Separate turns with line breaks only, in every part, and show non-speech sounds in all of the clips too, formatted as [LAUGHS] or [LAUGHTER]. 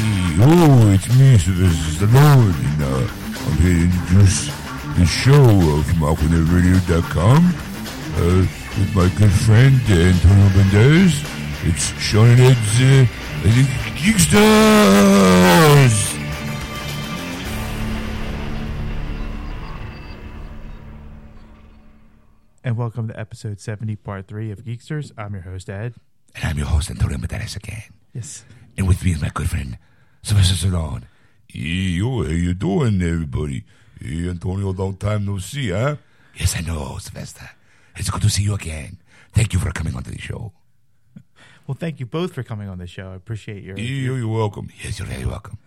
Hello, it's me, Sylvester Stallone, and uh, I'm here to introduce the show uh, from AquanetRadio.com uh, with my good friend uh, Antonio Banderas. It's Sean and Ed's uh, Geekstars!
And welcome to episode 70, part three of Geeksters. I'm your host, Ed.
And I'm your host, Antonio Banderas again.
Yes.
And with me is my good friend, Sylvester Stallone. Yo, how you doing, everybody? Hey, Antonio, long time no see, huh? Yes, I know, Sylvester. It's good to see you again. Thank you for coming onto the show.
Well, thank you both for coming on the show. I appreciate your.
Yo, you're welcome. Yes, you're very welcome.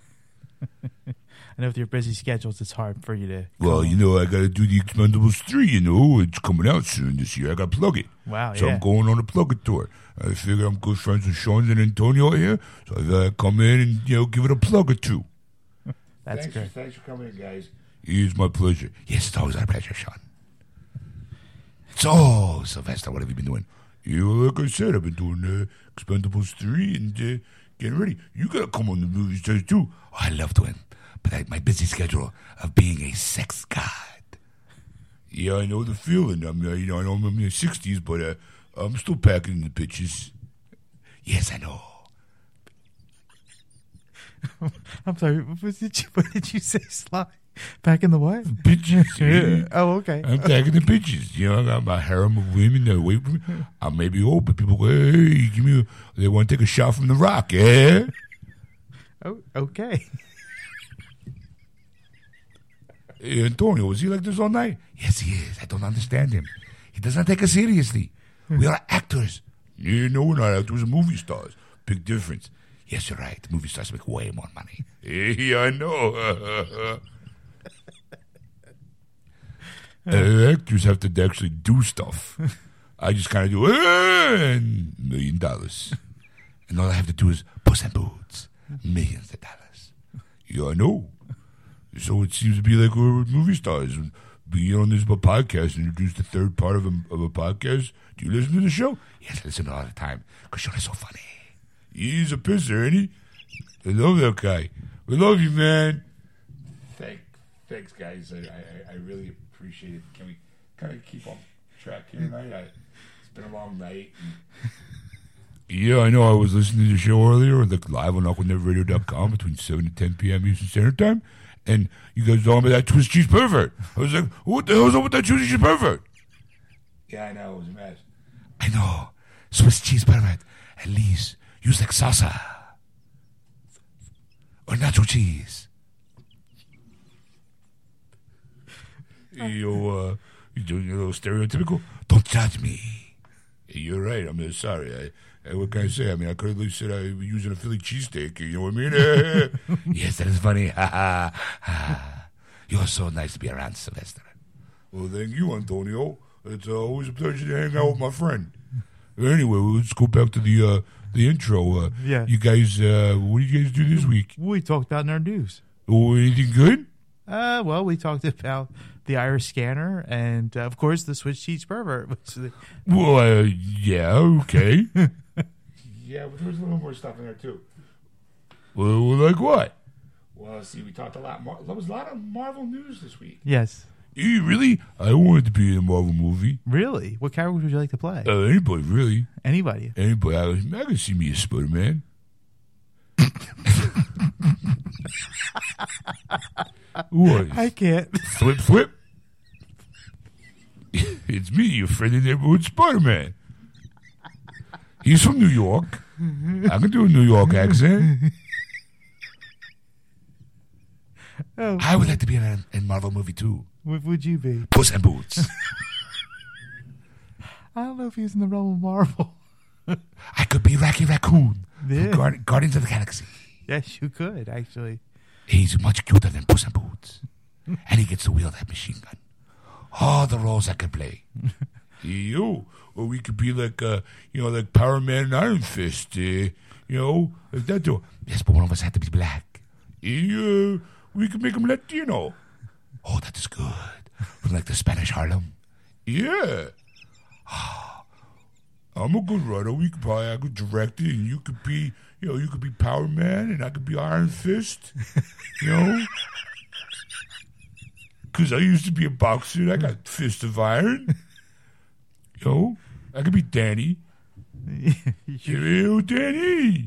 I know with your busy schedules, it's hard for you to.
Well, you know, I got to do the Expendables 3, you know. It's coming out soon this year. I got to plug it.
Wow,
So
yeah.
I'm going on a plug it tour. I figure I'm good friends with Sean and Antonio here, so I gotta come in and, you know, give it a plug or two.
That's
thanks,
great.
Thanks for coming in, guys. It is my pleasure. Yes, it's always our pleasure, Sean. So, Sylvester, what have you been doing? You, like I said, I've been doing uh, Expendables 3 and uh, getting ready. You got to come on the movie stage, too. Oh, I love doing but I, my busy schedule of being a sex god. Yeah, I know the feeling. I mean, I- you know, I know I'm in my 60s, but uh, I'm still packing the pitches. Yes, I know.
I'm sorry. What, was did you, [LAUGHS] what did you say, Sly? Back in the what?
Pitches. [LAUGHS] yeah.
[LAUGHS] oh, okay.
I'm tagging the bitches. You know, I got my harem of women that wait for me. I may be old, but people go, hey, give me a, they want to take a shot from the rock, eh?
Oh, okay. [LAUGHS]
Hey, Eh, Antonio, is he like this all night? Yes, he is. I don't understand him. He does not take us seriously. We are actors. You know, we're not actors, we're movie stars. Big difference. Yes, you're right. Movie stars make way more money. Yeah, I know. Uh, actors have to actually do stuff. I just kind of do "Eh," and million dollars, and all I have to do is puss in boots, millions of dollars. Yeah, I know. So it seems to be like we're with movie stars. Being on this podcast, introduced the third part of a, of a podcast. Do you listen to the show? Yes, I listen all the time because Sean is so funny. He's a pisser, ain't he? I love that guy. We love you, man. Thank, thanks, guys. I, I, I really appreciate it. Can we kind of keep on track here tonight? I, it's been a long night. Yeah, I know. I was listening to the show earlier, like live on AquanetRadio.com between 7 to 10 p.m. Eastern Standard Time, and you guys talking about that Swiss cheese pervert. I was like, what the hell's up with that Swiss cheese pervert? Yeah, I know. It was a mess. I know. Swiss cheese pervert. At least use like salsa or nacho cheese. you uh, you doing a little stereotypical. Don't judge me. You're right. I'm mean, sorry. I, I, what can I say? I mean, I could at least said I was using a Philly cheesesteak. You know what I mean? [LAUGHS] yes, that is funny. Ha, ha, ha. You're so nice to be around, Sylvester. Well, thank you, Antonio. It's uh, always a pleasure to hang out with my friend. Anyway, let's go back to the uh, the intro. Uh,
Yeah.
You guys, uh, what do you guys do this week?
We talked about in our news.
Oh, anything good?
Uh, well, we talked about the Irish scanner and, uh, of course, the Switch Cheats pervert. [LAUGHS] Which the,
Well, uh, yeah, okay. yeah, but there was a little more stuff in there too. Well, like what?
Well, see, we talked a lot. Mar- there was a lot of Marvel news this week.
yes.
You really? I wanted to be in a Marvel movie.
Really? What character would you like to play?
Uh, anybody, really?
Anybody?
Anybody? I, was- I could see me as Spider Man. what?
I can't. [LAUGHS]
Flip, flip. [LAUGHS] it's me, your friend in the neighborhood Spider Man. He's from New York.
Mm-hmm.
I can do a New York accent.
[LAUGHS] Oh.
I would like to be in a in Marvel movie too.
What would you be?
Puss and
[LAUGHS]
Boots.
I don't know if he was in the realm of Marvel.
I could be Rocky Raccoon
Yeah.
from Guard- Guardians of the Galaxy.
Yes, you could actually. [LAUGHS]
He's much cuter than Puss in Boots. and he gets to wield that machine gun. All the roles I could play. [LAUGHS] you. Or we could be like, uh, you know, like Power Man and Iron Fist. Uh, you know, if that do. Yes, but one of us had to be black. Yeah, we could make him Latino. Oh, that is good. From like the Spanish Harlem. Yeah. [SIGHS] I'm a good writer. We could probably I could direct it, and you could be, you know, you could be Power Man, and I could be Iron Fist. You know, because I used to be a boxer. and I got Fist of Iron. You know, I could be Danny. Hello, Danny.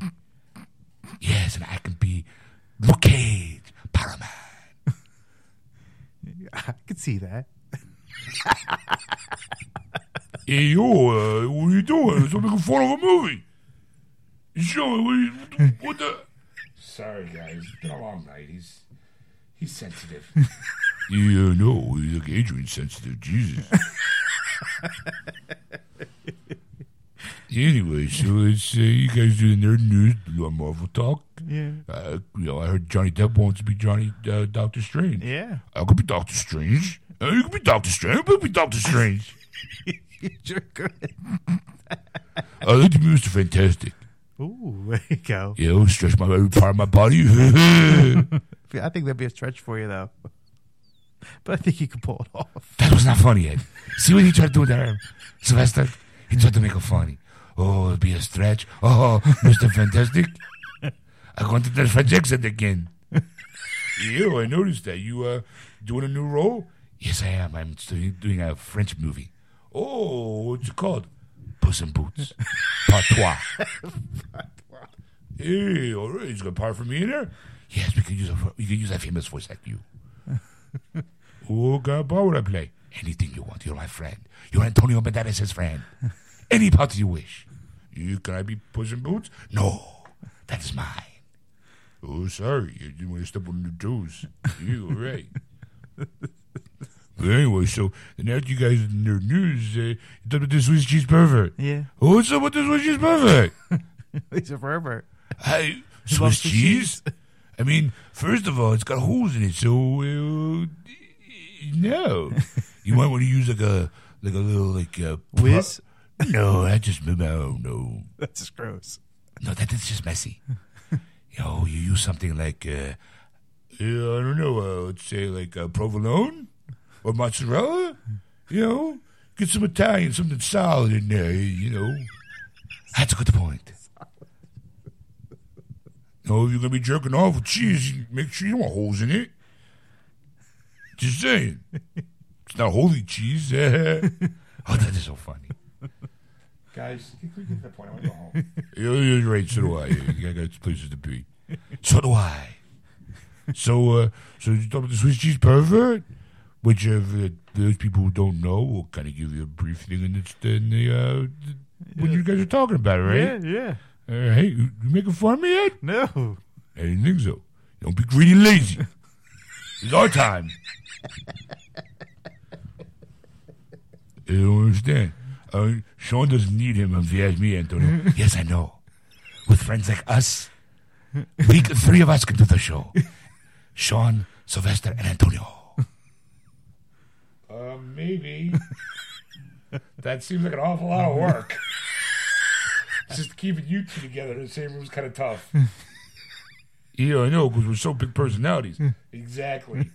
Yes, and I can be Luke Cage, Power Man.
I could see that.
Hey, yo, uh, what are you doing? Stop making fun of a movie. You show me what, you, what the- what the.
Sorry, guys. It's been a long night. He's
[LAUGHS]
he's sensitive.
Yeah, no, you look Adrian sensitive. Jesus. [LAUGHS] anyway, so it's uh, you guys do the nerd news, do a Marvel talk.
Yeah.
Uh, you know, I heard Johnny Depp wants to be Johnny uh, Doctor Strange.
Yeah.
I could be Doctor Strange. Uh, you could be Doctor Strange. I could be Doctor Strange.
You're good.
I like to be Mr. Fantastic.
Ooh, there you go.
You know, stretch my every part of my body. [LAUGHS]
I think that'd be a stretch for you, though. But I think you could pull it off.
That was not funny, Ed. See what he tried to do with that arm? Sylvester, he tried to make it funny. Oh, it'll be a stretch. Oh, [LAUGHS] Mr. Fantastic. I want to do the French accent again. [LAUGHS] Ew, I noticed that. You uh, doing a new role? Yes, I am. I'm stu- doing a French movie. Oh, what's it called? Puss in Boots. Patois. Hey, all right, he's got a part for me in there? Yes, we can use a, we can use a famous voice like you. Oh, Who got power to play? Anything you want. You're my friend. You're Antonio Banderas' friend. Any part you wish. You can I be pushing boots? No, that is mine. Oh, sorry. You didn't want to step on the toes. You were right. But anyway, so now that you guys in their news, uh, you talked about this Swiss cheese Oh, perfect.
Yeah.
What's up with this Swiss cheese perfect?
He's a pervert.
I,
loves
Swiss
the
cheese? I mean, first of all, it's got holes in it, so uh, no. you might want to use like a like a little like a pro-
Whiz?
no, that just no, no,
[LAUGHS] That's just gross.
no. That is just messy. [LAUGHS] you know, you use something like uh, uh, I don't know. Uh, let's say like uh, provolone or mozzarella. You know, get some Italian, something solid in there. You know, that's a good point. No, if you're gonna be jerking off with cheese. you Make sure you don't want holes in it. Just saying, it's not holy cheese. [LAUGHS] oh, that is so funny.
guys, can we get to the point? I want to go home.
[LAUGHS] You're, you're right. So do I. I got places to be. So do I. So, uh, so you talk about the Swiss cheese pervert, which uh, for those people who don't know, will kind of give you a brief thing, and it's then the uh, th- what you guys are talking about,
Yeah,
right?
yeah.
Uh, hey, you, you making fun of me yet?
No.
I didn't think so. Don't be greedy and
[LAUGHS]
lazy. it's our time. I don't understand. Uh, Sean doesn't need him um, if you ask me,
[LAUGHS]
Antonio. yes, I know. With friends like us, we could, three of us could do the show. Sean, Sylvester, and Antonio.
Uh, maybe. that seems like an awful lot
[LAUGHS]
of work. Just keeping you two together in the same room is kind of tough.
Yeah, I know, because we're so big personalities.
Mm.
Exactly.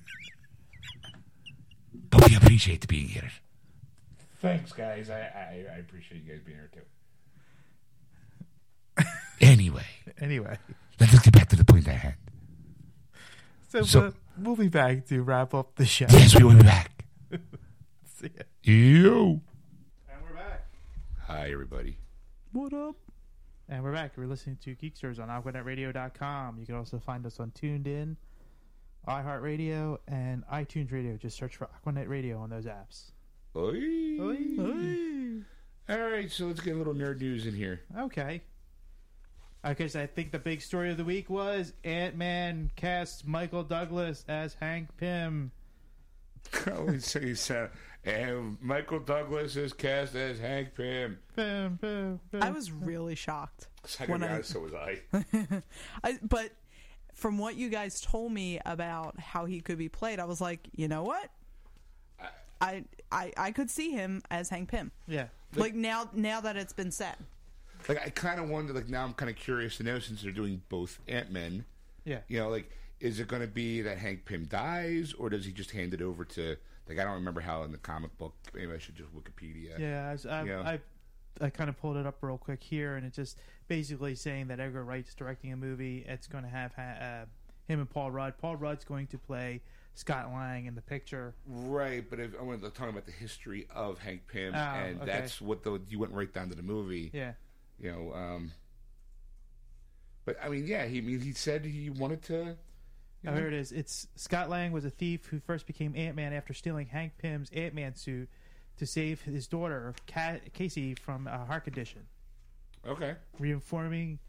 but we appreciate being here.
Thanks, guys. I, I, I appreciate you guys being here, too.
Anyway,
Anyway,
let's get back to the point at hand.
so,
So-
uh, we'll be back to wrap up the
[LAUGHS]
show.
Yes, we will be back.
See ya.
Ew.
And we're back.
Hi, everybody.
What up? And we're back. We're listening to Geeksters on AquanetRadio.com. You can also find us on Tuned In, iHeartRadio, and iTunes Radio. Just search for Aquanet Radio on those apps.
All right, so let's get a little nerd news in [LAUGHS] here.
Okay. Okay, so I think the big story of the week was Ant Man casts Michael Douglas as Hank Pym.
so you said, uh, and Michael Douglas is cast as Hank Pym.
Pym, Pym, Pym.
I was really shocked.
It's like,
When I-
yeah, so was I.
I, but from what you guys told me about how he could be played, I was like, you know what? I I, I could see him as Hank Pym.
yeah.
Like now now that it's been said.
Like, I kind of wonder, like, now I'm kind of curious to know since they're doing both Ant-Men.
Yeah.
you know, like, is it going to be that Hank Pym dies, or does he just hand it over to? Like, I don't remember how in the comic book. Maybe I should just Wikipedia.
Yeah, I, was- I,
Yeah.
I,
I kind of pulled it up real quick here, and it's just basically saying that Edgar Wright's directing a movie. It's going to have ha- uh, him and Paul Rudd. Paul Rudd's going to play Scott Lang in the picture.
Right, but if, I want to talk about the history of Hank Pym,
Oh,
and
okay.
that's what the you went right down to the movie.
Yeah,
You know, um, but I mean, yeah, he I mean he said he wanted to.
oh, here it is. It's Scott Lang was a thief who first became Ant Man after stealing Hank Pym's Ant Man suit to save his daughter Ca- Casey from a heart condition.
Okay,
Reforming,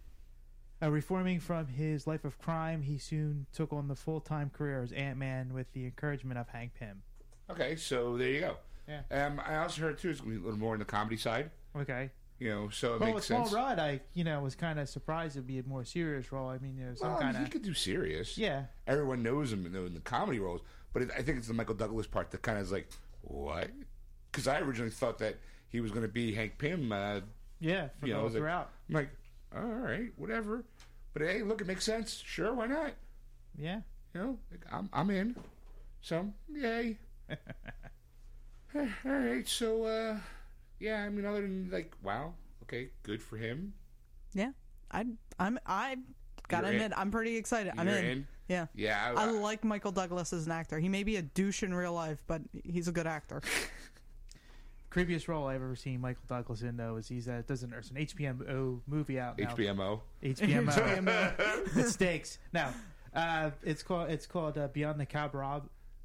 uh, reforming from his life of crime, he soon took on the full-time career as Ant-Man with the encouragement of Hank Pym.
okay, so there you go.
Yeah.
Um, I also heard too it's going to be a little more on the comedy side.
Okay.
You know, so it
Well, with
makes
Paul
sense.
Rudd, I you know was kind of surprised it'd be a more serious role. I mean, you know, some
Well, I mean,
kind
he
of
could do serious.
yeah,
everyone knows him in the, in the comedy roles, but it, I think it's the Michael Douglas part that kind of is like, what? Because I originally thought that he was going to be Hank Pym. Uh,
yeah, from
Yeah, I
all
was like-
throughout.
I'm like, all right, whatever. But hey, look, it makes sense. Sure, why not?
Yeah,
You know, like, I'm I'm in. So
[LAUGHS]
yay. Eh, all right, so uh, yeah, I mean, other than like, wow, okay, good for him.
Yeah, I I'm I gotta
You're in.
admit I'm pretty excited. I'm
You're
in.
in?
Yeah.
Yeah,
I like Michael Douglas as an actor. He may be a douche in real life, but he's a good actor.
creepiest role I've ever seen Michael Douglas in though is he's uh, doesn't there's an HBO movie out now.
HBMO. [LAUGHS]
HBO
HBMO.
with stakes. Now, uh, it's called it's called uh, Beyond the Cabrab.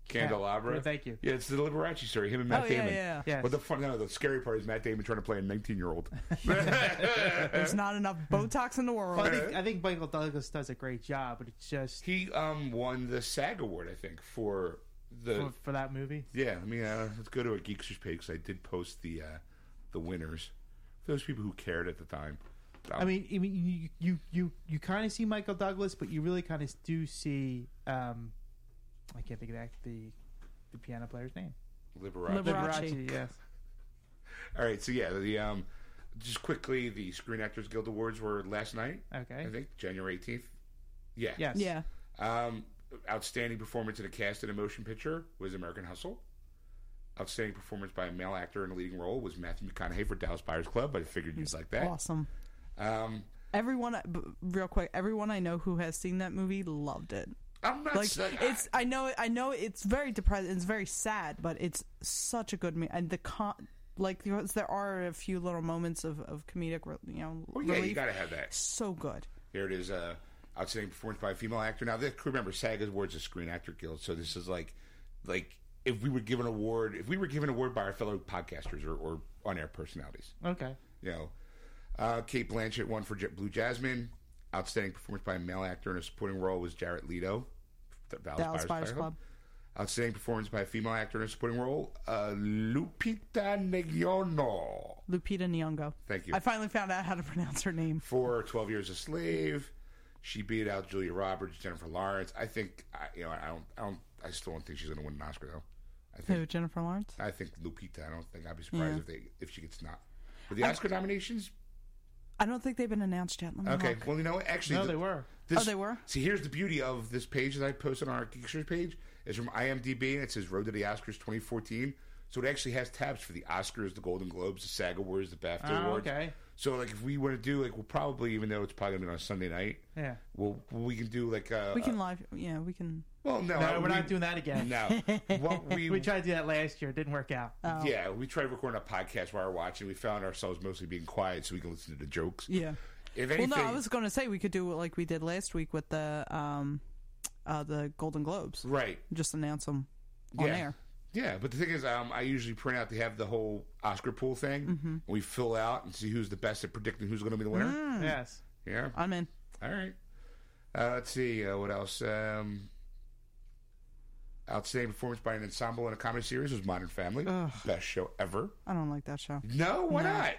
Candelabra.
Yeah, thank you.
Yeah, it's the Liberace story. Him and Matt
oh yeah,
Damon.
yeah.
Yes.
But the fun, no, the scary part is Matt Damon trying to play a 19 year old.
There's not enough Botox in the
Well, I,
world.
think, I think Michael Douglas does a great job, but it's just
He um won the SAG award, I think, for the
for, for that movie.
yeah. I mean, uh, let's go to a Geeksters page 'cause I did post the uh, the winners for those people who cared at the time. Um,
I mean, I mean, you you you, you kind of see Michael Douglas, but you really kind of do see. Um, I can't think of the, the the piano player's name.
Liberace.
Liber- Liberace.
yes.
All right, so yeah, the um, just quickly, the Screen Actors Guild Awards were last night. I
Okay.
think January 18th. Yeah.
Yes.
yeah.
Um, outstanding performance in a cast in a motion picture was American Hustle. Outstanding performance by a male actor in a leading role was Matthew McConaughey for Dallas Buyers Club. I figured you'd like that.
Awesome.
Um,
Everyone, b- real quick, everyone I know who has seen that movie loved it.
I'm not
Like
saying-
it's, I know, I know, it's very depressing. It's very sad, but it's such a good movie. And the con, like there was- there are a few little moments of of comedic, re- you know,
Well, yeah, you
relief.
got to have that.
so good.
Here it is. Uh, outstanding performance by a female actor. Now, this, remember, SAG Awards is Screen Actor Guild, so this is like, like if we were given an award, if we were given an award by our fellow podcasters or, or on-air personalities.
Okay.
You know, uh, Kate Blanchett won for J- Blue Jasmine. Outstanding performance by a male actor in a supporting role was Jarrett Leto. Th- Dallas,
Dallas Buyers
Club.
Club.
Outstanding performance by a female actor in a supporting role, uh, Lupita Nyong'o.
Lupita Nyong'o.
Thank you.
I finally found out how to [LAUGHS] pronounce her name.
For 12 Years a Slave, she beat out Julia Roberts, Jennifer Lawrence. I think, I, you know, I don't, I don't, I still don't think she's going to win an Oscar though. I think,
Who? Jennifer Lawrence.
I think Lupita. I don't think I'd be surprised
Yeah.
if they, if she gets not. But the Oscar nominations,
I don't think they've been announced yet. Let me
okay.
look.
Well, you know, what? actually,
No,
the-
they were.
This,
Oh, they were?
See, here's the beauty of this page that I posted on our Geeksters page. It's from IMDb, and it says Road to the Oscars 2014. So it actually has tabs for the Oscars, the Golden Globes, the SAG Awards, the BAFTA
Oh,
Awards.
okay.
So, like, if we were to do, like, we'll probably, even though it's probably going to be on Sunday night,
Yeah.
we'll, we can do, like, uh,
We can live. Yeah, we can.
well, no.
No,
uh, we,
we're not doing that again.
[LAUGHS]
No. what we,
We tried to do that last year. It didn't work out.
Um, Oh.
yeah, we tried recording a podcast while we're watching. We found ourselves mostly being quiet so we can listen to the jokes.
Yeah.
If anything,
well, no, I was going to say we could do what like we did last week with the um, uh, the Golden Globes.
right.
Just announce them on
yeah.
air.
Yeah, but the thing is, um, I usually print out. They have the whole Oscar pool thing.
Mm-hmm.
And we fill out and see who's the best at predicting who's going to be the winner.
Yes.
Yeah.
I'm in.
All right. Uh, let's see uh, what else. Um, outstanding performance by an ensemble in a comedy series was Modern Family, best show ever.
I don't like that show.
No, why
No.
not?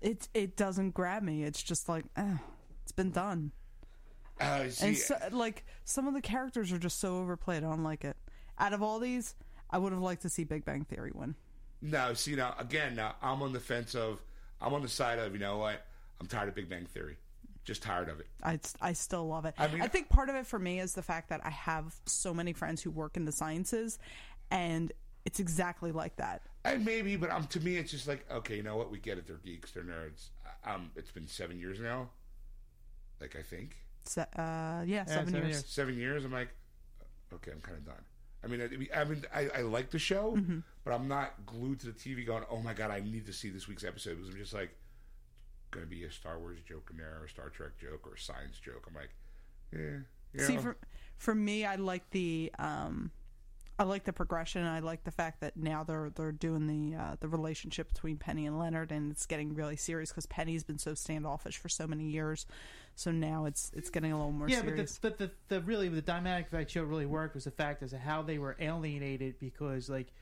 It it doesn't grab me. It's just like eh, it's been done.
Uh, see,
And so, like some of the characters are just so overplayed. I don't like it. Out of all these, I would have liked to see Big Bang Theory win.
no, see now again. Now I'm on the fence of. I'm on the side of you know what? I'm tired of Big Bang Theory. Just tired of it.
I, I still love it.
I
I,
mean-
think part of it for me is the fact that I have so many friends who work in the sciences, and It's exactly like that.
And maybe, but um, to me, it's just like, okay, you know what? We get it. They're geeks. They're nerds. Uh, Um, it's been seven years now. Like I think
Se- uh, yeah, seven
seven
years.
years.
seven years. I'm like, okay, I'm kind of done. I mean, I, I mean, I, I like the show,
Mm-hmm.
but I'm not glued to the TV going, oh my god, I need to see this week's episode because I'm just like, gonna be a Star Wars joke in there, or a Star Trek joke, or a science joke. I'm like, yeah. You
See,
know?
for for me, I like the um, I like the progression. I like the fact that now they're they're doing the uh, the relationship between Penny and Leonard, and it's getting really serious because Penny's been so standoffish for so many years. So now it's it's getting a little more
yeah, but the,
serious.
but the, the really the dynamic that show really worked was the fact as to how they were alienated because like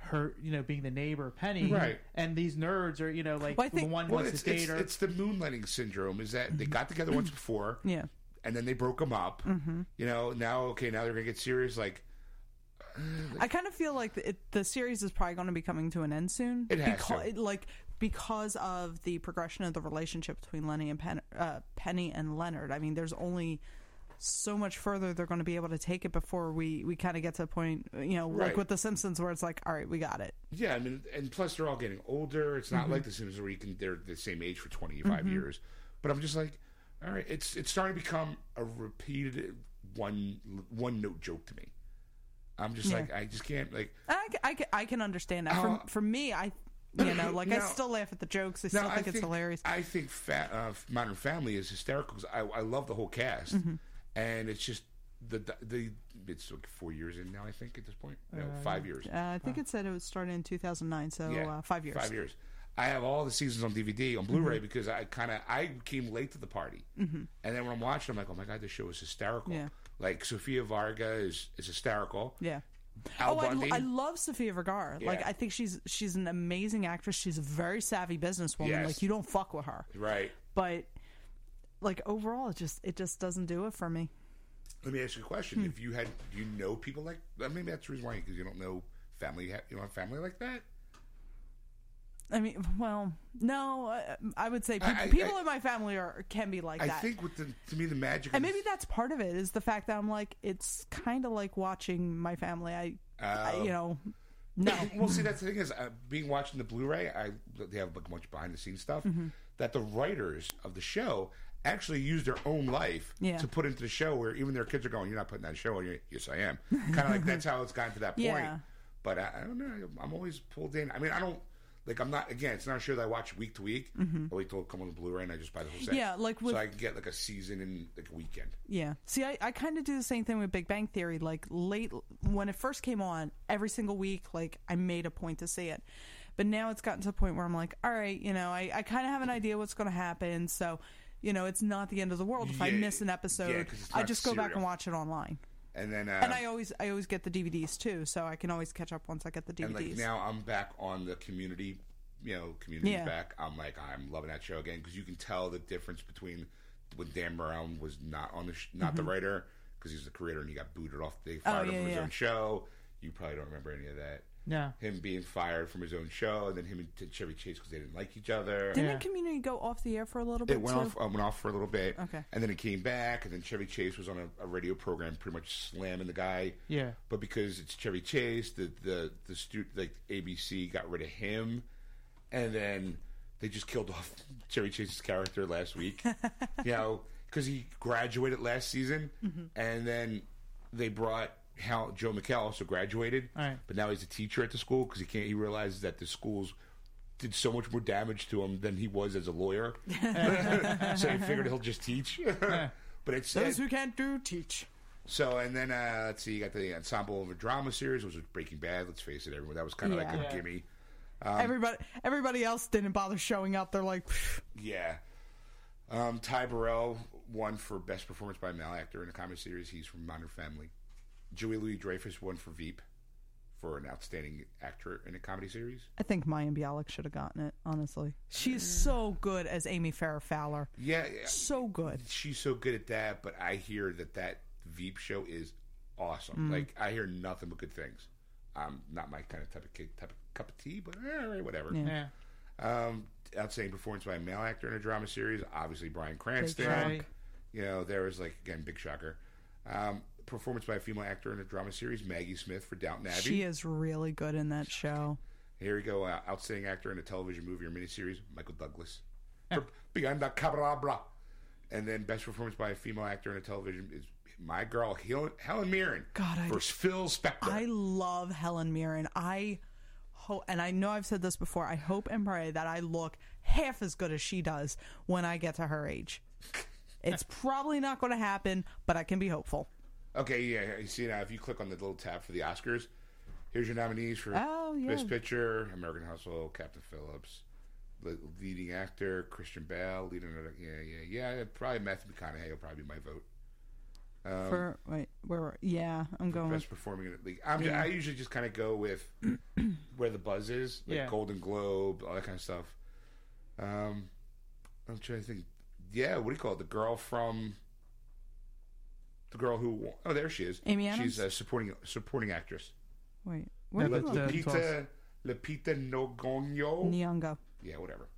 her you know being the neighbor Penny
Right.
and these nerds are you know like
Well, I
the
think-
one
Well,
wants
it's,
to date
it's,
her
it's the moonlighting syndrome. Is that
Mm-hmm.
they got together once before,
yeah,
and then they broke them up.
Mm-hmm.
You know, now okay, now they're gonna get serious. Like
I kind of feel like it, the series is probably going to be coming to an end soon.
It has
Becau-
to.
it- like because of the progression of the relationship between Lenny and Pen- uh, Penny and Leonard. I mean, there's only so much further they're going to be able to take it before we we kind of get to a point, you know,
Right.
like with the Simpsons, where it's like, all right, we got it.
Yeah, I mean, and plus they're all getting older. It's not
Mm-hmm.
like the Simpsons where you can they're the same age for twenty years. But I'm just like, all right, it's it's starting to become a repeated one one note joke to me. I'm just
Yeah.
like, I just can't like.
And I, ca- I, ca- I can understand that.
Uh,
for, for me, I
[CLEARS THROAT]
you know, like I
Now-
still laugh at the jokes. I
No,
still think it's hilarious.
I think fa- uh, Modern Family is hysterical because I, I love the whole cast,
Mm-hmm.
and it's just the the it's like four years in now. I think at this point, no, five years.
uh, I think it said it was started in 2009, so uh, five years. Mm-hmm.
Five years. I have all the seasons on DVD on Blu-ray because I kind of I came late to the party, mm-hmm. and then when I'm watching, I'm like, oh my god, this show is hysterical.
Yeah.
Like Sofia Varga is is hysterical.
Yeah.
Al
oh, I,
Bundy.
I love Sofia Vergara. Like,
Yeah.
I think she's she's an amazing actress. She's a very savvy businesswoman.
Yes.
Like, you don't fuck with her.
right.
But like overall, it just it just doesn't do it for me.
Let me ask you a question:
Hmm.
If you had, do you know people like? I mean, that's the reason why because you don't know family. You don't have family like that.
I mean, well, no, I, I would say pe-
I- I-
people
I-
in my family are can be like
I
that.
think with the to me the magic. of
and maybe
this-
that's part of it is the fact that I'm like it's kind of like watching my family. I, I
Oh.
you know, no,
[LAUGHS] well, see, that's the thing is, uh, being watching the Blu-ray, I they have a bunch of behind-the-scenes stuff
Mm-hmm.
that the writers of the show actually use their own life
Yeah.
to put into the show, where even their kids are going, "You're not putting that show on." You're, yes, I am. kind of like that's how it's gotten to that point.
Yeah.
But I, I don't know. I'm always pulled in. I mean, I don't like. I'm not again. It's not a show that I watch week to week. I wait till it comes on the Blu-ray and I just buy the whole set.
Mm-hmm. Yeah, like with-
so I can get like a season in like a weekend.
Yeah. See, I, I kind of do the same thing with Big Bang Theory. Like, late when it first came on, every single week, like, I made a point to see it. But now it's gotten to the point where I'm like, all right, you know, I, I kind of have an idea what's going to happen. So, you know, it's not the end of the world if I
Yeah,
miss an
yeah,
episode.
'cause it's
I
not
just go back
serial.
and watch it online.
And then uh,
And I always I always get the DVDs too, so I can always catch up once I get the DVDs.
And like now, I'm back on the community. You know, community
Yeah.
back. I'm like, I'm loving that show again because you can tell the difference between when Dan Brown was not on the sh- not the writer because he's the creator and he got booted off. They fired him
Mm-hmm. Oh, yeah,
from his
yeah.
own show. You probably don't remember any of that.
no
Him being fired from his own show, and then him and T- Chevy Chase because they didn't like each other.
Didn't
Yeah.
Community go off the air for a little bit?
It went
too?
off, uh, went off for a little bit,
Okay.
and then it came back, and then Chevy Chase was on a, a radio program, pretty much slamming the guy.
Yeah.
But because it's Chevy Chase, the the the stu- like ABC got rid of him, and then they just killed off [LAUGHS] Chevy Chase's character last week.
[LAUGHS]
you know, because he graduated last season,
Mm-hmm.
and then they brought. Hal, Joe McHale also graduated,
All right.
but now he's a teacher at the school because he can't. He realizes that the schools did so much more damage to him than he was as a
[LAUGHS]
lawyer. [LAUGHS] so he figured he'll just teach. [LAUGHS] but it's
Those who can't do teach.
so, and then uh, let's see, you got the ensemble of a drama series, which was Breaking Bad. Let's face it, everyone that was kind of like
Yeah.
a
Yeah.
gimme. Um,
everybody everybody else didn't bother showing up. They're like, "Pfft,
Yeah. Um, Ty Burrell won for best performance by a male actor in a comedy series. He's from Modern Family. Joey Louis Dreyfus won for Veep for an outstanding actor in a comedy series.
I think Maya Bialik should have gotten it, honestly. She's so good as Amy Farrah Fowler.
Yeah, yeah,
So good.
she's so good at that. But I hear that that Veep show is awesome. Like I hear nothing but good things. Um, not my kind of type of kid, type of cup of tea, but all right, whatever.
yeah
Um, outstanding performance by a male actor in a drama series. Obviously, Brian Cranston.
Big Shock.
Right.
You know, there was like again, big shocker. Um, performance by a female actor in a drama series, Maggie Smith for Downton Abbey.
She is really good in that show.
Here we go. Uh, outstanding actor in a television movie or miniseries, Michael Douglas. For Beyond the Cabrabra. And then best performance by a female actor in a television is my girl, Helen, Helen Mirren.
God, I-
For Phil Spector.
I love Helen Mirren. I hope, and I know I've said this before. I hope and pray that I look half as good as she does when I get to
[LAUGHS]
her age. It's probably not going to happen, but I can be hopeful.
Okay, yeah. You see now, if you click on the little tab for the Oscars, here's your nominees for
Oh, yeah.
Best Picture, American Hustle, Captain Phillips, Le- leading actor Christian Bale, leading yeah, yeah, yeah. Probably Matthew McConaughey will probably be my vote. um,
For wait, where? were- Yeah, I'm going. With,
Best performing in the league. I'm, I usually just kind of go
[CLEARS THROAT]
with where the buzz is, like
Yeah.
Golden Globe, all that kind of stuff. Um, I'm trying to think. Yeah, what do you call it? The girl from the girl who won- oh, there she is.
Amy
She's a
Adams?
supporting supporting actress.
wait, where
No,
did
that's,
we-
uh,
Lupita Lupita Nogonyo.
Nyong'o?
Yeah, whatever.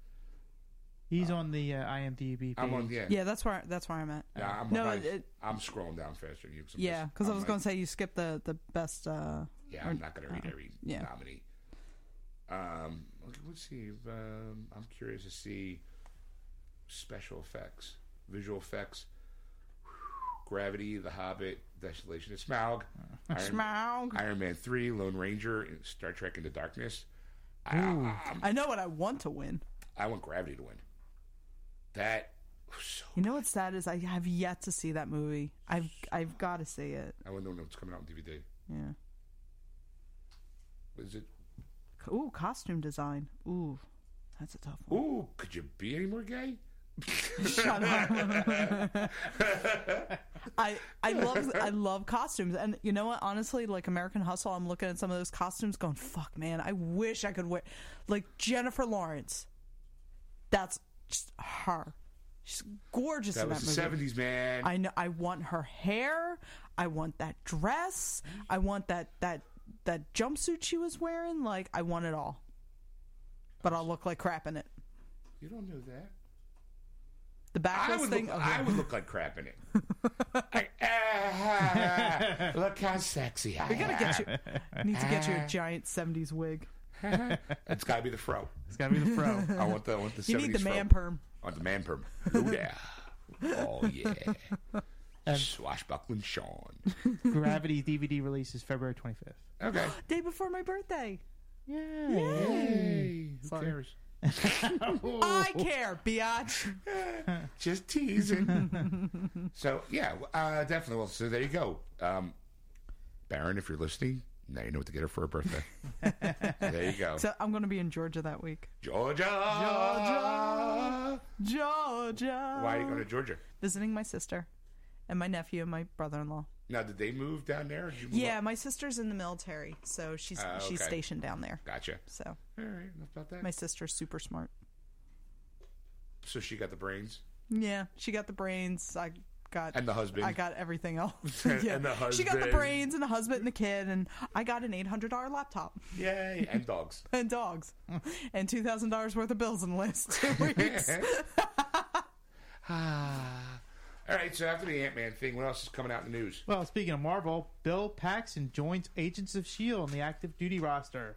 He's on the uh, IMDb.
I'm on.
page.
Yeah,
Yeah, that's where that's where I'm at.
Nah, I'm,
No,
I'm,
it-
I'm scrolling down faster than you. I'm
Yeah,
just-
because I
I'm
was
like-
going to say you skipped the the best. uh
Yeah, I'm not going to read
uh,
every
yeah.
nominee. Um, okay, let's see. if, Um, I'm curious to see special effects, visual effects, [SIGHS] Gravity, The Hobbit, Desolation of
[LAUGHS]
Smaug, Iron,
Smaug.
Iron Man Three, Lone Ranger, and Star Trek Into Darkness. I, I-
I know what I want to win.
I want Gravity to win. That [SIGHS] was so.
You know what's sad is I have yet to see that movie. I've I've got to see it.
I wonder when it's coming out on DVD.
Yeah.
Is it?
Co- Ooh, costume design. Ooh, that's a tough
[LAUGHS]
one. [LAUGHS]
Ooh, could you be any more gay?
Shut up. I I love I love costumes, and you know what? Honestly, like American Hustle, I'm looking at some of those costumes, going, "Fuck, man, I wish I could wear." Like Jennifer Lawrence, that's just her. She's gorgeous
That
in
was
that
the
movie.
seventies, man.
I know. I want her hair. I want that dress. I want that that that jumpsuit she was wearing. Like I want it all. But I'll look like crap in it.
you don't know that.
The
I
backless
would,
thing.
look,
okay.
I would look like crap
[LAUGHS]
in it. I, ah, look how sexy I
We gotta get you. Need to get
[LAUGHS]
you a giant '70s wig.
It's got to be the fro.
It's got to be the pro.
I want the I want the
You need the
70s
man
fro.
perm.
I want the man perm.
[LAUGHS]
Oh yeah, oh yeah. Swashbuckling Sean.
Gravity DVD release is February 25th.
Okay.
Day before my birthday.
Yeah.
Hey, who
Sorry.
cares?
I
Oh.
care, biatch.
Just teasing. [LAUGHS] so yeah, uh, definitely. Well, so there you go, um, Baron. If you're listening, now you know what to get her for her
[LAUGHS]
birthday. there you go,
So I'm gonna be in Georgia that week.
Georgia.
Georgia. Georgia.
Why are you going to Georgia?
Visiting my sister, and my nephew and my brother-in-law.
Now, did they move down there? or did you move
Yeah,
up?
my sister's in the military, so she's
Ah,
she's
okay.
stationed down there.
Gotcha.
So
All right, enough about that.
my sister's super smart.
so she got the brains
Yeah, she got the brains. I got
and the husband.
I got everything
[LAUGHS]
else.
And
yeah.
the
She got the
husband.
brains and the husband and the kid, and I got an eight hundred dollar laptop
Yay! And
[LAUGHS]
dogs.
and dogs and two thousand dollars worth of bills in the
[LAUGHS]
last two weeks.
Ah. All right. So after the Ant Man thing, what else is coming out in the news?
Well, speaking of Marvel, Bill Paxton joins Agents of S.H.I.E.L.D. E on the active duty roster.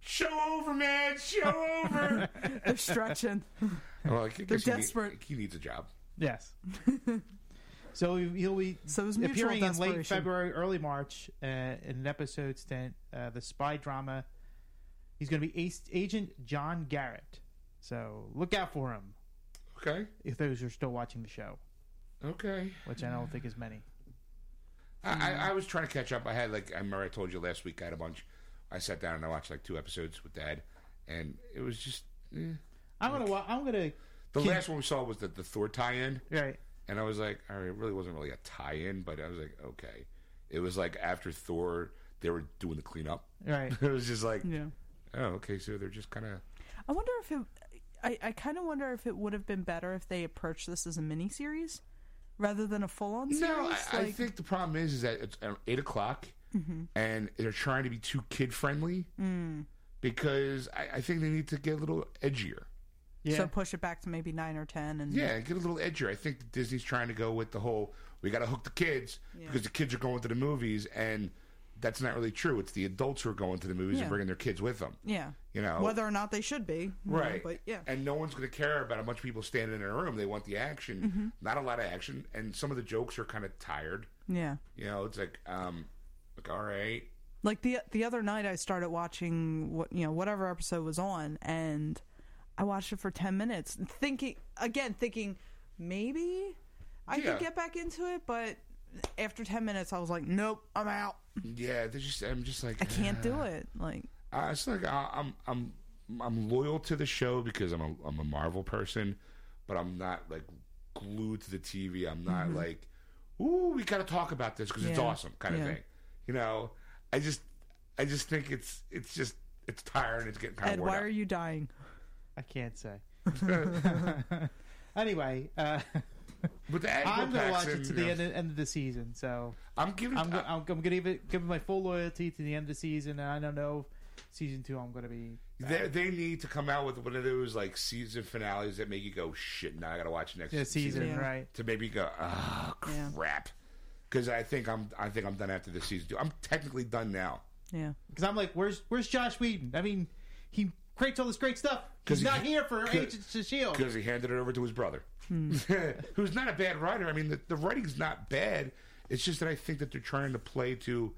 Show over, man. Show
[LAUGHS]
over.
They're stretching.
well, I guess
They're
he need-
desperate.
he needs a job.
[LAUGHS] Yes. so he'll be
So it was mutual
appearing in late
desperation.
February, early March uh, in an episode stint, uh, the spy drama. He's going to be Ace- Agent John Garrett. So look out for him
Okay.
if those are still watching the show,
Okay.
which I don't think is many.
I, I, I was trying to catch up. I had like I remember I told you last week I had a bunch. I sat down and I watched like two episodes with Dad, and it was just eh.
I'm gonna. wa- I'm gonna.
the
Can-
last one we saw was the the Thor tie-in.
Right.
And I was like, all right, it really wasn't really a tie-in, but I was like, okay. It was like after Thor, they were doing the cleanup. [LAUGHS]
Right.
It was just like,
Yeah.
oh, okay, so they're just kind of
I wonder if it. I, I kind of wonder if it would have been better if they approached this as a mini series rather than a full on series.
no. I, I
like-
think the problem is is that it's uh, eight o'clock, and they're trying to be too kid-friendly because I, I think they need to get a little edgier.
Yeah.
So push it back to maybe nine or ten, and
Yeah, get a little edgier. I think Disney's trying to go with the whole we got to hook the kids
Yeah.
because the kids are going to the movies, and that's not really true. It's the adults who are going to the movies
Yeah.
and bringing their kids with them.
yeah.
You know,
whether or not they should be, you know,
Oh. right?
but yeah,
and no one's going to care about a bunch of people standing in a room. They want the action,
Mm-hmm.
not a lot of action, and some of the jokes are kind of tired.
yeah.
You know, it's like, um, like all right,
Like the the other night, I started watching what you know whatever episode was on, and I watched it for ten minutes, thinking again, thinking maybe I
Yeah.
could get back into it, but after ten minutes, I was like, nope, I'm out.
yeah, they're just I'm just like
I can't
"Ah."
do it. Like,
Uh, it's like I, I'm I'm I'm loyal to the show because I'm a I'm a Marvel person, but I'm not like glued to the TV. I'm not
Mm-hmm.
like, ooh, we got to talk about this because it's
Yeah.
awesome kind of
Yeah.
thing. You know, I just I just think it's it's just it's tiring. It's getting kind
Ed,
of
why are
worn
you dying?
I can't
[LAUGHS]
say.
out.
anyway, uh,
But the Anglo
I'm gonna watch
Paxton,
it to
you
the
know,
end of, end of the season. So
I'm giving.
I'm
I'm,
go- I'm, I'm gonna give it give it my full loyalty to the end of the season, and I don't know if season two I'm gonna be.
they, they need to come out with one of those like season finales that make you go shit. Now I got to watch next
Yeah, season,
Yeah.
right?
to maybe go, oh
Yeah.
crap, because I think I'm I think I'm done after this season. Too. I'm technically done now
Yeah,
Because I'm like, where's where's Josh Whedon? I mean, he creates all this great stuff.
'Cause
He's
he-
not here for
'cause-
Agents of Shield.
because he handed it over to his brother,
Hmm.
[LAUGHS] who's not a bad writer. I mean, the, the writing's not bad. It's just that I think that they're trying to play to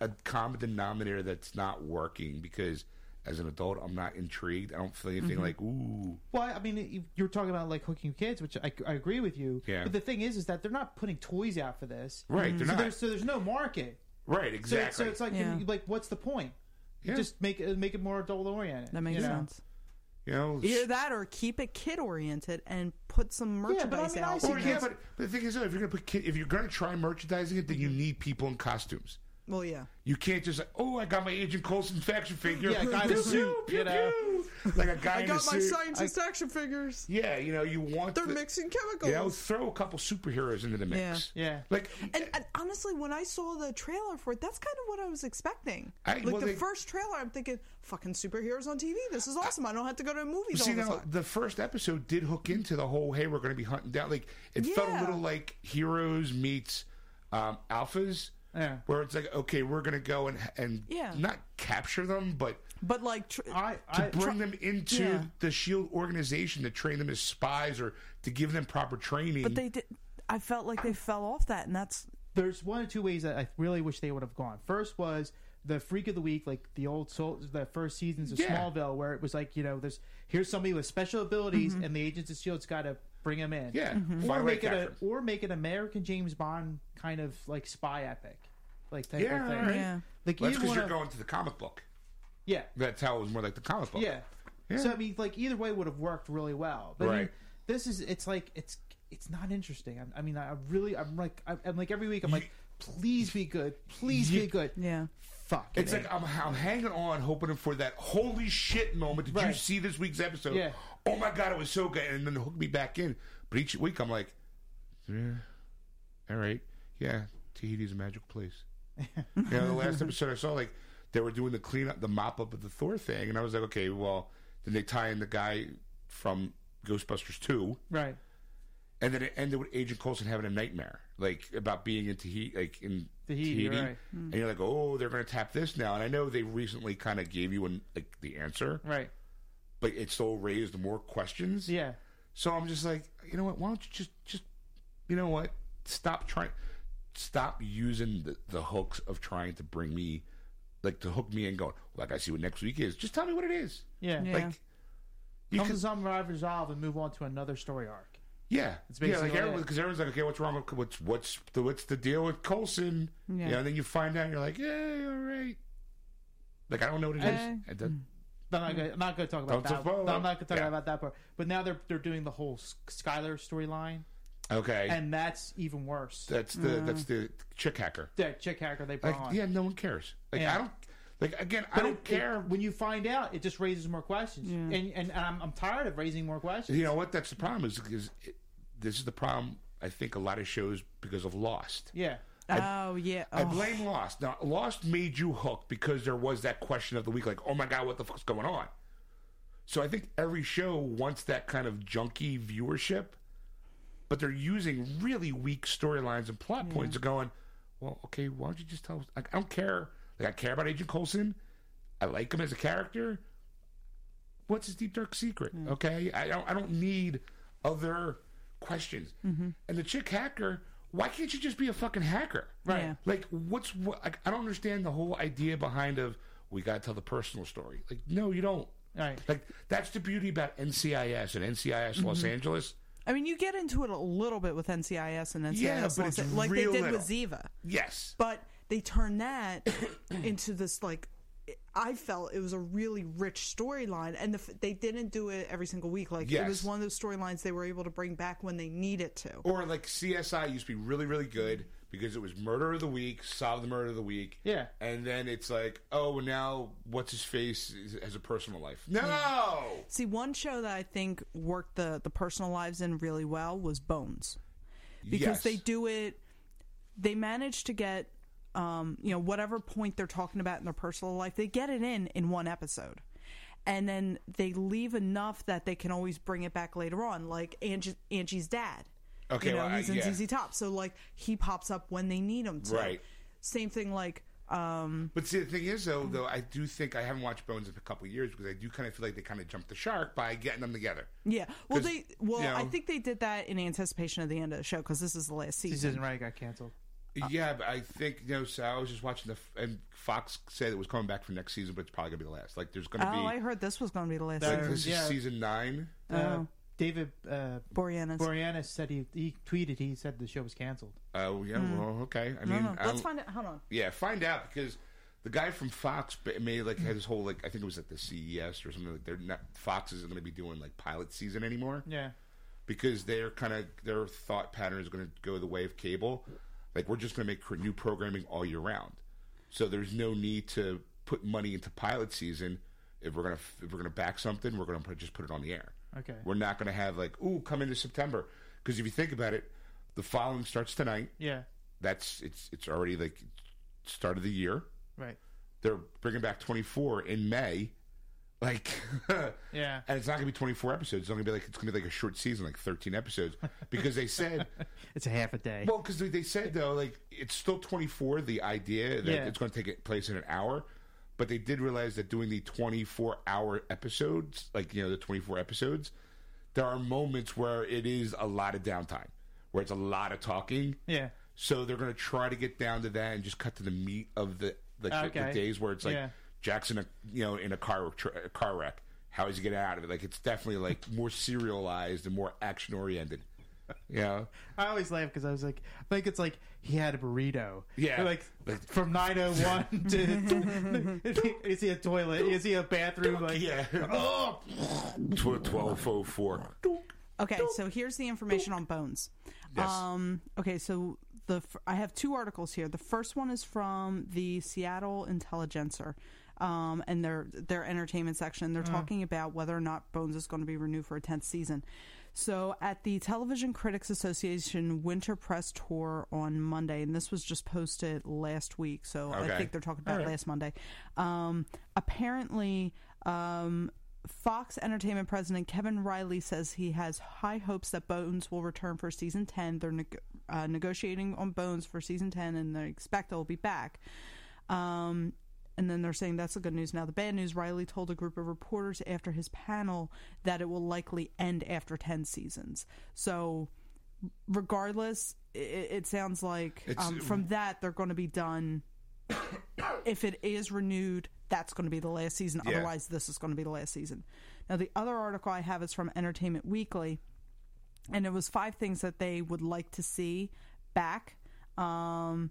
a, a common denominator that's not working because. As an adult, I'm not intrigued. I don't feel
Mm-hmm.
anything like ooh.
Well, I mean, you- you're talking about like hooking kids, which I, I agree with you.
Yeah.
But the thing is, is that they're not putting toys out for this.
Right, they're
so
not.
There's, so there's no market.
Right,
So,
exactly.
so it's like,
Yeah.
you- like, what's the point?
Yeah.
Just make it make it more adult oriented.
that makes sense.
you know,
Either that or keep it kid oriented and put some
Yeah, but I
merchandise
mean, I
out.
see
Or, yeah, but, but the thing is, though, if you're gonna put kid, if you're gonna try merchandising it, then
Mm-hmm.
you need people in costumes.
Well, yeah.
You can't just like, oh, I got my Agent Coulson faction figure.
Yeah, a guy in a
Pew,
suit,
pew,
you know.
pew. Like a guy in a suit.
scientist action figures.
Yeah, you know, you want the-
chemicals.
You know, throw a couple superheroes into the mix.
Yeah. uh, Yeah.
Like,
and, and honestly, when I saw the trailer for it, that's kind of what I was expecting.
I-
like
well,
the
they-
first trailer, I'm thinking, "Fucking superheroes on TV! This is awesome! I, don't have to go to movies
see,
all the
now,
time."
the first episode did hook into the whole, hey, we're going to be hunting down. Like, it felt a
Yeah.
little like Heroes meets um, Alphas.
Yeah.
Where it's like, okay, we're gonna go and and
Yeah.
not capture them, but
But like, tr-
I,
to
I,
bring them into
yeah.
the Shield E organization to train them as spies or to give them proper training.
but they did. I felt like they fell off that, and that's
there's one or two ways that I really wish they would have gone. First was the freak of the week, like the old soul, the first seasons of
Yeah.
Smallville, where it was like, you know, there's here's somebody with special abilities,
Mm-hmm.
and the Agents of Shield's got to bring him in.
yeah,
or
find a way to
make it a, e-
capture 'em.
or make an American James Bond kind of like spy epic, like type
Yeah,
of thing.
alright.
Yeah.
Like
Well, that's
either
because
one
you're
of-
going to the comic book.
yeah,
That's how it was more like the comic book.
yeah,
Yeah.
So I mean, like either way would have worked really well. But I mean,
Right.
this is it's like it's it's not interesting. I'm, I mean, I really I'm like I'm, I'm like every week I'm like, please be good, please
You-
be good.
yeah.
Fuck.
It's
it.
like I'm, I'm hanging on, hoping for that holy shit moment. Did you
Right.
see this week's episode?
Yeah.
Oh my god, it was so good, and then hook me back in. But each week I'm like, yeah, all right, yeah, Tahiti's a magical
[LAUGHS]
place. you know, the last episode I saw, like they were doing the cleanup, the mop up of the Thor thing, and I was like, okay, well, then they tie in the guy from Ghostbusters two.
right.
And then it ended with Agent Coulson having a nightmare, like about being in Tahiti, like in
Tahiti,
Tahiti.
right.
And you're like, oh, they're going to tap this now. And I know they recently kind of gave you an, like the answer,
Right.
but it still raised more questions.
Yeah.
So I'm just like, you know what? Why don't you just, just, you know what? Stop trying, stop using the, the hooks of trying to bring me, like to hook me in, going, like I see what next week is. Just tell me what it is.
Yeah.
Yeah.
Like, you
Come
could-
to some I've resolved and move on to another story arc.
Yeah,
It's
yeah,
basically
like
what it
everyone,
is.
because everyone's like, okay, what's wrong with what's what's the what's the deal with Colson?
Yeah.
You know, and then you find out, and you're like, yeah, all right. Like I don't know what it is.
Uh,
Eh.
It doesn't-
I'm not gonna, I'm not gonna talk about
Don't
that.
talk about
I'm
that.
not gonna talk
Yeah.
about that part. But now they're they're doing the whole S- Skylar storyline,
okay,
mm. and uh, that's even worse.
that's the that's the chick hacker.
That chick hacker they brought
Like,
on.
yeah, no one cares. Like
Yeah.
I don't. Like again, I
But
don't
it-
care.
it- when you find out, it just raises more questions,
Yeah.
and and, and I'm, I'm tired of raising more questions.
you know what? That's the problem. Is because it, this is the problem. I think a lot of shows because of Lost.
Yeah,
oh yeah.
I
Oh.
blame Lost. Now, Lost made you hooked because there was that question of the week, like, oh my God, what the fuck's going on? So I think every show wants that kind of junky viewership, but they're using really weak storylines and plot points. They're going, well, okay, why don't you just tell us? Like, I don't care. Like, I care about Agent Coulson. I like him as a character. What's his deep dark secret?
Hmm.
Okay, I don't. I don't need other questions.
Mm-hmm.
And the chick hacker. Why can't you just be a fucking hacker?
Right. Yeah.
Like, what's what? Like, I don't understand the whole idea behind of we gotta tell the personal story. Like, no, you don't.
Right.
Like that's the beauty about NCIS and NCIS Los
Mm-hmm.
Angeles.
I mean, you get into it a little bit with NCIS and NCIS,
Yeah, but
Los-
it's
like
real
they did
little.
with Ziva,
Yes.
but they turned that [COUGHS] into this like. I felt it was a really rich storyline, and the, f- they didn't do it every single week. Like it was
Yes.
one of those storylines they were able to bring back when they needed to.
Or like CSI used to be really, really good because it was murder of the week, solve the murder of the week.
Yeah.
And then it's like, oh, now what's his face is- has a personal life. No.
See, one show that I think worked the the personal lives in really well was Bones. because
Yes.
they do it they manage to get um, you know whatever point they're talking about in their personal life they get it in in one episode and then they leave enough that they can always bring it back later on like Angie, angie's dad
Okay,
you know
well, I-
he's in
yeah.
ZZ top so like he pops up when they need him to
Right.
same thing like um
But see, the thing is, though, though I do think I haven't watched Bones in a couple of years because I do kind of feel like they kind of jumped the shark by getting them together.
yeah well
'Cause,
they well
you know-
i think they did that in anticipation of the end of the show because this is the last season
Season right got canceled.
Uh,
yeah, but I think you know. So I was just watching the and Fox said it was coming back for next season, but it's probably gonna be the last. Like, there's gonna
oh
be
i heard this was going to be the last
That-
like,
season Oh,
this is
Yeah.
season nine.
Uh, David uh,
boreanaz
Boreanaz said he, he tweeted he said the show was canceled.
Oh yeah, well okay. I
Hmm. no
mean,
no
I
let's
don't-
find out hold on
Yeah, find out because the guy from Fox ba- made like had his whole like I think it was at the CES or something like they're not Fox isn't going to be doing like pilot season anymore
Yeah.
because they're kind of their thought pattern is going to go the way of cable. Like we're just going to make cr- new programming all year round, so there's no need to put money into pilot season. If we're gonna if we're gonna back something, we're gonna put, just put it on the air.
Okay.
We're not gonna have like ooh come into September because if you think about it, the following starts tonight.
Yeah.
That's it's it's already like start of the year
Right.
they're bringing back 24 in May. Like, [LAUGHS]
Yeah.
and it's not gonna be 24 episodes. It's only gonna be like it's gonna be like a short season, like 13 episodes, because they said, [LAUGHS]
It's a half a day.
well, because they said though, like it's still 24. The idea that
Yeah.
it's gonna take place in an hour, but they did realize that doing the 24 hour episodes, like you know the 24 episodes, there are moments where it is a lot of downtime, where it's a lot of talking.
yeah.
So they're going to try to get down to that and just cut to the meat of the like the- the,
Okay.
days where it's like
Yeah.
Jackson, uh, you know, in a car tr- a car wreck. How is he getting out of it? Like it's definitely like more serialized and more action oriented. Yeah,
I always laugh because I was like, I think it's like he had a burrito.
Yeah.
Like,
Like- [LAUGHS]
from 901 to. [LAUGHS] is he a toilet? Is he a bathroom? Like,
yeah. [LAUGHS] Oh, twelve oh four.
Okay, so here's the information on Bones.
Yes.
Um, okay, so the f- I have two articles here. The first one is from the Seattle Intelligencer, um, and their their entertainment section. They're talking about whether or not Bones is going to be renewed for a tenth season. So at the Television Critics Association Winter Press Tour on Monday, and this was just posted last week, so
Okay.
I think they're talking about last Monday. Um, apparently. Um, Fox Entertainment president Kevin Riley says he has high hopes that Bones will return for season 10. They're neg- uh, negotiating on Bones for season 10 and they expect they'll be back. Um, and then they're saying that's the good news. Now, the bad news Riley told a group of reporters after his panel that it will likely end after 10 seasons. So, regardless, it, it sounds like
It's-
um, from that they're going to be done. if it is renewed, that's going to be the last season.
Yeah.
Otherwise, this is going to be the last season. Now, the other article I have is from Entertainment Weekly, and it was five things that they would like to see back. Um,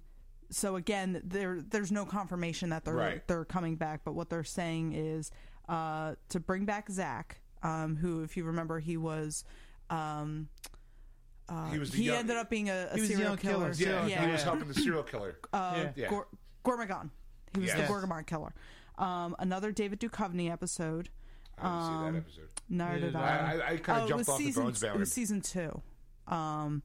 so again, there there's no confirmation that they're
Right.
they're coming back, but what they're saying is uh, to bring back Zach, um, who, if you remember, he was. Um,
he was the
he
young,
ended up being a, a
He was a
serial
young
killer.
killer,
Yeah,
Yeah.
he was helping the serial
[LAUGHS]
killer.
Um,
yeah.
yeah.
Gor- Gormagon. He was
Yes.
the Gormagon killer. Um, another David Duchovny episode.
I didn't see that episode.
No, did
did
I?
I, I, I kind of
Oh, it
jumped
was
off the
season,
bones
It
bandwagon.
was season two. Um,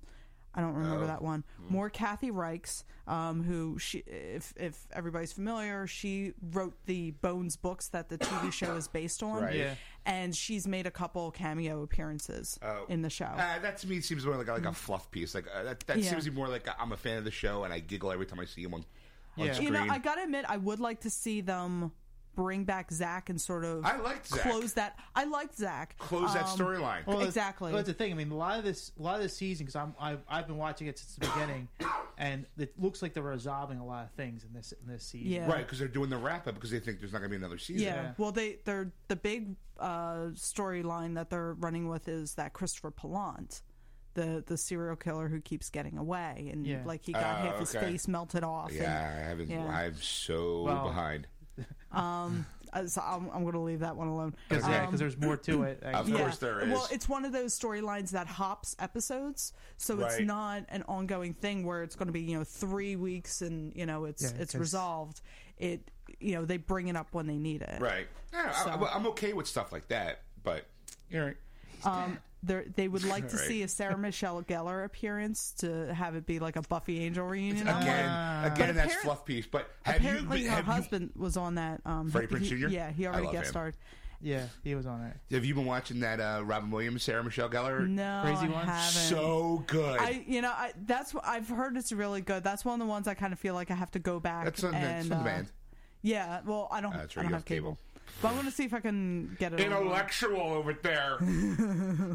I don't remember
Oh.
that one. More Kathy Reichs, um, who she, if if everybody's familiar, she wrote the Bones books that the TV show is based on,
Right.
Yeah.
and she's made a couple cameo appearances
Oh.
in the show.
Uh, that to me seems more like a, like a fluff piece. Like uh, that, that
Mm. Yeah.
seems more like i I'm a fan of the show and I giggle every time I see him on, on
Yeah.
screen.
you know, I gotta admit, I would like to see them bring back Zach and sort of
I liked Zack.
close that. I liked Zach.
Close that
Um,
storyline.
Well, that's-
Exactly.
well, That's the thing. I mean, a lot of this, a lot of this season, because I'm, I've, I've been watching it since the beginning, [COUGHS] and it looks like they're resolving a lot of things in this, in this season.
Yeah.
Right, because they're doing the wrap up because they think there's not going to be another season.
Yeah.
Yeah.
Well, they they're the big uh, storyline that they're running with is that Christopher Pallant, the the serial killer who keeps getting away, and
Yeah.
like he got
Oh,
half his
okay.
face melted off.
Yeah, I haven't.
Yeah.
I'm so
Well,
behind.
And, uh, so I'm, I'm going to leave that one alone.
Because
Okay.
Um,
there's more to it. I
Of
guess.
course. there is.
Well, it's one of those storylines that hops episodes, so it's
Right.
not an ongoing thing where it's going to be you know three weeks and you know it's
Yeah,
it's
'cause-
resolved. It you know they bring it up when they need it.
Right. Yeah,
So-
I, am okay with stuff like that, but you're right.
Um, there- they would like to
Right.
see a Sarah Michelle Gellar appearance to have it be like a Buffy Angel reunion. I'm
Again,
like,
again,
uh, But
that's
apparent-
fluff piece. But have you?
apparently,
been-
her
have you-
husband was on that. Um,
Freddie
he-
Prinze
he-
Jr.?
Yeah, he
I
already
love
guest
him.
starred.
Yeah, he was on it.
Have you been watching that uh, Robin Williams, Sarah Michelle Gellar?
No,
Crazy
I
Ones?
haven't.
So good.
I, you know, I, that's what I've heard. It's really good. That's one of the ones I kind of feel like I have to go back.
that's on,
and,
that's on
uh,
demand.
Yeah, well, I don't.
Uh, that's
I
right, you
don't have
have cable.
cable, but I'm going to see if I can get it. on.
Intellectual over
[LAUGHS]
there.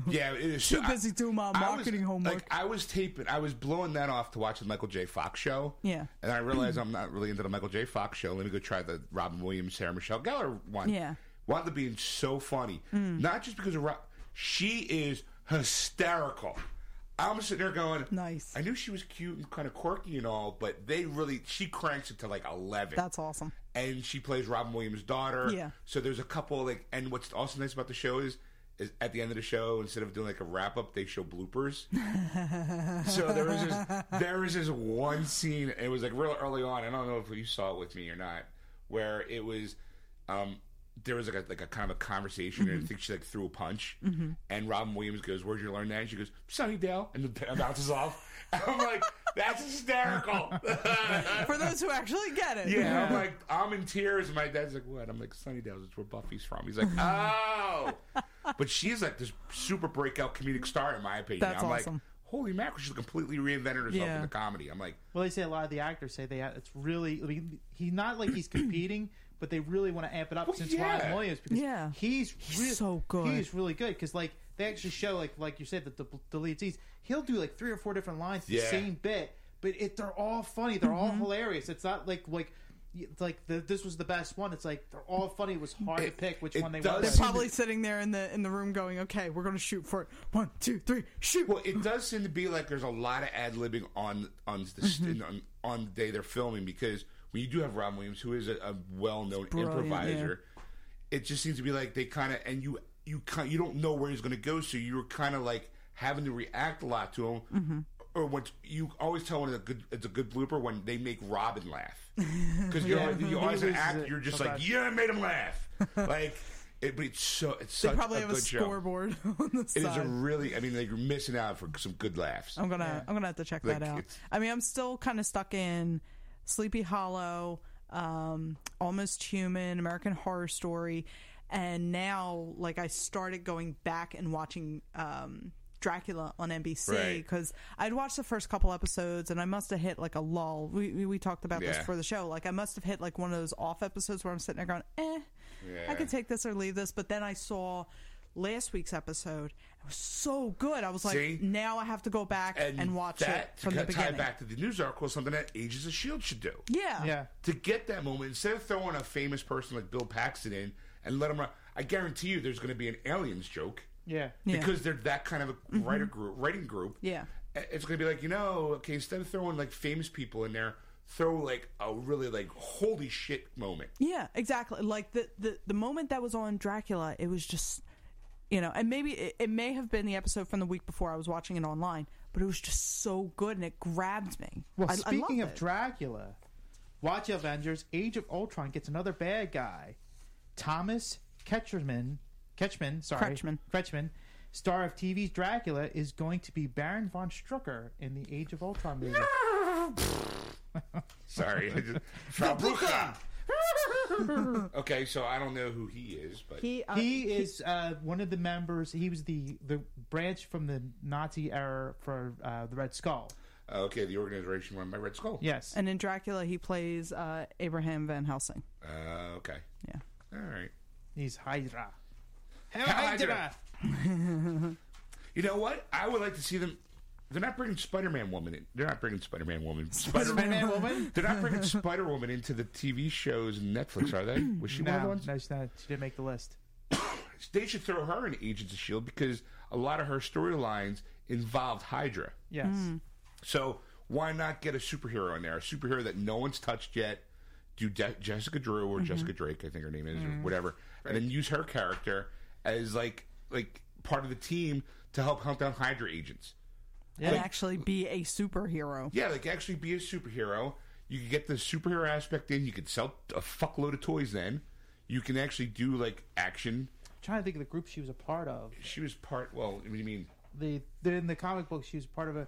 yeah, it is.
Too
so- I-
busy doing my
I was-
marketing homework.
Like, I was taping. I was blowing that off to watch the Michael J. Fox show.
Yeah.
And
[CLEARS THROAT]
I realized I'm not really into the Michael J. Fox show. Let me go try the Robin Williams, Sarah Michelle Gellar one.
Yeah. Mm.
Wanda being so funny, not just because of Rob. She is hysterical. I'm sitting there going,
Nice.
I knew she was cute and kind of quirky and all, but they really she cranks it to like eleven
that's awesome.
and she plays Robin Williams' daughter.
Yeah.
So there's a couple like, and what's also nice about the show is, is at the end of the show, instead of doing like a wrap up, they show bloopers. so there was this, there was this one scene. It was like real early on. I don't know if you saw it with me or not, where it was, um, there was like a like a kind of a conversation, and I think she like threw a punch, and Robin Williams goes, "Where'd you learn that?" And she goes, "Sunnydale," and the [LAUGHS] bounces off. And I'm like, that's hysterical.
For those who actually get it,
Yeah, I'm like, I'm in tears. My dad's like, what? I'm like, Sunnydale is where Buffy's from. He's like,
[LAUGHS]
oh. but she's like this super breakout comedic star, in my opinion.
That's
I'm
awesome.
like, holy mackerel, she's completely reinvented herself
Yeah.
in the comedy. I'm like,
Well, they say a lot of the actors say they it's really. I mean, he's not like he's competing, [CLEARS THROAT] but they really want to amp it up
Well,
since
yeah.
Robin Williams because
Yeah.
he's, rea-
so good.
He's really good because like they actually show like like you said that the, the lead sees he'll do like three or four different lines to the
Yeah.
same bit, but it they're all funny. They're
Mm-hmm.
all hilarious. It's not like like. y- Like the, this was the best one. It's like they're all funny. It was hard to
It-
pick which
it
one they
does-
wanted.
they're
Right.
probably sitting there in the in the room going, "Okay, we're going to shoot for it. One, two, three, shoot."
well, it does seem to be like there's a lot of ad libbing on on the
Mm-hmm.
st- on, on the day they're filming because when you do have Robin Williams, who is a, a well known
brilliant,
improviser, it just seems to be like they kind of and you you kind you don't know where he's going to go, so you're kind of like having to react a lot to him.
Mm-hmm.
Or what you always tell when it's a good it's a good blooper when they make Robin
[LAUGHS]
laugh because you're
Yeah.
you always
He
an
loses
act
uh,
it
you're just like
sometimes.
yeah I made him
[LAUGHS]
laugh like it, but it's so it's
they
such
probably
a
have
good
a
show.
scoreboard [LAUGHS] on the
It is
side.
a really, I mean, like you're missing out for some good laughs.
I'm gonna I'm gonna have to check
Like,
that out.
it's-
I mean, I'm still kind of stuck in Sleepy Hollow, um, Almost Human, American Horror Story, and now like I started going back and watching um, Dracula on NBC
Right.
because I'd watched the first couple episodes and I must have hit like a lull. We we, we talked about this
Yeah.
for the show. Like I must have hit like one of those off episodes where I'm sitting there going, eh, I
Yeah.
could take this or leave this. But then I saw. Last week's episode it was so good. I was like,
See?
now I have to go back and, watch
that,
it from
to
the
tie
beginning.
back to the news article, is something that Agents of Shield E should do
Yeah.
yeah,
to get that moment instead of throwing a famous person like Bill Paxton in and let him. Run, I guarantee you, there's going to be an aliens joke
yeah.
Yeah. Mm-hmm.
because they're that kind of a writer group, writing group.
Yeah.
I- it's going to be like you know, okay, instead of throwing like famous people in there, throw like a really like holy shit moment.
Yeah, exactly. Like the, the the moment that was on Dracula, it was just you know, and maybe it, it may have been the episode from the week before I was watching it online, but it was just so good and it grabbed me.
Well,
I, I
speaking
love
of
it.
Dracula, watch Avengers: Age of Ultron gets another bad guy, Thomas Ketcherman. Ketchman, sorry,
Kretschmann.
Kretschmann Star of TV's Dracula is going to be Baron von Strucker in the Age of Ultron movie.
Sorry. [LAUGHS] I just-
[LAUGHS]
Trabuca! okay, so I don't know who he is, but
He, uh,
he is uh, one of the members. He was the, the branch from the Nazi era for uh, the Red Skull.
Uh, okay, the organization run by Red Skull.
Yes.
And in Dracula, he plays uh, Abraham Van Helsing.
Uh, okay.
Yeah.
All right.
He's Hydra.
Hydra. You know what? I would like to see them. They're not bringing Spider-Man woman in. They're not bringing Spider-Man woman. Spider-Man.
Spider-Man woman?
They're not
[LAUGHS]
bringing Spider-Woman into the TV shows and Netflix, are they? Was she one of the
No,
ones?
no, she's not. She didn't make the list.
They should throw her in Agents of Shield E because a lot of her storylines involved Hydra.
Yes.
Hmm.
So why not get a superhero in there? A superhero that no one's touched yet. Do Je- Jessica Drew or Jessica Drake, I think her name is, or whatever, and then use her character as like like part of the team to help hunt down Hydra agents.
And actually be a superhero.
Yeah, like actually be a superhero. You could get the superhero aspect in. You could sell a fuckload of toys. Then you can actually do like action.
trying to think of the group she was a part of.
She was part. Well, I mean,
The, the in the comic book, she was part of a,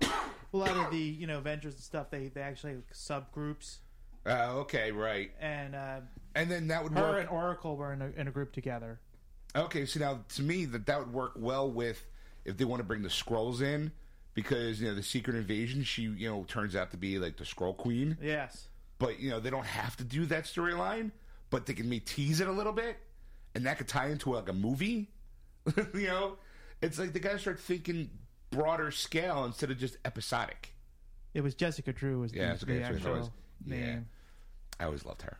a lot of the you know Avengers and stuff. They they actually like, subgroups,
uh, okay, right.
and uh,
And then that would
her
work.
and Oracle were in a, in a group together.
Okay, so now to me that that would work well with if they want to bring the scrolls in because you know the secret invasion. She you know turns out to be like the scroll queen.
Yes,
but you know they don't have to do that storyline, but they can maybe tease it a little bit, and that could tie into like a movie. [LAUGHS] you know, it's like they gotta start thinking broader scale instead of just episodic.
it was Jessica Drew was
Yeah,
the,
that's okay,
the
that's what it
actual
was. Yeah.
name.
I always loved her,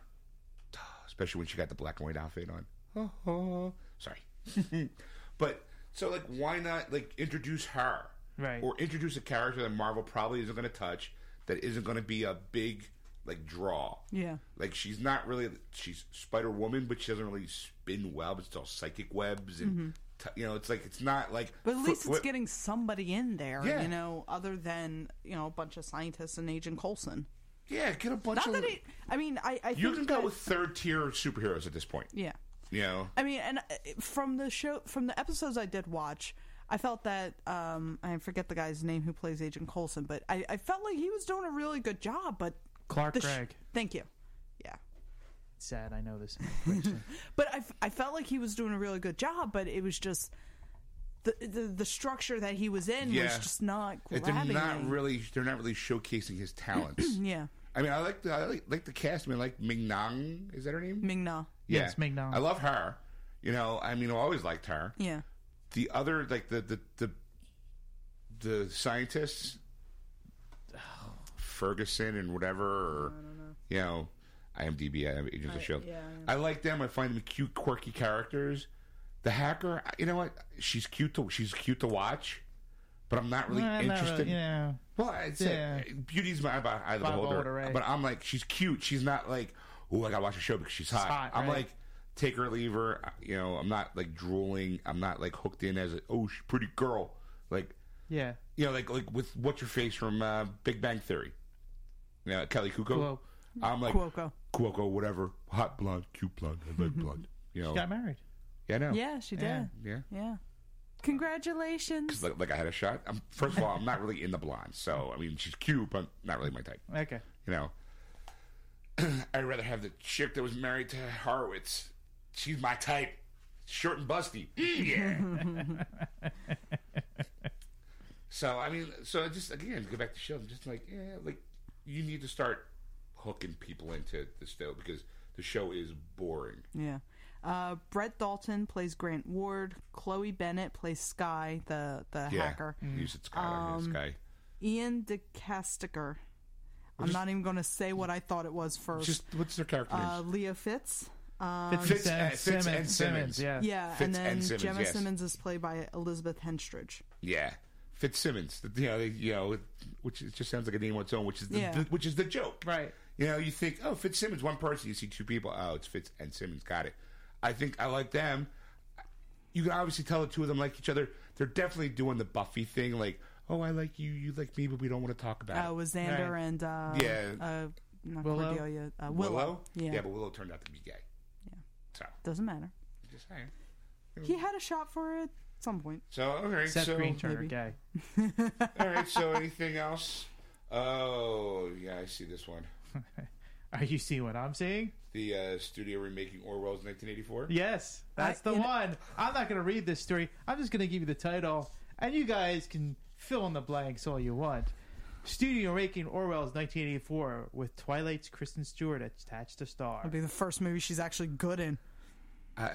[SIGHS] especially when she got the black and white outfit
[LAUGHS]
on. Sorry, but so like, why not like introduce her,
Right.
Or introduce a character that Marvel probably isn't gonna touch, that isn't gonna be a big like draw.
Yeah.
Like she's not really she's Spider Woman, but she doesn't really spin webs. It's all psychic webs, and t- you know, it's like it's not like.
Mm-hmm. But at least
fr-
it's
wh-
getting somebody in there,
Yeah.
you know, other than, you know, a bunch of scientists and Agent Coulson.
yeah, get a bunch
Not
of.
that he, I mean, I, I
you
think
can go
that-
with third tier superheroes at this point.
Yeah.
You know,
I mean, and uh, from the show, from the episodes I did watch, I felt that um, I forget the guy's name who plays Agent Coulson, but I, I felt like he was doing a really good job. But
Clark
the sh-
Gregg.
thank you. Yeah,
Sad, I know this.
but I, f- I felt like he was doing a really good job, but it was just the the, the structure that he was in was
Yeah.
just not
If they're
grabbing
not
me.
really they're not really showcasing his talents.
[CLEARS THROAT] yeah,
I mean, I like the I like, like the cast. I mean, like Ming Nang, is that her name?
Ming Na.
Yes, Ming Nang.
I love her. You know, I mean, I always liked her.
Yeah,
The other, like the the the, the scientists, Ferguson and whatever, or, you know, IMDb, I have Agents of Shield.
yeah,
I like them. I find them cute, quirky characters. The hacker, you know what? She's cute to she's cute to watch, but I'm not really
Nah, not
interested.
really, you know.
Well, it's
Yeah.
uh, beauty's my by eye of the
By
beholder.
beholder, right.
But I'm like, she's cute. She's not like, oh, I gotta watch a show because she's hot.
hot,
I'm
right.
like, take her, leave her. I- You know, I'm not like drooling. I'm not like hooked in as a, oh, she's a pretty girl. Like,
Yeah,
you know, like like with what's your face from uh, Big Bang Theory. You know, Kelly Cuoco.
Cuo-
I'm like
Oh.
Cuoco.
Cuoco, whatever, hot blonde, cute blonde, I like blonde. You know,
got married.
yeah, I know.
yeah, she did. Yeah,
yeah.
congratulations.
Like, like I had a shot. I'm, first of all, I'm not really in the blonde, so I mean, she's cute, but not really my type.
Okay.
you know, [CLEARS THROAT] I'd rather have the chick that was married to Horowitz. She's my type, short and busty. Mm, yeah. [LAUGHS] so I mean, so I just again go back to show. I'm just like, yeah, like you need to start hooking people into the show because the show is boring.
Yeah. Uh, Brett Dalton plays Grant Ward. Chloe Bennett plays Sky, the the hacker. Um,
use it, Sky. use it, Sky.
Ian DeCastiger. I'm not even going to say what I thought it was first.
Just what's their character
uh,
names?
Leo Fitz. Uh,
Fitz- uh, Fitz and Simmons.
Yeah.
yeah,
Fitz
and then
and Simmons,
Gemma
yes.
Simmons is played by Elizabeth Henstridge. Uh,
Yeah, Fitzsimmons. You know, they, you know, which it just sounds like a name on its own, which is the,
Yeah.
the- which is the joke,
Right.
You know, you think, oh, Fitzsimmons, one person. You see two people. Oh, it's Fitz and Simmons. Got it. I think I like them. You can obviously tell the two of them like each other. They're definitely doing the Buffy thing, like, oh, I like you, you like me, but we don't want to talk
Uh,
about
with Xander
Right.
and uh,
Yeah.
uh, not
Willow?
Cordelia, uh,
it.
Willow.
Willow.
Yeah.
but Willow turned out to be gay. Yeah. So
Doesn't matter.
just saying.
He had a shot for it some point.
So okay,
Seth
so
Green Turner
maybe.
gay.
all right. So anything else? Oh yeah, I see this one.
Are you seeing what I'm seeing?
The uh, studio remaking Orwell's 1984.
Yes, that's
I-
the
you know-
one. I'm not going to read this story. I'm just going to give you the title, and you guys can fill in the blanks all you want. Studio making Orwell's 1984 with Twilight's Kristen Stewart attached to star.
It'll be the first movie she's actually good in.
I,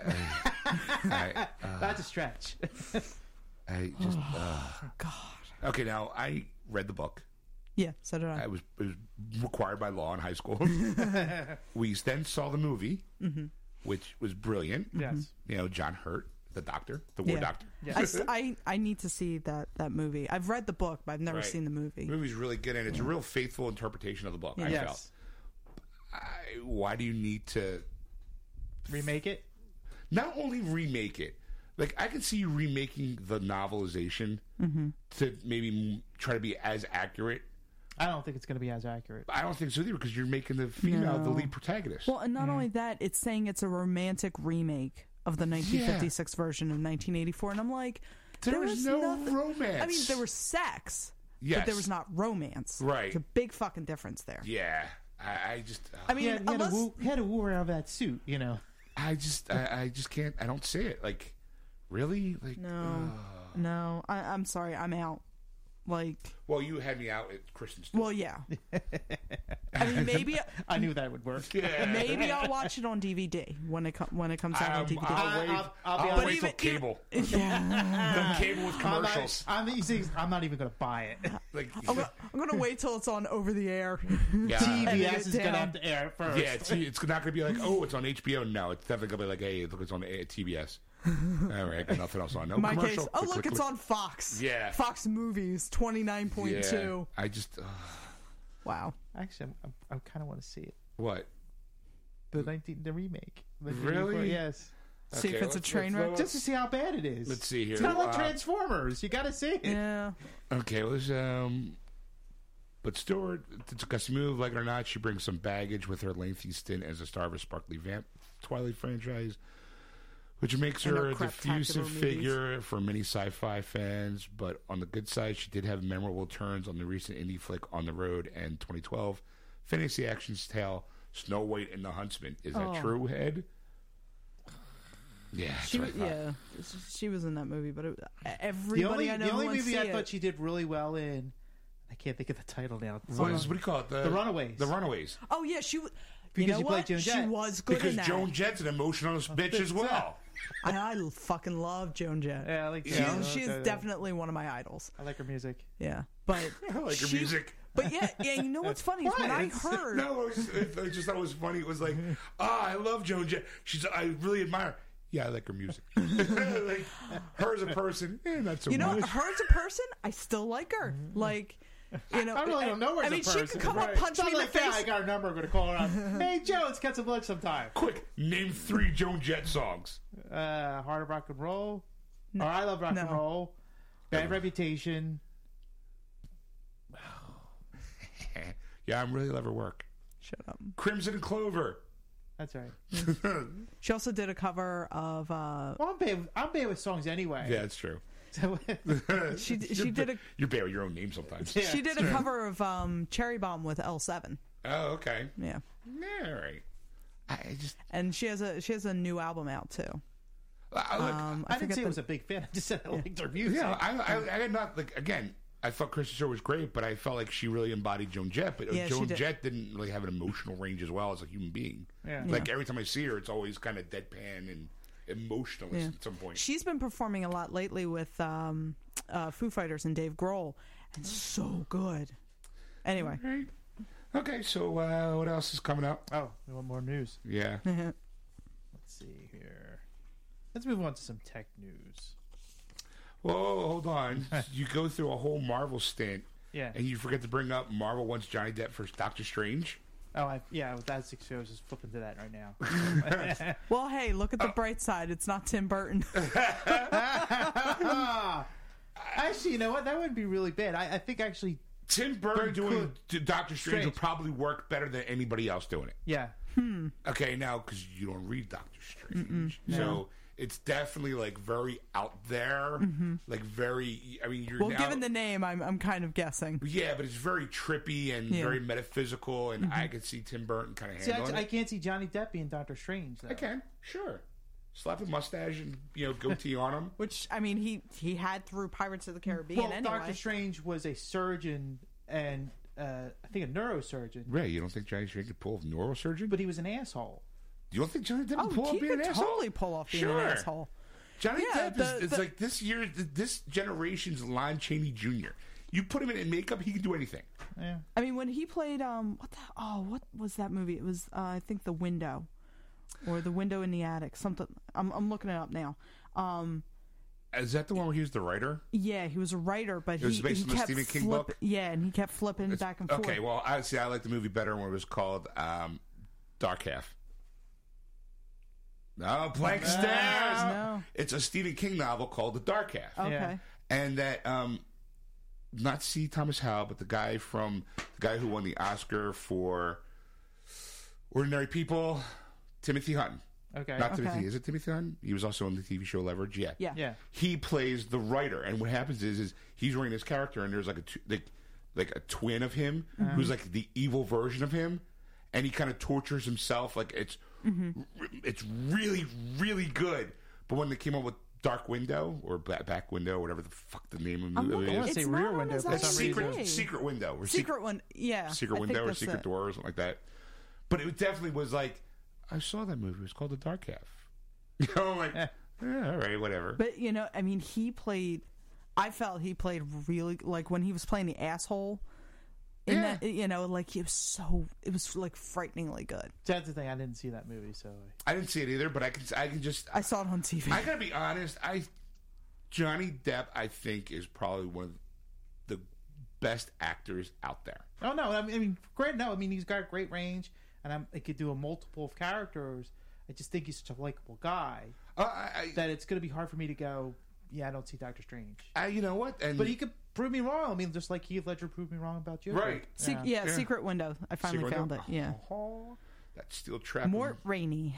I, I,
That's
[LAUGHS]
a stretch.
I
[SIGHS]
just. Uh,
God.
okay, now I read the book.
Yeah, so did I.
I was, it was required by law in high school.
[LAUGHS]
we then saw the movie,
Mm-hmm.
which was brilliant.
yes.
You know, John Hurt, the doctor, the war
Yeah.
doctor.
I, s- I- I need to see that, that movie. I've read the book, but I've never
Right.
seen the movie.
The movie's really good, and it's a real faithful interpretation of the book. I felt.
Yes.
I, why do you need to
Remake it?
not only remake it? Like, I could see you remaking the novelization
Mm-hmm.
to maybe m- try to be as accurate.
I don't think it's going to be as accurate.
I don't think so either because you're making the female the
No.
lead protagonist.
Well, and not only that, it's saying it's a romantic remake of the 1956 version of 1984, and I'm like,
There was no
nothing- I mean,
romance.
there was sex,
Yes.
but there was not romance.
Right.
it's a big fucking difference there.
yeah, I, I just, uh,
I mean,
Yeah, he had,
unless
a woo, he had a woo out of that suit, you know.
I just, I, I just can't. I don't see it. Like, really? Like,
no, no, I, I'm sorry, I'm out. Like,
well, you had me out at Christian. Stewart.
well,
[LAUGHS]
yeah. I mean, maybe
I knew that would work.
maybe I'll watch it on DVD when it com- when it comes out
I'm,
on DVD.
Um, I'll wait.
I'll- I'll be
I'll
honest.
wait till
But even- [LAUGHS] Uh,
cable.
yeah,
The cable with
I'm
commercials.
not, I'm, easy- I'm not even going to buy
[LAUGHS]
it.
Like,
[LAUGHS] I'm gonna, I'm gonna wait till it's on over the air.
yeah.
TBS E is going
down.
to have to air it first.
Yeah, it's, it's not going to be like, oh, it's on HBO. No, it's definitely going to be like, hey, look, it's on eh, A-
[LAUGHS]
TBS. All right, got nothing else on. No
In my case,
commercial.
oh
Click,
look,
click,
it's
click.
on Fox.
Yeah.
Fox Movies twenty nine
Yeah,
point two.
I just uh,
Wow.
Actually, I'm, I'm, I kind of want to see it.
what?
The 19, the remake. The
Really?
1984, Yes.
see if
Okay,
it's a
let's-
train
let's-
wreck.
Just to see how bad it is.
Let's see here.
It's kind of
Uh,
like Transformers. You got to see it.
Yeah.
Okay, let's um. But Stewart, it's a gutsy move, like it or not. She brings some baggage with her lengthy stint as a star of a sparkly vamp Twilight franchise, which makes
And
her
her
a
craptacular
diffusive
movies.
figure for many sci-fi fans. But on the good side, she did have memorable turns on the recent indie flick On the Road and 2012 fantasy action's tale Snow White and the Huntsman. Is that
Oh.
true, Head? Yeah, that's
She
what
was,
I thought.
yeah, she was in that movie, but it,
The
everybody
only,
I know
the only
wants to
movie
see
I
it.
thought she did really well in, I can't think of the title now. It's
What,
on-
is, what do you call it?
The Runaways.
The Runaways.
oh yeah, she. w-
Because
you know
she played
what?
Joan
she
Jett.
was good
Because
in that.
Joan Jett's an emotional bitch as well.
And I l- fucking love Joan Jett.
yeah, I like
She,
yeah, I
she is
like-
definitely one of my idols.
I like her music. [LAUGHS]
Yeah, but
I like her
she-
music.
But yeah, yeah. You know what's funny is when
[LAUGHS]
I heard.
No, it was, it, I just thought it was funny. It was like, ah, I love Joan Jett. She's, I really admire. her." Yeah, I like her music. [LAUGHS] like, her as a person, eh, not so
You know,
much.
her as a person, I still like her.
[LAUGHS]
Like, you know,
Mm-hmm. I really don't know her
I
as a
mean, she
person,
could come
right.
up, punch
It's not
me in the
like, yeah, I
face.
got her number. I'm going to call her up. [LAUGHS] hey, Joe, let's get some lunch sometime.
Quick, name three Joan Jett songs.
Uh, Heart of Rock and Roll. or I Love Rock and
No.
Roll. Bad Reputation.
Eh, yeah, I'm really love her work.
Shut up.
Crimson Clover.
That's right.
She also did a cover of. uh
Well, I'm bad, with- I'm bad with songs anyway.
Yeah, that's true.
[LAUGHS] So,
[LAUGHS] She
[LAUGHS]
d- she did a
You're bad with your own name
[LAUGHS]
sometimes.
Yeah.
she did a cover of um Cherry Bomb with L7.
Oh, okay.
Yeah,
Yeah, all right. I I just,
and she has a she has a new album out too.
I, like,
Um, I,
I
forget
didn't say I
the-
was a big fan. I just said I liked her music.
Yeah, I, I, I did not like again. I thought Kristen Stewart was great, but I felt like she really embodied Joan Jett. But uh,
Yeah, she
Joan
did.
Jett didn't really have an emotional range as well as a human being.
Yeah.
Like every time I see her, it's always kind of deadpan and emotionless
Yeah.
at some point.
She's been performing a lot lately with um uh Foo Fighters and Dave Grohl, and so good. Anyway, [LAUGHS]
Right. Okay, so uh, what else is coming up?
Oh, we want more news.
Yeah.
Let's see here. Let's move on to some tech news.
Whoa, hold on. you go through a whole Marvel stint,
Yeah.
and you forget to bring up Marvel wants Johnny Depp for Doctor Strange.
Oh, I, yeah. That's I was just flipping to that right
[LAUGHS]
now.
well, hey, look
Uh,
at the bright side. It's not Tim
[LAUGHS]
Burton.
actually, you know what? That wouldn't be really bad. I, I think actually,
Tim Burton doing D- Doctor Strange would
Strange.
probably work better than anybody else doing it.
yeah.
Okay, now because you don't read Doctor Strange, so it's definitely like very out there, like very. I mean, you're
Mm-hmm. Well,
now,
given the name, I'm I'm kind of guessing.
yeah, but it's very trippy and
Yeah. Mm-hmm.
very metaphysical, and I could see Tim Burton kind of
See,
handling
I, I
it.
can't see Johnny Depp being Doctor Strange. Though.
I can, sure, slap a mustache and you know
[LAUGHS]
goatee on him.
Which I mean, he he had through Pirates of the Caribbean
Well,
anyway.
Doctor Strange was a surgeon and uh, I think a neurosurgeon,
Ray, you don't think Johnny Depp could pull off neurosurgeon?
but he was an asshole.
you don't think Johnny Depp
oh,
could pull off
he
being
could
an asshole?
totally pull off being
Sure.
an asshole.
Johnny
Yeah,
Depp
the-
is, is
the-
like this year, this generation's Lon Chaney Jr. You put him in makeup, he can do anything.
Yeah.
I mean, when he played um, what the oh, what was that movie? It was uh, I think The Window, or The Window in the Attic. Something I'm I'm looking it up now. Um,
Is that the one where he was the writer?
yeah, he was a writer, but
was
he,
based
he
on the
kept
Stephen King
flip-
book?
Yeah, and he kept flipping back and forth.
Okay, well, honestly, I like the movie better when it was called um, Dark Half. No, blank stares.
no.
It's a Stephen King novel called The Dark Half,
okay.
Yeah.
and that um, not C. Thomas Howell, but the guy from the guy who won the Oscar for Ordinary People, Timothy Hutton.
Okay.
Not
Okay.
Timothy. Is it Timothy Hutton? He was also on the TV show Leverage. Yeah.
Yeah.
[LAUGHS] Yeah.
He plays the writer, and what happens is, is he's running this character, and there's like a tw- like like a twin of him
Uh-huh.
who's like the evil version of him, and he kind of tortures himself. Like it's
Mm-hmm.
r- it's really really good. But when they came up with Dark Window or Ba- Back Window, whatever the fuck the name of the
I'm
movie
looking-
is,
I want to
It's
say
not
Rear
on
Window
his
for
IMDb.
some reason.
secret
Hey.
secret window or
Secret one, yeah. I
secret
think
window or
that's
secret
it.
door or something like that. But it definitely was like I saw that movie. It was called The Dark Half. [LAUGHS] You know, I'm
Eh.
like, yeah, all right, whatever.
But you know, I mean, he played. I felt he played really like when he was playing the asshole. In
Yeah.
that, you know, like he was so it was like frighteningly good.
That's the thing. I didn't see that movie, so
I didn't see it either, but I can I can just
I saw it on TV.
I gotta be honest. I Johnny Depp, I think, is probably one of the best actors out there.
oh no. I mean, I mean, great. No, I mean he's got great range, and I'm, I could do a multiple of characters. I just think he's such a likable guy
Uh, I, I,
that it's going to be hard for me to go. Yeah, I don't see Doctor Strange,
I, you know what? And
but he could prove me wrong. I mean, just like Heath Ledger proved me wrong about Joker.
Right.
Se- yeah.
Yeah.
Secret Window. I finally
Secret
found
Window?
it. Yeah,
Oh, [LAUGHS] that steel trap,
Mort Rainey.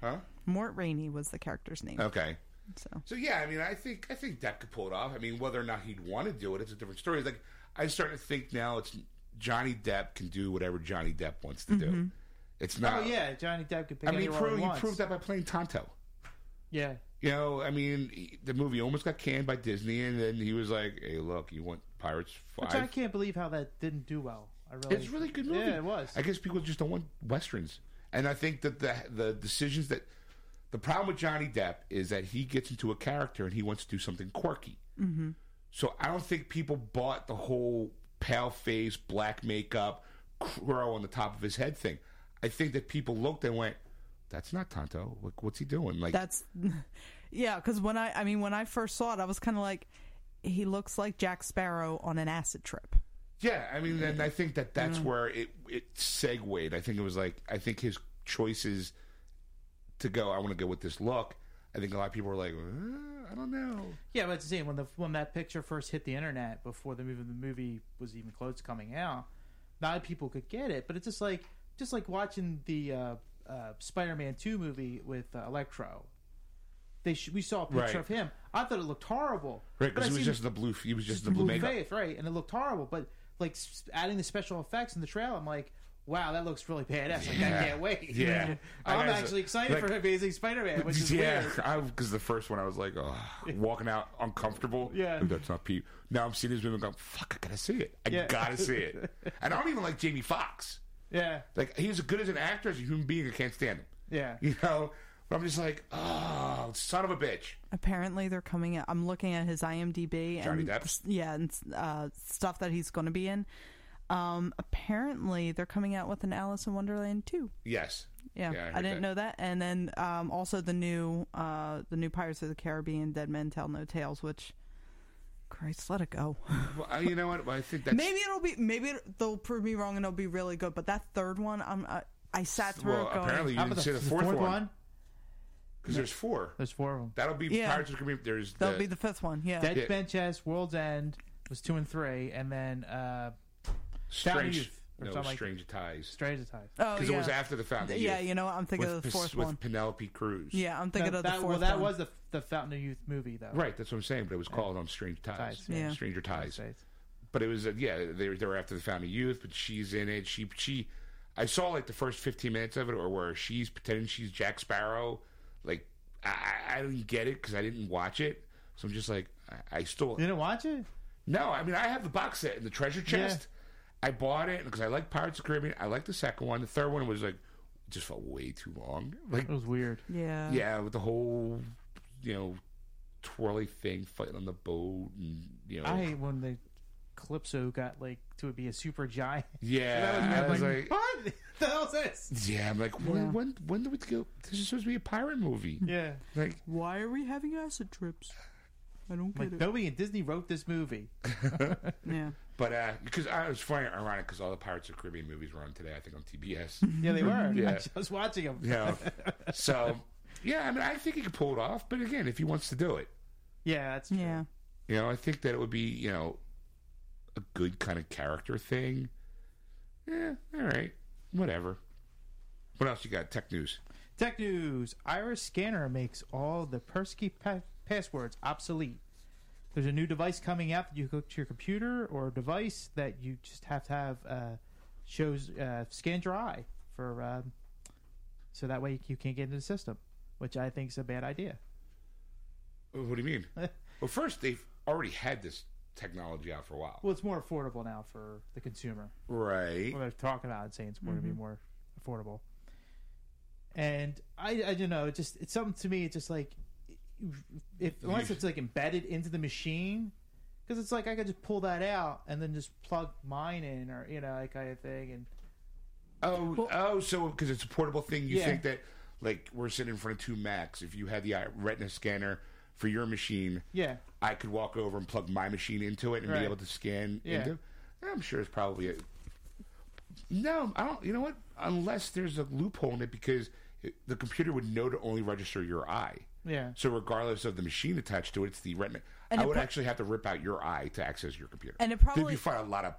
huh?
Mort Rainey was the character's name.
Okay.
So
So yeah, I mean, I think I think Depp could pull it off. I mean, whether or not he'd want to do it, it's a different story. It's like I'm starting to think now, it's Johnny Depp can do whatever Johnny Depp wants to do. It's not.
Mm-hmm. Oh yeah, Johnny Depp could pick
I mean, he
anyone
proved,
he
he
wants.
proved that by playing Tonto.
Yeah.
You know, I mean, he- the movie almost got canned by Disney, and then he was like, "Hey, look, you want Pirates
Which I
Five?
can't believe how that didn't do well. I really,
It's a really good movie.
Yeah, it was.
I guess people just don't want westerns, and I think that the the decisions that the problem with Johnny Depp is that he gets into a character and he wants to do something quirky. Mm-hmm. So I don't think people bought the whole pale face, black makeup, crow on the top of his head thing. I think that people looked and went, "That's not Tonto. Like, what's he doing?" Like,
that's [LAUGHS] yeah. Because when I, I mean, when I first saw it, I was kind of like, he looks like Jack Sparrow on an acid trip.
Yeah, I mean, and I think that that's where it it segued. I think it was like I think his choices to go. I want to go with this look. I think a lot of people were like, "Uh, I don't know.
Yeah, but it's the same when the when that picture first hit the internet before the movie the movie was even close to coming out, not many people could get it. But it's just like just like watching the uh, uh, Spider-Man Two movie with uh, Electro. They sh- we saw a picture
Right.
of him. I thought it looked horrible.
Right?
But
Because
I
he was
seen
just the blue. He was just the
the
blue
blue
makeup.
face, right? And it looked horrible. But like s- adding the special effects in the trail, I'm like. Wow, that looks really badass! Like, I
Yeah.
can't wait.
Yeah. I
[LAUGHS] I'm
guess-
actually excited
like-
for Amazing Spider-Man, which
[LAUGHS]
is
Yeah,
weird.
because the first one I was like, oh, walking out uncomfortable.
Yeah.
Like, that's not Pete. Now I'm seeing this movie and going, fuck, I gotta see it. I
Yeah.
gotta see
[LAUGHS]
it. And I don't even like Jamie Foxx.
Yeah,
Like he's as good as an actor as a human being. I can't stand him.
yeah.
You know, but I'm just like, oh, son of a bitch.
Apparently, they're coming out. I'm looking at his IMDb
Johnny
and
Depp?
yeah, and uh, stuff that he's going to be in. Um, apparently, they're coming out with an Alice in Wonderland too.
Yes.
Yeah,
Yeah, I heard
I, didn't
that.
know that. And then um, also the new uh, the new Pirates of the Caribbean, Dead Men Tell No Tales, which Christ, let it go.
Well, I- you know what? Well, I think that's
[LAUGHS] maybe it'll be maybe it they'll prove me wrong and it'll be really good. But that third one, I'm I, I sat through
well.
it going.
Apparently, you
How about
didn't say the fourth, one
one?
because there's four.
There's four of them.
That'll be
Yeah.
Pirates of the Caribbean. There's
That'll
the,
be the fifth one. Yeah,
Dead
Yeah.
Bench Chess, World's End was two and three, and then uh, Down
strange.
Youth.
No, it
or
was
something like
Stranger Ties.
Stranger Ties.
Oh,
Because
yeah.
it was after the Fountain of
yeah,
Youth
you know, what? I'm thinking of
with,
the
Pes-
fourth
with
one.
Penelope Cruz.
Yeah, I'm thinking
No,
of the
that,
fourth
well, that
one.
was the the Fountain of Youth movie though.
Right, that's what I'm saying. But it was called on Stranger Ties.
Ties,
yeah.
Stranger
United
Ties.
States.
But it was uh, yeah, they were, they were after the Fountain of Youth, but she's in it. She she, I saw like the first 15 minutes of it, or where she's pretending she's Jack Sparrow. Like I I I didn't get it because I didn't watch it, so I'm just like I, I still
You didn't watch it?
No, I mean I have the box set in the treasure chest. I bought it because I like Pirates of the Caribbean. I like the second one. The third one was like just felt way too long. Like
It was weird.
yeah.
yeah, with the whole you know twirly thing fighting on the boat and you know
I hate when the Calypso got like to be a super giant. [LAUGHS]
yeah. I was like,
what the
[LAUGHS]
hell's this?
yeah, I'm like when when when do we go? This is supposed to be a pirate movie.
Yeah.
Like
Why are we having acid trips? I don't
Like
get it.
Nobody in Disney wrote this movie.
Yeah.
but uh because I it was funny ironic because all the Pirates of the Caribbean movies were on today. I think on TBS.
Yeah, they were.
Yeah.
[LAUGHS] I was just watching them.
yeah. So yeah, I mean I think he could pull it off, but again, if he wants to do it.
Yeah, that's true.
Yeah.
You know, I think that it would be, you know, a good kind of character thing. Yeah, all right. Whatever. What else you got? Tech news.
Tech news: Iris scanner makes all the Persky pa- passwords obsolete. There's a new device coming out that you hook to your computer or a device that you just have to have uh, shows uh, scans your eye for, um, so that way you can't get into the system, which I think is a bad idea.
Uh, What do you mean? well, first, they've already had this technology out for a while.
Well, it's more affordable now for the consumer.
Right.
Well, they're talking about it, saying it's going to be more affordable. And I, I don't know, it just it's something to me. It's just like if unless it's like embedded into the machine, because it's like I could just pull that out and then just plug mine in, or you know, like kind of thing. And
Oh, oh, so because it's a portable thing, you
Yeah.
think that, like, we're sitting in front of two Macs. If you had the eye- retina scanner for your machine,
yeah,
I could walk over and plug my machine into it and
Right.
be able to scan
Yeah.
into. I'm sure it's probably a. No, I don't. You know what? Unless there's a loophole in it, because it, the computer would know to only register your eye.
yeah,
So regardless of the machine attached to it, it's the retina.
And
I
it
would
pro-
actually have to rip out your eye to access your computer.
And it
There'd
probably-
be find a lot of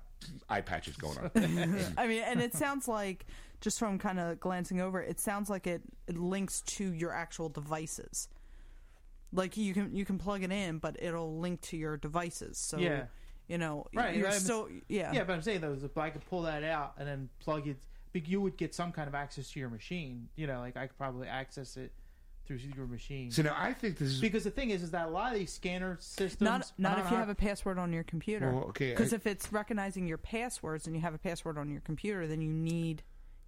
eye patches going on.
[LAUGHS] I mean, and it sounds like just from kind of glancing over, it sounds like it, it links to your actual devices. Like you can you can plug it in, but it'll link to your devices. So
Yeah.
you know,
Right,
You're
right.
still yeah.
yeah. But I'm saying though, is if I could pull that out and then plug it, but you would get some kind of access to your machine. You know, like I could probably access it through your machine.
so now I think this is
because the thing is, is that a lot of these scanner systems
Not not
are
if you have a password on your computer.
Well, okay,
Because
I-
if it's recognizing your passwords and you have a password on your computer, then you need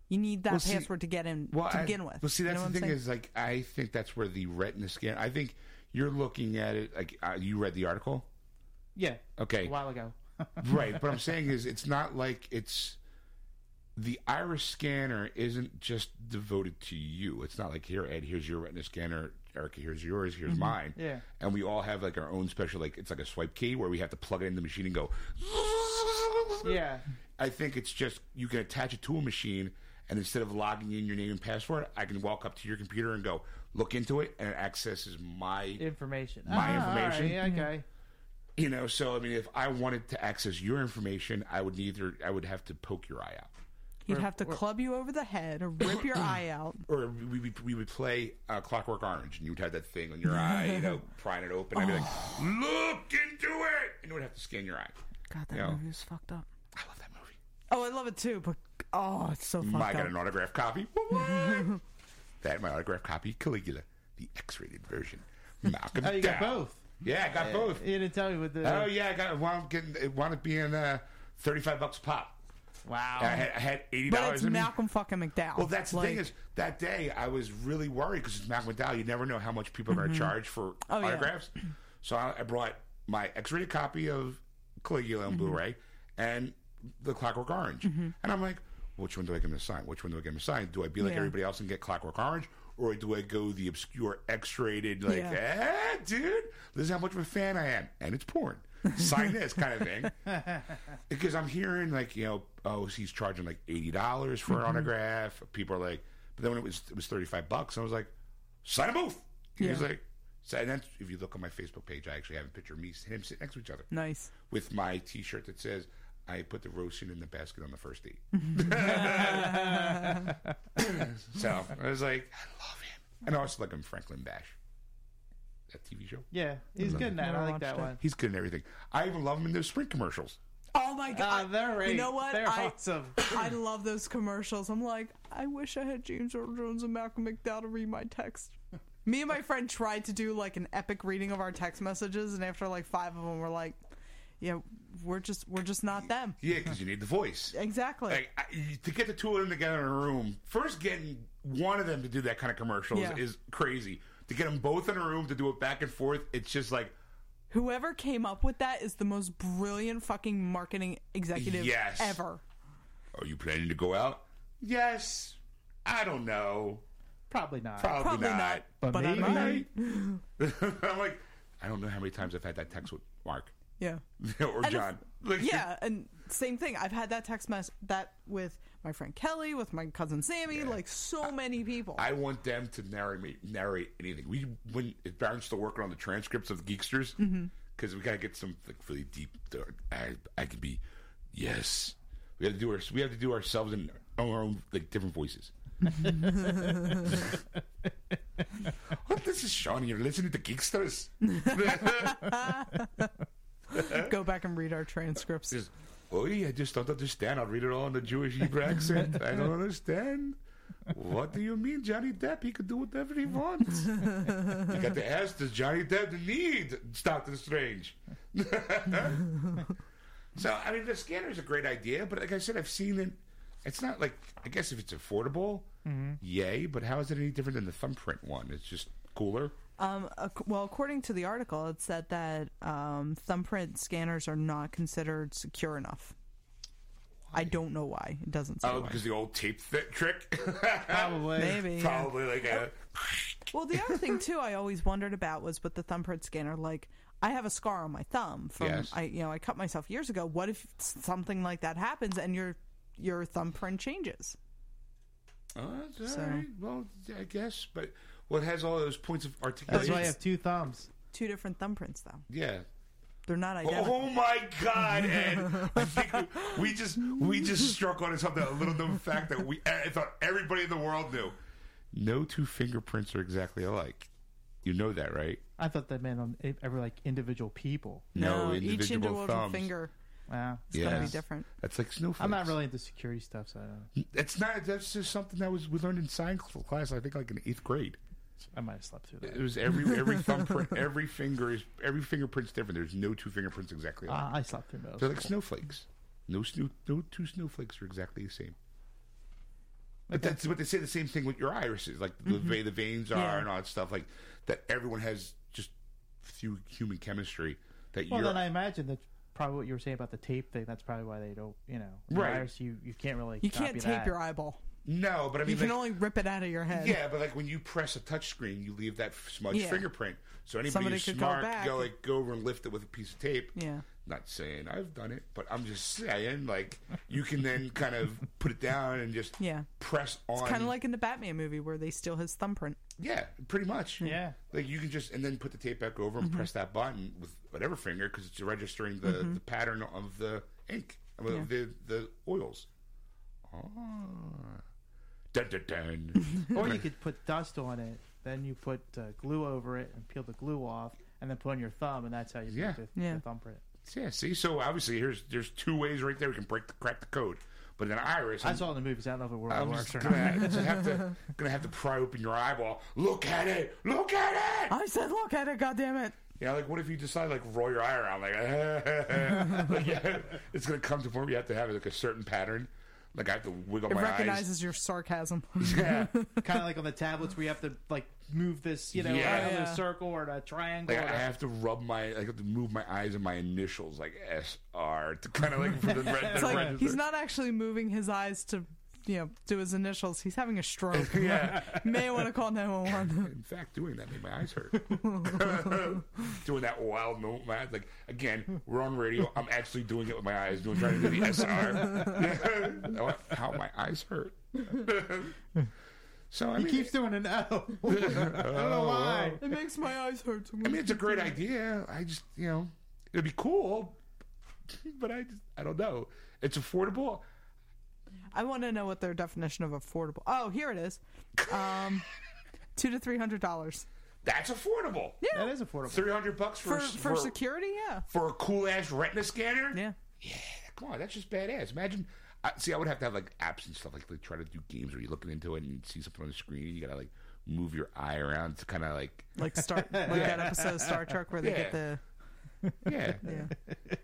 you need that
Well, see-
password to get in to
I-
begin with.
Well, see,
You
that's
know what
the
I'm
thing
saying?
is, like, I think that's where the retina scan. I think you're looking at it like uh, you read the article,
yeah.
Okay.
[LAUGHS]
a while ago.
right? But I'm saying is, it's not like it's the iris scanner isn't just devoted to you. It's not like here, Ed, here's your retina scanner. Erica, here's yours.
Mm-hmm.
Here's mine.
Yeah.
and we all have like our own special, like it's like a swipe key where we have to plug it in the machine and go.
Yeah.
I think it's just you can attach it to a machine, and instead of logging in your name and password, I can walk up to your computer and go look into it, and it accesses my,
information.
My
Ah, all right,
information. Mm-hmm.
yeah, okay.
you know. So I mean, if I wanted to access your information, I would either I would have to poke your eye out,
You'd have to club you over the head or rip your eye out.
or we we, we would play uh, Clockwork Orange, and you would have that thing on your eye, you know, prying it open, and I'd be like, look into it, and it would have to scan your eye.
God, that
Yeah.
movie was fucked up.
I love that movie.
Oh, I love it too, but oh, it's so fucked
I got
up.
an autographed copy. What? that my autographed copy, Caligula, the X-rated version. Malcolm.
Oh, you got
Dow.
both.
Yeah, I got both.
You didn't tell me with the.
Oh yeah, I got. Wound up getting. It wound up being uh, thirty-five bucks a pop.
Wow.
And I had, I had eighty
But
dollars.
it's Malcolm fucking McDowell.
Well, that's the
Like,
thing is that day I was really worried because it's Malcolm McDowell. You never know how much people are going to charge for
Oh, yeah.
autographs. So I, I brought my X-rated copy of Caligula
Mm-hmm.
on Blu-ray and The Clockwork Orange, and I'm like, which one do I give him to sign? Which one do I give him to sign? Do I be like
Yeah.
everybody else and get Clockwork Orange? Or do I go the obscure X-rated, like,
Yeah.
eh, dude, this is how much of a fan I am, and it's porn.
[LAUGHS]
Sign this kind of thing because I'm hearing like you know, oh, he's charging like eighty dollars for
Mm-hmm.
an autograph. People are like, but then when it was it was thirty five bucks, I was like, sign them both. And He's
Yeah.
like, so, and then if you look on my Facebook page, I actually have a picture of me him sitting next to each other
nice.
with my T shirt that says. I put the roasting in the basket on the first date. so I was like, I love him. And I also like him Franklin Bash. That TV show.
Yeah, he's good in that.
Never
I like
watched
that
it.
one.
He's good in everything. I even love him in those spring commercials.
Oh my
Ah,
god!
they're right.
You know what?
They're
I,
awesome.
[COUGHS] I love those commercials. I'm like, I wish I had James Earl Jones and Malcolm McDowell to read my text. Me and my friend tried to do like an epic reading of our text messages, and after like five of them, we're like, "Yeah, we're just we're just not them."
Yeah, because you need the voice.
Exactly.
Like I, you- to get the two of them together in a room. First, getting one of them to do that kind of commercials
Yeah.
is crazy. To get them both in a room to do it back and forth, it's just like
Whoever came up with that is the most brilliant fucking marketing executive
Yes.
ever.
Are you planning to go out? Yes. I don't know.
Probably not.
Probably,
Probably
not.
not.
But
I
maybe.
might.
Right? [LAUGHS] I'm like, I don't know how many times I've had that text with Mark [LAUGHS]
Yeah.
or
And if-
John. Like,
yeah, and same thing. I've had that text mess that with my friend Kelly, with my cousin Sammy, like so many people.
I want them to narrate narrate anything. We when if Baron's still working on the transcripts of the Geeksters
Mm-hmm.
because we gotta get some like really deep. I I can be yes. We have to do our we have to do ourselves in our own like different
[LAUGHS]
voices. [LAUGHS] well, this is Sean. You're listening to
[LAUGHS]
Geeksters.
Go back and read our transcripts.
Just, oh, I just don't understand. I'll read it all in the Jewish Hebrew accent. I don't understand. What do you mean, Johnny Depp? He could do whatever he wants. you got to ask, does Johnny Depp need Doctor Strange? [LAUGHS] so, I mean, the scanner is a great idea, but like I said, I've seen it. It's not like, I guess if it's affordable, yay, but how is it any different than the thumbprint one? It's just cooler.
Um, ac- well, according to the article, it said that um, thumbprint scanners are not considered secure enough. I don't know why. It doesn't say.
Oh,
why.
because the old tape th- trick? [LAUGHS]
Probably.
Maybe. yeah.
Probably like a.
Well, the other
[LAUGHS]
thing too, I always wondered about was with the thumbprint scanner. Like, I have a scar on my thumb from
Yes.
I, you know, I cut myself years ago. What if something like that happens and your your thumbprint changes?
Oh, that's
So-
all right. Well, I guess, but well, it has all those points of
That's
articulation.
why I have two thumbs.
Two different thumbprints, though.
yeah.
They're not
Oh,
identical.
my God, Ed! I think we- we just we just struck on something a little known fact that we e, I thought everybody in the world knew. No two fingerprints are exactly alike. You know that, right?
I thought that meant on e, every like individual people.
no, each
individual
individual
thumbs.
finger
Wow.
is going to
Yes.
be different.
That's like snowflakes.
I'm not really into security stuff, so I, don't know.
It's not. That's just something that was we learned in science class. I think like in eighth grade.
I might have slept through that.
It was every every [LAUGHS] thumbprint, every finger is every fingerprint's different. There's no two fingerprints exactly alike.
Uh, I slept through most.
They're like snowflakes. No, snow, no two snowflakes are exactly the same. But that's what they say. The same thing with your irises, like the way the veins are
Mm-hmm. Yeah.
and all that stuff. Like that, everyone has just few human chemistry. That
Well,
you're
then I imagine that's probably what you were saying about the tape thing. That's probably why they don't, you know, the
Right.
virus, you you can't really.
You can't
copy
tape
that.
your eyeball.
no, but I
You
mean,
can
like,
only rip it out of your head.
yeah, but like when you press a touch screen, you leave that smudged
Yeah.
fingerprint. So anybody
Somebody
who's
could go
smart
back.
go like go over and lift it with a piece of tape.
Yeah.
Not saying I've done it, but I'm just saying like you can then kind of put it down and just
Yeah.
press on.
It's kind of like in the Batman movie where they steal his thumbprint.
Yeah, pretty much.
Yeah. Mm-hmm.
Like you can just and then put the tape back over and press that button with whatever finger because it's registering the, the pattern of the ink, of
Yeah.
the the oils. Oh. Dun, dun, dun.
[LAUGHS] Or you could put dust on it, then you put uh, glue over it and peel the glue off, and then put on your thumb, and that's how you
Yeah.
put the,
Yeah.
the thumbprint.
[LAUGHS] yeah. See, so obviously here's there's two ways right there we can break the, crack the code. But in iris,
I
I'm,
saw it in the movies. I don't know if it really
I'm
works
just
or
gonna,
not.
I just have
[LAUGHS]
to gonna have to pry open your eyeball. Look at it. Look at it.
I said, look at it, goddammit. it!
Yeah, like what if you decide like roll your eye around like, [LAUGHS] like, yeah, it's gonna come to a point where you have to have like a certain pattern. Like I have to wiggle
It
my
recognizes your sarcasm. [LAUGHS]
eyes. Yeah.
kind of like on the tablets where you have to like move this, you know,
Yeah.
around
Yeah.
a circle or a triangle.
Like I
or- [LAUGHS]
have to rub my like I have to move my eyes and my initials like S R to kinda like for the red
It's
the
like
red-
he's not actually moving his eyes to, you know, do his initials. He's having a
[LAUGHS]
stroke.
Yeah.
[LAUGHS] May want to call 911.
In fact, doing that made my eyes
[LAUGHS]
hurt. doing that wild moment, my eyes, like again, we're on radio. I'm actually doing it with my eyes, doing trying to do the [LAUGHS] SR. How my eyes hurt. [LAUGHS] so I
he
mean,
keeps doing an O. [LAUGHS] I don't know why.
It makes my eyes hurt.
I mean, it's a great idea. I just, you know, it'd be cool. but I just I don't know. It's affordable.
I want to know what their definition of affordable. Oh, here it is. Um, [LAUGHS] two to three hundred dollars
That's affordable.
Yeah.
That is affordable.
Three hundred bucks for
for
a-
for
for,
security. Yeah.
for a cool ass retina scanner.
Yeah.
Yeah, come on, that's just badass. Imagine, I, see, I would have to have like apps and stuff like to try to do games where you're looking into it and you see something on the screen and you gotta like move your eye around to kind of like [LAUGHS]
Like Star, like that episode of Star Trek where they get the
yeah,
[LAUGHS] yeah.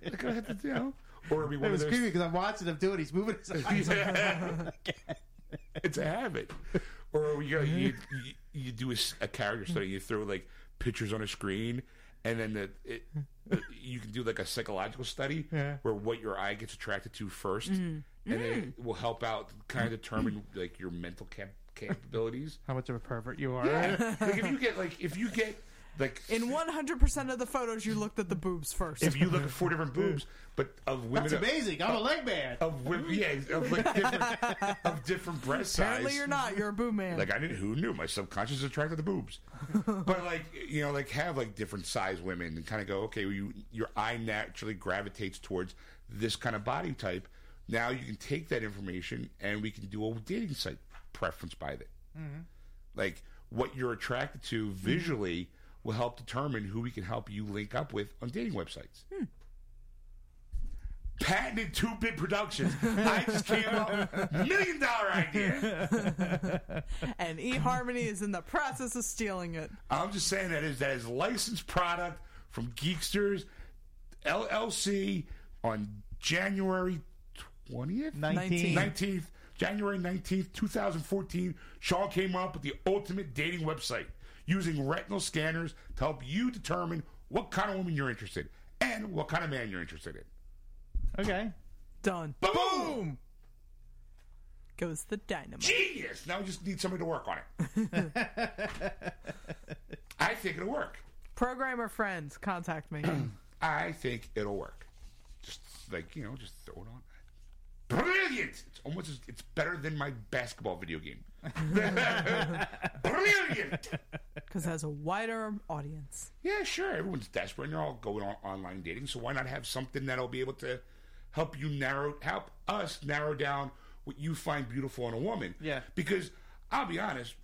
Like, I have to, you know, or it'd be
It
one of
was
those.
creepy because I'm watching him do it. He's moving his [LAUGHS] eyes.
[LAUGHS]
Yeah. it's a habit. Or you, you, you, you do a, s- a character study, you throw like pictures on a screen, and then the, it, you can do like a psychological study
Yeah.
where what your eye gets attracted to first,
Mm-hmm.
and
Mm.
then it will help out kind of determine like your mental cap-
[LAUGHS]
capabilities.
How much of a pervert you are.
Yeah. like if you get like if you get like
In one hundred percent of the photos, you looked at the boobs first.
if you look at four different boobs, but of women
That's amazing. I'm a leg man.
of women, yeah, of like different of different breast size.
Apparently, you're not. You're a boob man.
Like I didn't. Who knew? My subconscious attracted the boobs. but like you know, like have like different size women and kind of go, okay, well, you your eye naturally gravitates towards this kind of body type. Now you can take that information and we can do a dating site preference by it. Like what you're attracted to visually will help determine who we can help you link up with on dating websites. Patented two bit productions. I just came up with a million dollar idea.
and eHarmony is in the process of stealing it.
I'm just saying that is that is licensed product from Geeksters LLC on January 20th,
Mm. 19.
19th, January 19th, 2014. Shaw came up with the ultimate dating website using retinal scanners to help you determine what kind of woman you're interested in and what kind of man you're interested in.
Okay.
Done.
Boom!
Goes the dynamo.
Genius! Now we just need somebody to work on it. I think it'll work.
Programmer friends, contact me.
I think it'll work. Just like you know, just throw it on. Brilliant! It's almost as, it's better than my basketball video game. [LAUGHS] Brilliant!
Because has a wider audience.
Yeah, sure. Everyone's desperate, and they're all going on online dating. So why not have something that'll be able to help you narrow, help us narrow down what you find beautiful in a woman?
Yeah.
Because I'll be honest,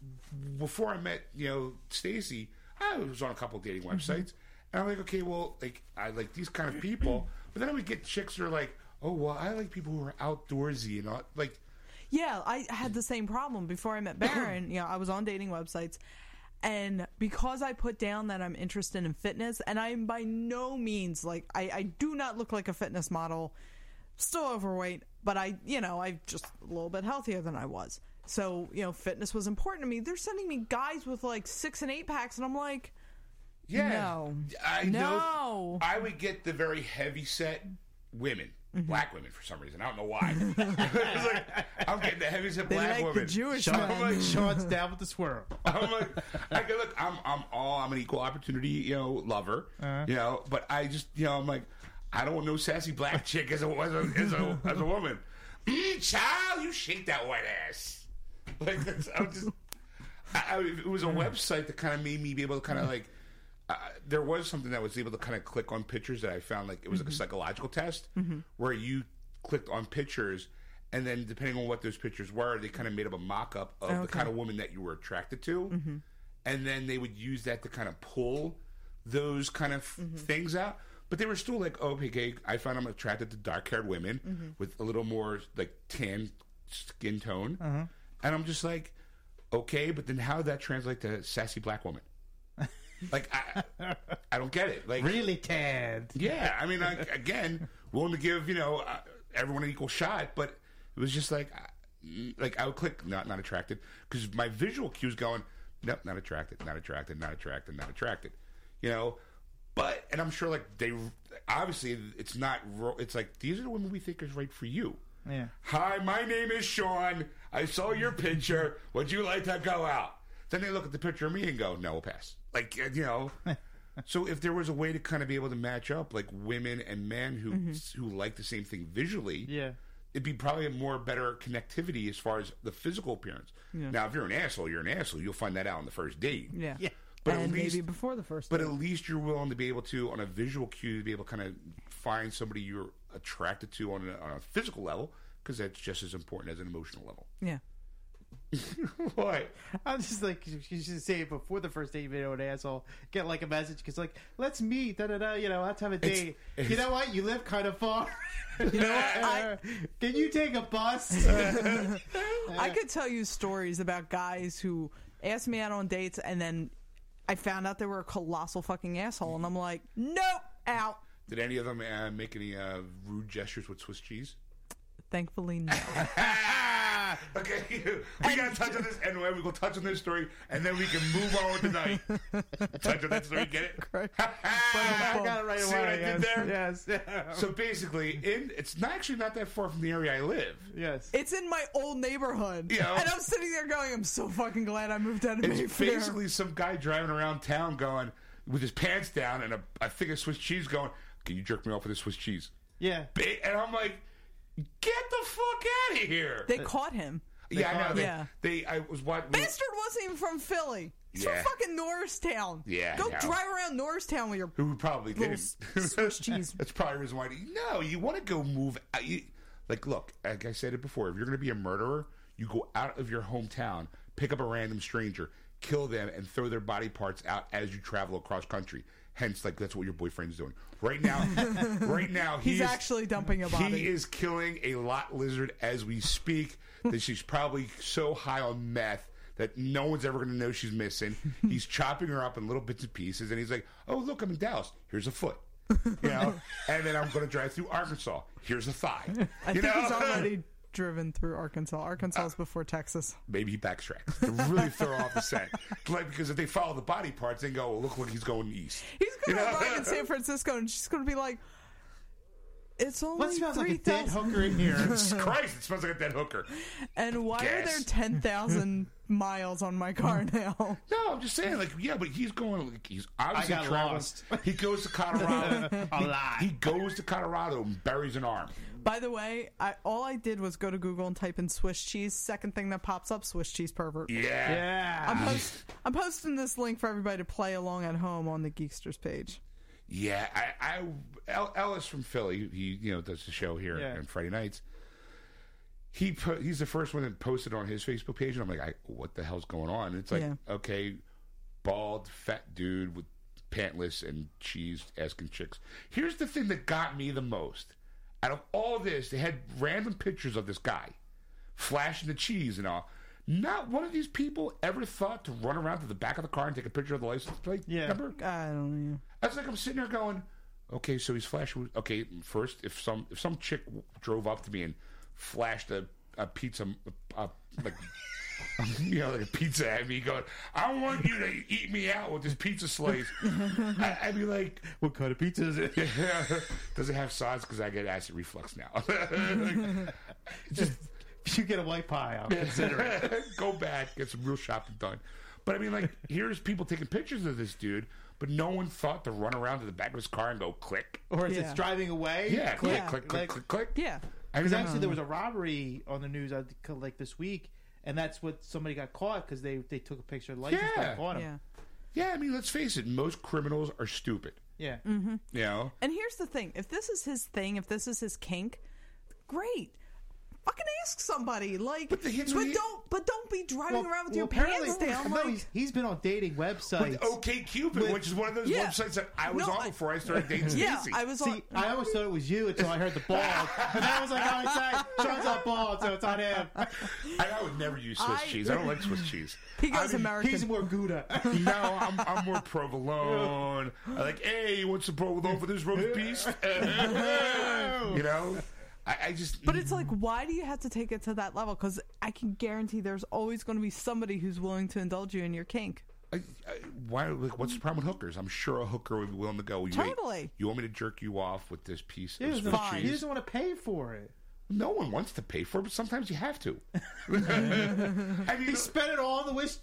before I met you know Stacy, I was on a couple dating
Mm-hmm.
websites, and I'm like, okay, well, like I like these kind of
[CLEARS THROAT]
people, but then I would get chicks that are like, oh well, I like people who are outdoorsy and all, like,
Yeah, I had the same problem before I [COUGHS] met Baron. you know, I was on dating websites. And because I put down that I'm interested in fitness, and I am by no means like, I, I do not look like a fitness model, still overweight, but I, you know, I'm just a little bit healthier than I was. So, you know, fitness was important to me. They're sending me guys with like six and eight packs, and I'm like,
yeah,
No.
I
No.
know. I would get the very heavy set women.
Mm-hmm.
Black women for some reason. I don't know why. [LAUGHS] It's like, I'm getting the heavy set
they
black
like
woman.
the Jewish
Sean,
men.
Sean's down with the swirl.
I'm like, I can look. I'm, I'm all. I'm an equal opportunity, you know, lover.
Uh-huh.
You know, but I just, you know, I'm like, I don't want no sassy
[LAUGHS]
black chick as a as a as a, as a woman. Mm, child, you shake that white ass. [LAUGHS] Like that's, I'm just. I, I, it was a website that kind of made me be able to kind of like. Uh, there was something that was able to kind of click on pictures that I found like it was like a psychological test where you clicked on pictures and then depending on what those pictures were, they kind of made up a mock up of the kind of woman that you were attracted to, and then they would use that to kind of pull those kind of things out. But they were still like, oh, okay, okay, I found I'm attracted to dark haired women with a little more like tan skin tone, and I'm just like, okay, but then how did that translate to sassy black woman? like I, I don't get it. Like
Really tanned.
yeah, I mean, I, again, willing to give you know uh, everyone an equal shot, but it was just like, uh, like I would click not not attracted because my visual cues going, nope, not attracted, not attracted, not attracted, not attracted, you know. But and I'm sure like they obviously it's not ro- it's like these are the women we think is right for you.
Yeah.
Hi, my name is Sean. I saw your picture. Would you like to go out? Then they look at the picture of me and go, no, we'll pass. Like, uh, you
[LAUGHS]
know. so if there was a way to kind of be able to match up like women and men who
Mm-hmm.
who like the same thing visually,
Yeah.
it'd be probably a more better connectivity as far as the physical appearance. Now, if you're an asshole, you're an asshole. You'll find that out on the first date.
[LAUGHS] yeah.
Yeah.
But
and
at least,
maybe before the first
but
date.
at least you're willing to be able to, on a visual cue, to be able to kind of find somebody you're attracted to on a, on a physical level because that's just as important as an emotional level.
Yeah.
[LAUGHS] What?
I'm just like you should say it before the first date video. An asshole get like a message because like let's meet, da da da. You know, let's have a date. you know what? You live kind of far. you know what?
I-
[LAUGHS] Can you take
[LAUGHS]
a bus?
[LAUGHS]
[LAUGHS]
I could tell you stories about guys who asked me out on dates and then I found out they were a colossal fucking asshole and I'm like, nope, out.
Did any of them uh, make any uh, rude gestures with Swiss [LAUGHS] cheese?
Thankfully, no.
Ah, okay, [LAUGHS] we gotta touch on this, and we will touch on this story, and then we can move on with the [LAUGHS] night. touch on that story, get it? [LAUGHS]
I got it right
See
away.
what I
yes.
did there?
Yes.
So basically, in it's not actually not that far from the area I live.
yes.
[LAUGHS] It's in my old neighborhood.
Yeah.
And I'm sitting there going, I'm so fucking glad I moved out of
It's
Mayfair.
basically some guy driving around town going with his pants down and a, a thing of Swiss cheese going, Can you jerk me off with a Swiss cheese?
yeah.
Ba- And I'm like, Get the fuck out of here.
they caught him.
yeah, I know. They,
Yeah.
they, I was what? we-
Bastard wasn't even from Philly. He's
Yeah.
from fucking Norristown.
Yeah,
Go
no.
drive around Norristown with your
Who probably
little
didn't.
s- Swiss cheese.
[LAUGHS] That's probably the reason why. No, you want to go move. Out. You, like, look, like I said it before. If you're going to be a murderer, you go out of your hometown, pick up a random stranger, kill them, and throw their body parts out as you travel across country. Hence, like that's what your boyfriend's doing right
[LAUGHS]
now. right now, he
He's
is-
actually dumping a body.
He is killing a lot lizard as we speak. that
[LAUGHS]
she's probably so high on meth. That no one's ever going to know she's
[LAUGHS]
missing. He's chopping her up in little bits and pieces, and he's like, "Oh, look, I'm in Dallas. Here's a foot you
[LAUGHS]
know, and then I'm going to drive through Arkansas. Here's a thigh.
I
you
think
know? [LAUGHS]
he's already driven through Arkansas. Arkansas is before Texas.
Maybe he backtracks to really throw off the
[LAUGHS]
scent. Like, because if they follow the body parts, they go, well, look like he's going east.
He's going to
You know?
arrive in San Francisco and she's going to be like, it's
What
only
smells like a dead
3,000.
hooker in
[LAUGHS]
here? [LAUGHS]
Uh-huh.
Jesus Christ, it smells like a dead hooker.
and why are there
Gas.
10,000 miles on my car now?
No, I'm just saying, like, yeah, but he's going, like, he's obviously
I got
traveling.
lost.
He goes to
[LAUGHS]
Colorado.
Alive.
he goes to Colorado and buries an arm.
By the way, I, all I did was go to Google and type in Swiss cheese. Second thing that pops up, Swiss cheese pervert.
Yeah.
I'm,
Yeah.
post, I'm posting this link for everybody to play along at home on the Geeksters page.
Yeah, I, I El- Ellis from Philly, he you know does the show here
Yeah.
on Friday nights. He put, he's the first one that posted on his Facebook page, and I'm like, I, what the hell's going on? And it's like,
Yeah.
okay, bald fat dude with pantless and cheese asking chicks. Here's the thing that got me the most. Out of all this, they had random pictures of this guy flashing the cheese and all. Not one of these people ever thought to run around to the back of the car and take a picture of the license plate
Yeah.
number.
I don't know.
That's like I'm sitting there going, okay, so he's flashing. Okay, first, if some if some chick w- drove up to me and flashed a, a pizza, uh, like [LAUGHS] you know, like a pizza at me, going, I want you to eat me out with this pizza
[LAUGHS]
slice. I, I'd be like,
What kind of pizza is it?
[LAUGHS] does it have sauce? Because I get acid reflux now. [LAUGHS] Like, just
If you get a white pie, I'll consider it.
[LAUGHS] go back, get some real shopping done. But I mean, like, here's people taking pictures of this dude, but no one thought to run around to the back of his car and go click.
Or is
Yeah.
it driving away?
Yeah, click,
Yeah.
click, click,
Like-
click, click.
Yeah.
I mean,
Because actually, there was a robbery on the news I think, like this week, and that's what somebody got caught because they, they took a picture of the license
Yeah.
plate on him.
Yeah.
yeah, I mean, let's face it, most criminals are stupid.
Yeah.
Mm-hmm.
You know,
And here's the thing: if this is his thing, if this is his kink, great. Fucking ask somebody. Like, but,
the hits when he-
don't, but don't be driving around with your
apparently-
pants down.
[LAUGHS] no,
like,
he's- he's been on dating websites.
with OKCupid,
With-
which is one of those
Yeah.
websites that I was
No,
on
I-
before I started [LAUGHS] dating
yeah,
Stacy.
I was on.
See, I always thought it was you until I heard the ball, and I was like, "Oh, it's not, John's not bald, so it's on him."
And I would never use Swiss
I-
cheese. I don't like Swiss [LAUGHS] cheese.
he goes
I mean,
American.
He's more Gouda.
No, I'm, I'm more provolone. I like, hey, you want some provolone for this roast beef? [LAUGHS] you know, I, I just.
but it's like, why do you have to take it to that level? Because I can guarantee there's always going to be somebody who's willing to indulge you in your kink.
I, I, why? Like, what's the problem with hookers? I'm sure a hooker would be willing to go. You wait,
Totally.
you want me to jerk you off with this piece
He
of
doesn't,
Swiss
Fine.
he
cheese?
doesn't want to pay for it.
No one wants to pay for it, but sometimes you have to. I mean,
He spent it all on [LAUGHS] the Swiss,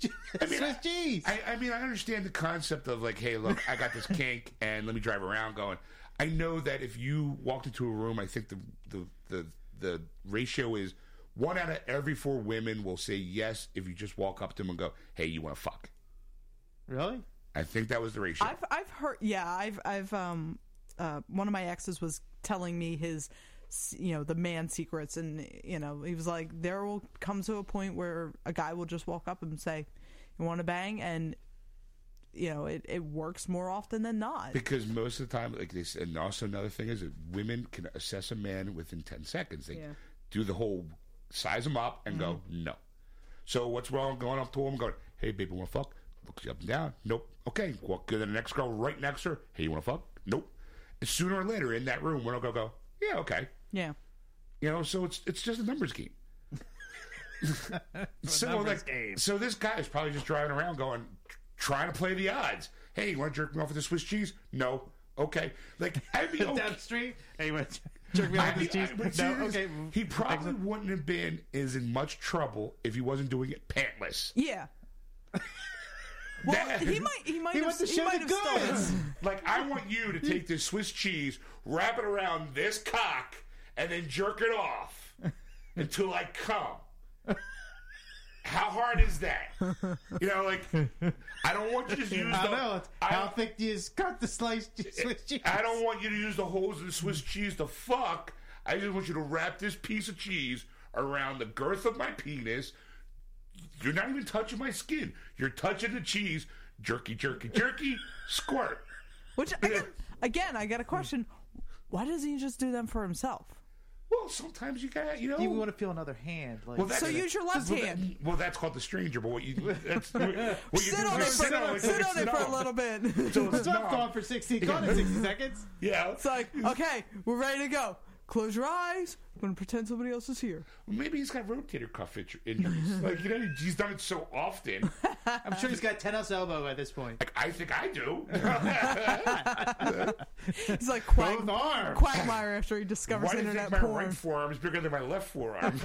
Swiss cheese.
I, I mean, I understand the concept of like, hey, look, I got this kink, and let me drive around going. I know that if you walked into a room, I think the the the, the ratio is one out of every four women will say yes if you just walk up to them and go, hey, you want to fuck?
really?
I think that was the ratio.
I've I've heard yeah I've I've um uh, one of my exes was telling me his s- you know the man secrets and you know he was like there will come to a point where a guy will just walk up and say you want to bang and you know it, it works more often than not
Because most of the time, like this, and also another thing is that women can assess a man within ten seconds. They
Yeah.
do the whole size him up and go no. So what's wrong? Going up to him, going, hey baby, want to fuck? Looks you up and down. Nope. Okay, walk to the next girl right next to her. Hey, you want to fuck? Nope. And sooner or later in that room, we're gonna go go. Yeah, okay.
yeah
You know, so it's it's just a numbers
[LAUGHS]
game. so
numbers
like,
game.
so this guy is probably just driving around going, trying to play the odds. Hey, you want to jerk me off with a Swiss cheese? No. Okay. Like
[LAUGHS]
I'd be okay.
down the street. Hey, you want to jerk me off
I'd
with
be-
this
I- but
cheese? No,
serious,
okay.
He probably wouldn't have been as in much trouble if he wasn't doing it pantless.
yeah well
That-
he might he might
He
have,
wants to
he
show
might
the
have stolen
goods.
Like I want you to take this Swiss cheese, wrap it around this cock, and then jerk it off until I come. How hard is that? You know, like I don't want you to just use
[LAUGHS] I
the,
know. it's-
[LAUGHS] I
How
don't-
thick do you cut
[LAUGHS]
the sliced Swiss cheese?
I don't want you to use the holes in the Swiss cheese to fuck. I just want you to wrap this piece of cheese around the girth of my penis. You're not even touching my skin. You're touching the cheese. Jerky, jerky, jerky. squirt.
which I got, again i got a question why doesn't he just do them for himself
Well, sometimes you got you know.
You want to feel another hand? Like,
well, that's,
so use your left
well, that-
hand
well, that's called the stranger. But what
[LAUGHS]
you that's, what you
sit
do
on it
is
for,
sit on it till
sit on
it's
it for a
numb.
little bit
Till it's
that's what I'm
numb.
going for. Sixty. Gone in sixty seconds.
Yeah.
It's like, okay, we're ready to go. Close your eyes. I'm gonna pretend somebody else is here.
Maybe he's got rotator cuff inju-
[LAUGHS]
injuries. like you know, he's done it so often.
I'm sure he's got tennis elbow at this point.
Like I think I
[LAUGHS]
do.
He's like quag-
Both arms.
Quagmire after he discovers
Why do you
internet
think my
porn.
right forearm is bigger than my left
[LAUGHS]
forearm? [LAUGHS]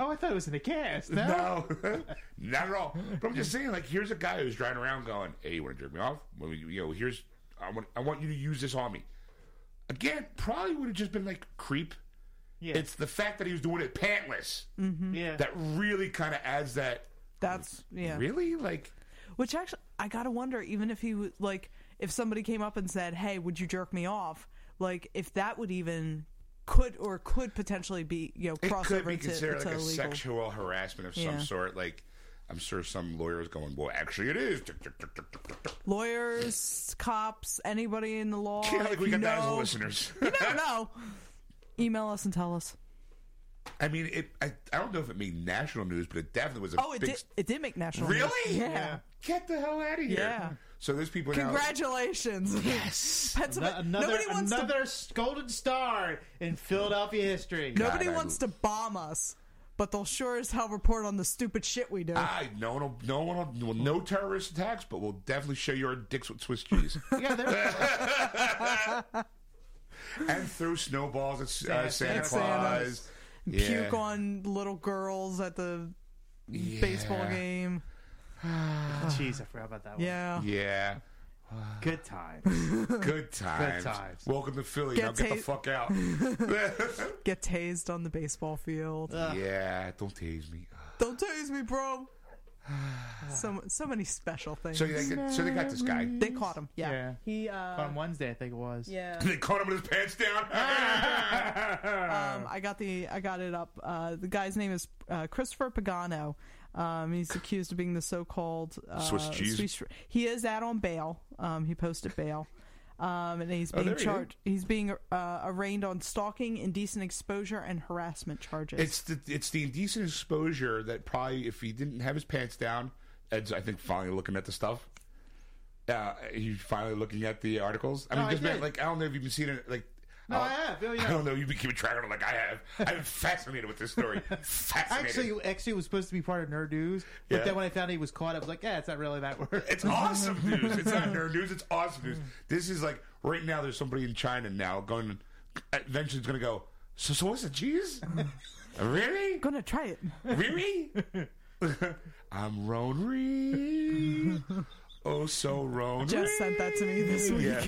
Oh, I thought it was in a cast. No.
no, [LAUGHS] not at all. But I'm just saying, like, here's a guy who's driving around going, "Hey, you want to jerk me off? Well, you you know, here's I want I want you to use this on me." Again, probably would have just been like creep.
Yeah.
It's the fact that he was doing it pantless
yeah.
that really kind of adds that.
That's yeah.
Really, like,
Which actually, I gotta wonder, even if he was like, if somebody came up and said, "Hey, would you jerk me off?" Like, if that would even could or could potentially be you know
it
crossover
could be
to,
considered
to
like a
illegal.
sexual harassment of some
Yeah.
sort. Like, I'm sure some lawyers going, "Well, actually, it is." Tick, tick, tick, tick, tick, tick, tick.
Lawyers, cops, anybody in the law.
Yeah, like
if
we
Oh, you
got that as
know-
listeners. [LAUGHS]
No, no. Email us and tell us.
I mean, it. I, I don't know if it made national news, but it definitely was a
Oh, it
big.
did. It did make national. news.
Really?
yeah.
Get the hell out of here!
Yeah.
So there's people now. [LAUGHS]
Congratulations. [LAUGHS] Yes. Pennsylvania.
Another
nobody wants
another
to
golden star in
[LAUGHS]
Philadelphia history.
nobody
God, I-
wants to bomb us, but they'll sure as hell report on the stupid shit we do.
I no one will, no one will, well, no terrorist attacks, but we'll definitely show your dicks with Swiss
[LAUGHS]
cheese
Yeah, there-
and throw snowballs at uh,
Santa-
Santa
Santa.
Claus. Yeah.
Puke on little girls at the baseball
Yeah.
game.
Jeez, I forgot about that one.
Yeah.
[LAUGHS] Yeah,
Good times. [LAUGHS]
good times.
times.
Welcome to Philly.
Get
now get the
ta-
fuck
[LAUGHS]
out. [LAUGHS]
Get tased on the baseball field.
Ah. yeah, don't tase me.
Don't tase
[SIGHS]
me, bro. So so many special things.
So yeah, they got- so they got this guy.
they caught him. Yeah.
Yeah.
He uh
On Wednesday, I think it
[LAUGHS]
was.
yeah.
They caught him with his pants
[LAUGHS]
down. [LAUGHS] Uh.
Um, I got the I got it up. Uh, the guy's name is uh, Christopher Pagano. Um, he's accused of being the so-called uh,
Swiss cheese.
he is out on bail. Um, he posted bail, um, and he's
Oh,
being
there he is.
charged. He's being uh, arraigned on stalking, indecent exposure, and harassment charges.
It's the it's the indecent exposure that probably if he didn't have his pants down, Ed's I think finally looking at the stuff. Uh, he's finally looking at the articles. I mean,
No, I
just meant,
did.
like I don't know if you've been seeing it. Like,
No,
I'll-
I have. Oh, yeah.
[LAUGHS] I don't know. You've been keeping track of it like I have. I've been fascinated with this story. Fascinated.
[LAUGHS] Actually, actually, it was supposed to be part of Nerd News, but
Yeah.
then when I found he was caught, I was like, "Yeah, it's not really that word."
it's awesome news. It's not nerd news. It's awesome news. This is like right now. There's somebody in China now going. Eventually, it's going to go. So, so what's the cheese? really?
gonna try it.
Riri? [LAUGHS] I'm Roan Ree. Oh, so Roan
Jess sent that to me this
Ree.
week.
Yeah.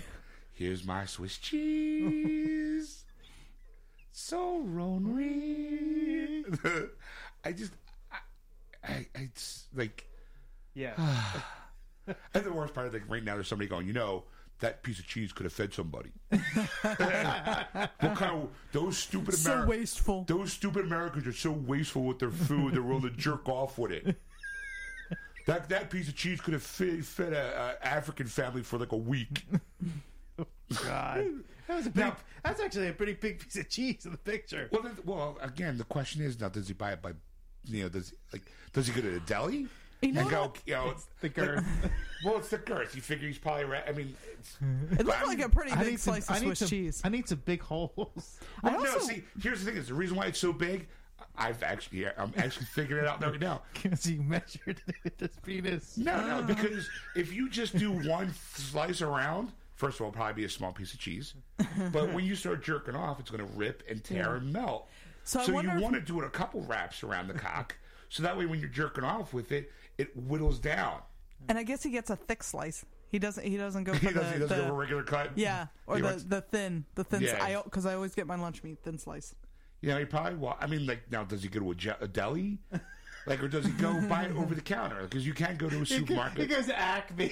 Here's my Swiss cheese. so Roan Ree. [LAUGHS] I just, I, I, I it's like,
[LAUGHS] Yeah, [SIGHS]
and the worst part, like right now, there's somebody going, you know, that piece of cheese could have fed
[LAUGHS]
somebody. what kind of those stupid
So
Ameri-
wasteful.
Those stupid Americans are so wasteful with their food; they're willing to jerk off with it. That that piece of cheese could have fed, fed a, a African family for like a week.
God, [LAUGHS] that was a pretty, that's actually a pretty big piece of cheese in the picture.
Well, th- well, again, the question is now: Does he buy it by, you know, does like does he go to the deli
You know
and go,
what?
you know,
The [LAUGHS] girth.
well, it's the girth. You figure he's probably. Ra- I mean, it's,
It looked like a pretty
I
big
need some.
slice
I
of
need
Swiss
some.
cheese.
I need some big holes.
well,
I
no.
also-
See, here's the thing: is the reason why it's so big. I've actually, I'm actually figuring it out right now.
Because you measured it with this penis.
No,
[LAUGHS]
no, because if you just do one slice around, first of all, it'll probably be a small piece of cheese. But when you start jerking off, it's going to rip and tear and melt.
So I wonder
you
if-
want to do it a couple wraps around the cock, so that way when you're jerking off with it, it whittles down. [LAUGHS]
And I guess he gets a thick slice. He doesn't. He doesn't go for
He
the,
doesn't, he doesn't
the-
go a regular cut.
yeah, or
he
the,
wants-
the thin, the thin.
Yeah.
Yeah. Because I, always get my lunch meat thin slice.
you know, he probably. Well, I mean, like now, does he go to a, je- a
[LAUGHS]
deli, like, or does he go buy it over the counter? Because you can go to a supermarket.
It goes to Acme.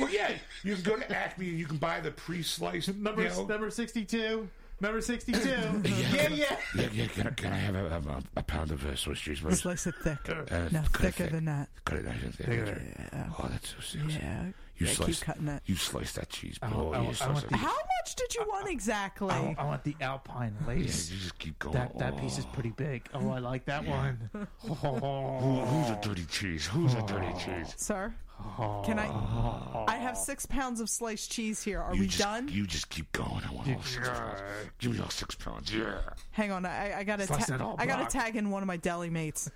well, yeah, you can go to Acme and you can buy the pre-sliced
number
you know,
[LAUGHS] number sixty two. Number sixty two.
[LAUGHS]
yeah, yeah.
Yeah, yeah, can, I- can I have a, have a, a pound of uh, Swiss cheese, please?
Slice it thick,
[LAUGHS] Uh,
no
cut it
thicker
thick.
than that.
Cut it nice and thick. that's right.
Yeah.
Oh, that's so serious.
Yeah,
You
Yeah, keep
sliced-
cutting it.
You sliced that cheese.
I
oh,
want- I
you
want- I
sliced
want
that-
How much did you want exactly?
I,
Oh.
want- I want the Alpine
Yeah,
lace.
you just keep going.
That that piece is pretty big. Oh, I like that one.
Oh, who's a dirty cheese? Who's a dirty cheese?
Sir, can I? I have six pounds of sliced cheese here. Are
you
we
just,
done?
You just keep going. I want all six pounds. Give me all six pounds. Yeah.
Hang on, I, I gotta
Slice
ta-
that all
I gotta
block.
tag in one of my deli
[LAUGHS]
mates.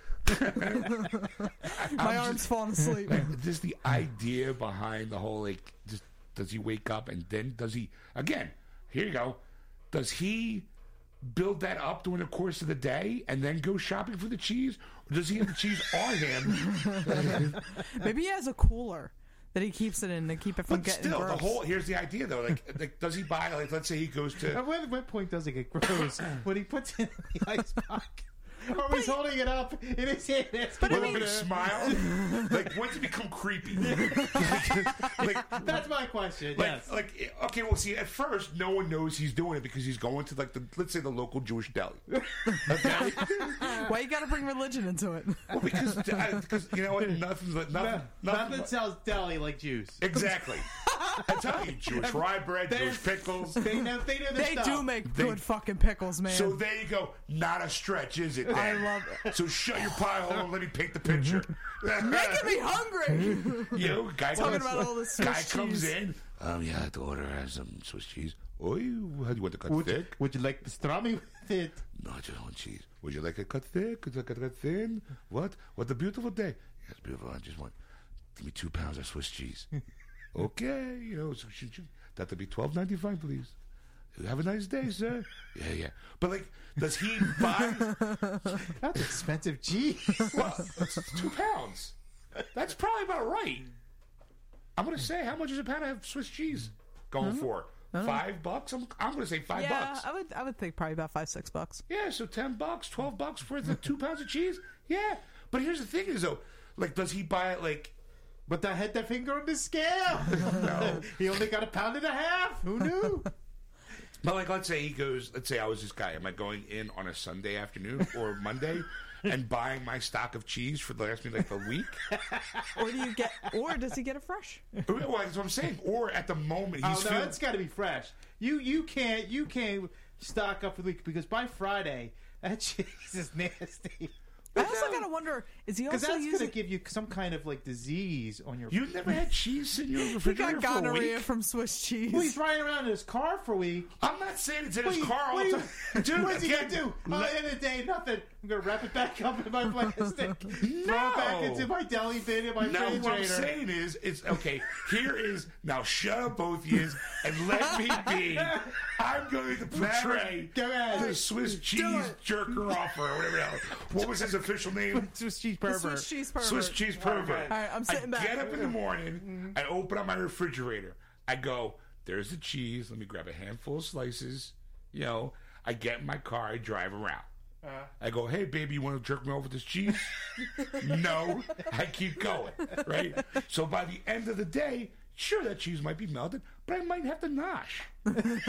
my arm's falling
[LAUGHS]
asleep.
Just the idea behind the whole like, just, does he wake up and then does he again? Here you go. Does he build that up during the course of the day and then go shopping for the cheese, or does he have the
[LAUGHS]
cheese on him?
Maybe he has a cooler that he keeps it in to keep it from
But
getting
still,
gross.
the whole here's the idea though. Like, like, does he buy? Like, let's say he goes to.
At what, what point does it get gross? when he puts it in
[LAUGHS]
the ice pocket, or he's holding it up in his hand.
But
With
I
a
mean-
big
[LAUGHS]
smile, like once it become creepy, like, like,
that's my question.
Like,
yes.
like, okay, well, see, at first, no one knows he's doing it because he's going to like the, let's say, the local Jewish deli. Okay?
Why you gotta bring religion into it?
well, because, I- because you know
[LAUGHS]
what? Nothing's like nothing. nothing,
Nothing sells deli like Jews.
exactly. I tell you, Jewish rye bread, Jewish pickles.
They know. They know their
They
stuff.
do make
They-
good fucking pickles, man.
So there you go. Not a stretch, is it? Dan?
I love it.
So shut your pie hole and let me paint the
[LAUGHS]
picture. [LAUGHS]
Making me hungry.
you know, guy
Talking
comes,
about all this Swiss
guy comes
cheese.
in. Um, yeah, the order has some Swiss cheese. Oh, you, how do you want to cut
Would,
thick?
would you like pastrami with it?
No, I just want cheese. Would you like it cut thick? Would you like it cut thin? What? What a beautiful day. Yes, beautiful. I just want. Give me two pounds of Swiss
[LAUGHS]
cheese. okay, you know, so should you- that'll be twelve ninety five, please. Have a nice day, sir. Yeah, yeah. But like, does he buy?
[LAUGHS] That's expensive cheese.
well, it's two pounds. That's probably about right. I'm gonna say, how much is a pound of Swiss cheese going for? Five bucks. I'm, I'm gonna say five
yeah,
bucks.
I would I would think probably about five six bucks.
Yeah, so ten bucks, twelve bucks worth of two pounds of cheese. Yeah, but here's the thing: is though, like, does he buy it? Like,
But I had that finger on the scale.
[LAUGHS]
he only got a pound and a half. Who knew?
but like, let's say he goes. Let's say I was this guy. Am I going in on a Sunday afternoon or Monday and buying my stock of cheese for the last me like a week?
Or do you get? Or does he get it fresh?
well, that's what I'm saying. Or at the moment
Oh
he's
no,
feeling-
it's got to be fresh. You you can't you can't stock up for the week because by Friday
[LAUGHS]
that cheese is nasty.
I also gotta wonder: is he
because
also
that's going to
using?
give you some kind of like disease on your.
[LAUGHS]
you never had cheese in your
He
refrigerator
got
for a week.
gonorrhea from Swiss cheese.
Well, he's riding around in his car for a week.
I'm not saying it's in his
What do you-
car all
what do
the
you-
time, [LAUGHS] dude.
what is he gonna
again,
do? Oh,
let-
at the end of the day, nothing. I'm gonna wrap it back up in my
[LAUGHS]
plastic, throw
No.
it back into my deli bin in my
No, what I'm
refrigerator.
saying is, it's okay. Here is now. Shut up, both yous, and let me be. I'm going to portray
Go ahead.
the Swiss cheese
it.
jerker offer or whatever. else. What was his official name?
Swiss cheese
The
pervert.
Swiss cheese pervert.
Swiss cheese pervert.
All right, I'm sitting
I
back. Mm-hmm.
get up
[LAUGHS]
in the morning. I open up my refrigerator. I go. There's the cheese. Let me grab a handful of slices. You know. I get in my car. I drive around.
Uh-huh.
I go, hey baby, you want to jerk me off with this cheese?
[LAUGHS]
no, I keep going, right? So by the end of the day, sure that cheese might be melted, but I might have to nosh. [LAUGHS]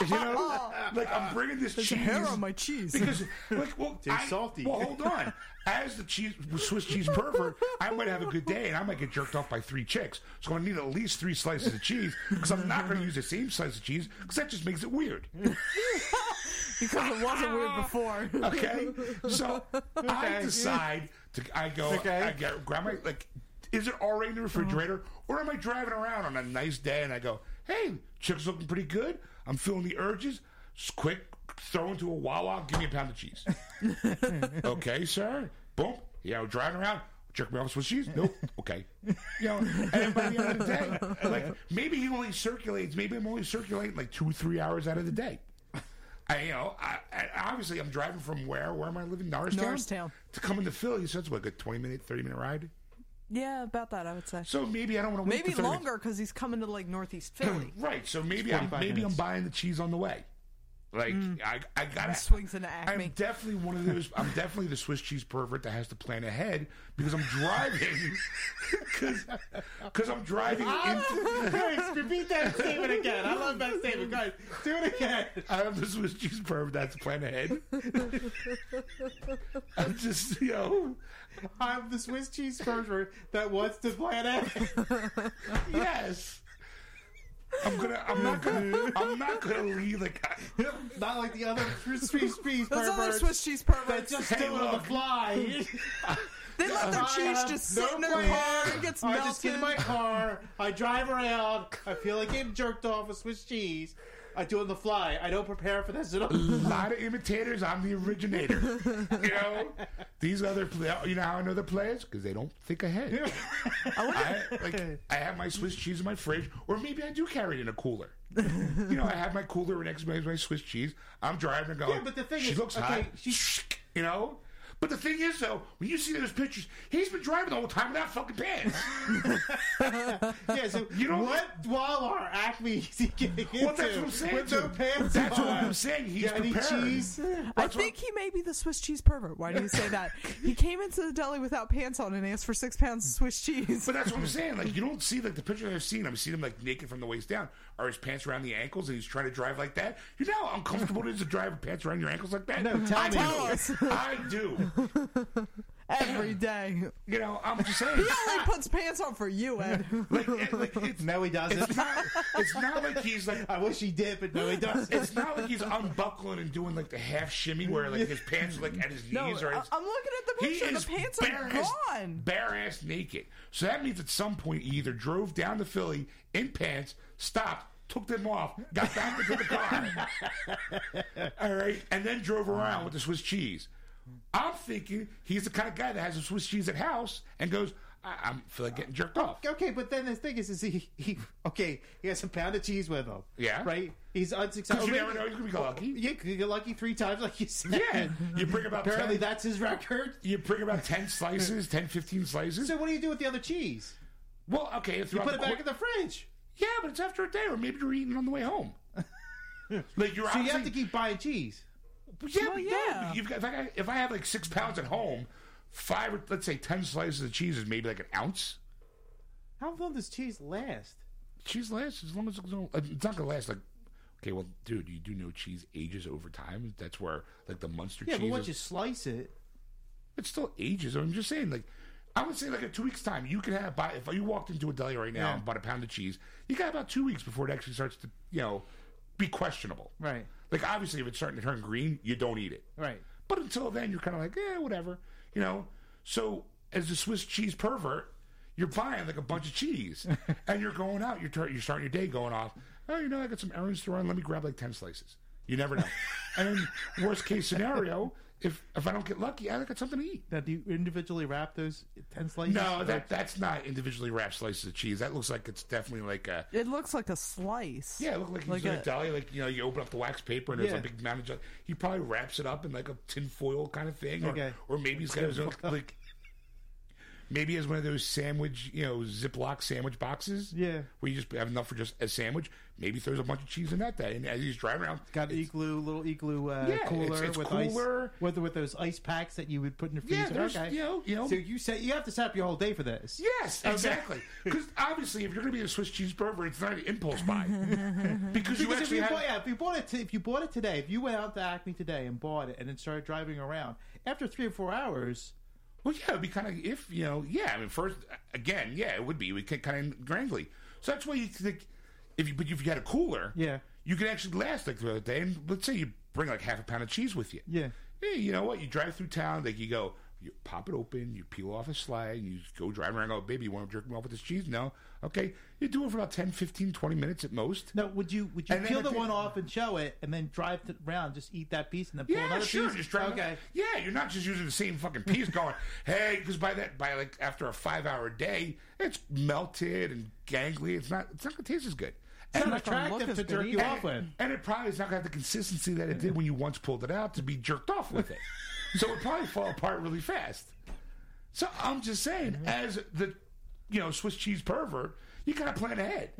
you know, like I'm bringing this cheese
hair on my cheese.
because,
[LAUGHS]
like, well,
Tastes
I-
salty.
Well, hold on. As the cheese Swiss cheese pervert, I might have a good day and I might get jerked off by three chicks. So I need at least three slices of cheese because I'm not going to use the same slice of cheese because that just makes it weird.
because it wasn't weird before.
Okay, so
[LAUGHS]
I decide to. I go.
Okay.
I get grab my like. Is it already in the refrigerator, or am I driving around on a nice day and I go, "Hey, chicken's looking pretty good. I'm feeling the urges. It's quick, throw into a Wawa. Give me a pound of cheese." okay, sir. Boom. You know, driving around. Jerk me off with Swiss cheese? Nope. Okay. You know, and then by the end of the day, like maybe he only circulates. Maybe I'm only circulating like two, three hours out of the day. I, you know, I, I, obviously I'm driving from where? Where am I living? Norristown.
Norristown.
To come into Philly, so it's like a 20 minute, 30 minute ride.
Yeah, about that I would say.
So maybe I don't want to wait.
Maybe
the 30
longer because he's coming to like Northeast Philly.
Right. So maybe I'm
45
maybe
minutes.
I'm buying the cheese on the way. Like
Mm.
I, I gotta
swings into Acme.
I'm definitely one of those. I'm definitely the Swiss cheese pervert that has to plan ahead because I'm driving. [LAUGHS] Because I'm driving into.
Guys, repeat that statement again. I love that statement, guys. Do it again.
I'm the Swiss cheese pervert that has to plan ahead. [LAUGHS] I'm just you know.
I'm the Swiss cheese pervert that wants to plan ahead.
[LAUGHS] Yes. I'm gonna. I'm not gonna. I'm not gonna leave. Like, I,
Not like the other [LAUGHS] Swiss cheese perverts.
Those other Swiss cheese perverts.
that [LAUGHS] just
Hey,
do it on the
look.
[LAUGHS] fly.
they let their
I
cheese
have
just
no
sit in their
plan.
car and gets
I
melted.
just get in my car. I drive around. I feel like getting jerked off with Swiss cheese. I do it on the fly. I don't prepare [LAUGHS] for this at all.
a lot of imitators. I'm the originator. You
[LAUGHS]
know, these other. pla- You know how I know they're players because they don't think ahead. I, like, I have my Swiss cheese in my fridge, or maybe I do carry it in a cooler. You know, I have my cooler and next to me is my Swiss cheese. I'm driving and going.
Yeah, but the thing
she
is,
looks
okay,
hot.
she-
you know. But the thing is, though, when you see those pictures, he's been driving the whole time without fucking
[LAUGHS]
pants.
Yeah, so
[LAUGHS] You don't-
what Walar Acme is he getting into?
Well, that's what I'm saying.
With
to
no
him.
pants
That's
on.
what I'm saying. He's
Got any
prepared.
cheese?
I
That's what-
think he may be the Swiss cheese pervert. Why do you say that? he came into the deli without pants on and asked for six pounds of Swiss
[LAUGHS]
cheese.
But that's what I'm saying. Like you don't see like the picture I've seen. I've seen him like naked from the waist down. Are his pants around the ankles and he's trying to drive like that? You know how uncomfortable it is to drive with pants around your ankles like that?
No, tell
I
me.
Do.
Tell us.
I do.
Every day.
You know, I'm just
[LAUGHS]
saying.
He
[LAUGHS]
only puts pants on for you, Ed.
Like, it- like, it's,
No, he doesn't.
it's not. It's not like he's like.
I wish he did, but [LAUGHS] no, he doesn't.
It's not like he's unbuckling and doing like the half shimmy where like his pants are like at his knees
No, uh, I- I'm
or
looking
his.
at the
He
picture. The
is
pants
bare
are
ass-
gone.
Bare ass naked. So that means at some point he either drove down to Philly in pants, stopped, took them off, got back into the car.
[LAUGHS]
All right. And then drove around with the Swiss cheese. I'm thinking he's the kind of guy that has a Swiss cheese at house and goes, I, I feel like getting jerked off.
Okay, but then the thing is, is he, he okay? He has a pound of cheese with him.
Yeah.
right. He's unsuccessful.
Because you
Maybe-
never know he's going to be lucky.
Yeah, you get lucky three times, like you said.
Yeah. You bring about
Oh, Apparently,
10,
that's his record.
you bring about 10 slices, 10, 15 slices.
So, what do you do with the other cheese?
well, okay.
You put it back in the fridge.
Yeah, but it's after a day, or maybe you're eating on the way
[LAUGHS]
home. like you're
So you
obviously-
have to keep buying cheese.
Yeah,
Well,
but
yeah.
yeah. You've got, if, I, if I have like six pounds at home, five or let's say ten slices of cheese is maybe like an ounce.
How long does cheese last?
Cheese lasts as long as it's, gonna- it's not gonna last. Like, okay, well, dude, you do know cheese ages over time. That's where like the Munster
Yeah,
cheese.
but once
is-
you slice it,
it still ages. I'm just saying, like, I would say, like, in two weeks' time, you could have, buy, if you walked into a deli right now
Yeah.
and bought a pound of cheese, you got about two weeks before it actually starts to, you know, be questionable.
Right.
Like, obviously, if it's starting to turn green, you don't eat it.
right?
But until then, you're kind of like, eh, whatever, you know. So, as a Swiss cheese pervert, you're buying like a bunch of cheese, and you're going out. You're tur you're starting your day going off. Oh, you know, I got some errands to run. Let me grab like ten slices. You never know. and then, worst case scenario, if if I don't get lucky, I got something to eat.
Now, do you individually wrap those ten slices?
No, that that's not individually wrapped slices of cheese. That looks like it's definitely like a
It looks like a slice.
yeah, it looked like he's
Like
in a,
a-
deli. Like you know, you open up the wax paper and there's
Yeah.
a big mountain. of- He probably wraps it up in like a tin foil kind of thing, or,
Okay.
or maybe he's got his own like. Maybe as one of those sandwich, you know, Ziploc sandwich boxes.
Yeah.
Where you just have enough for just a sandwich. Maybe throws a bunch of cheese in that day. And as he's driving around,
Got an
it's-
igloo, little igloo uh,
Yeah, it's-
cooler
it's
with
cooler.
ice, with with those ice packs that you would put in the
Yeah,
freezer.
there's,
okay.
you know, you know.
So you set you have to set up your whole day for this.
Yes, exactly. Because obviously, if you're going to be a Swiss cheeseburger, it's not an impulse buy. because you
Because if
actually
you,
have.
bought, yeah, if you bought it, t- if you bought it today, if you went out to Acme today and bought it, and then started driving around, after three or four hours,
Well, yeah, it'd be kind of if you know. Yeah, I mean, first again, yeah, it would be. We could kind of grangly. So that's why you think if you but if you had a cooler,
Yeah.
you could actually last like the other day. And let's say you bring like half a pound of cheese with you.
Yeah.
Hey, you know what? You drive through town, like you go, you pop it open, you peel off a slide, and you go drive around. And go, baby, you want to jerk me off with this cheese? No, okay. You do it for about 10, 15, 20 minutes at most.
no, would you would you
And then
peel
if
the
you-
one off and show it, and then drive to, around, just eat that piece, and then pull
Yeah,
another
sure.
piece?
Just try.
okay.
Yeah, you're not just using the same fucking piece. Going, hey, because by that, by like after a five hour day, it's melted and gangly. It's not. It's not gonna taste as good.
It's
And,
not
not
gonna look
attractive
as
to
good
jerk you
either.
off with.
and it probably is not gonna have the consistency that it did when you once pulled it out to be jerked off with it. so it probably fall apart really fast. So I'm just saying, as the you know Swiss cheese pervert, you gotta plan ahead.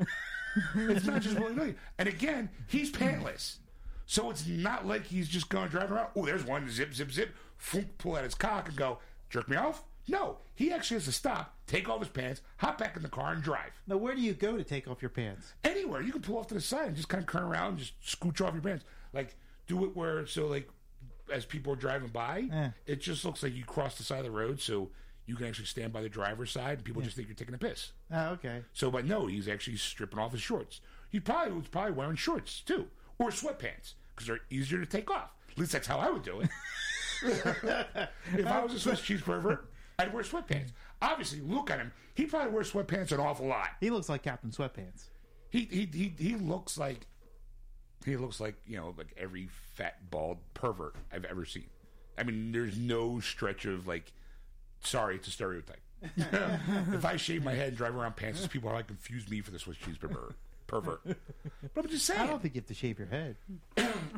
it's not just willy nilly. And again, he's pantless, so it's not like he's just going to drive around. Oh, there's one zip zip zip, Foom, pull out his cock and go jerk me off. No, he actually has to stop, take off his pants, hop back in the car, and drive
Now, where do you go to take off your pants?
anywhere. You can pull off to the side and just kind of turn around and just scooch off your pants. Like do it where so like as people are driving by,
Yeah.
it just looks like you cross the side of the road so you can actually stand by the driver's side and people just think you're taking a piss.
Oh, okay.
So but no, he's actually stripping off his shorts. He probably was probably wearing shorts too or sweatpants because they're easier to take off. At least that's how I would do it. if I was a Swiss cheese pervert, I'd wear sweatpants. Obviously, look at him. He probably wears sweatpants an awful lot
He looks like Captain Sweatpants.
he he he he looks like he looks like you know like every fat bald pervert I've ever seen. I mean, there's no stretch of like, sorry, it's a stereotype. [LAUGHS] if I shave my head and drive around pantsless, people are like confuse me for the Swiss cheese pervert. Pervert. But I'm just saying.
I don't think you have to shave your head.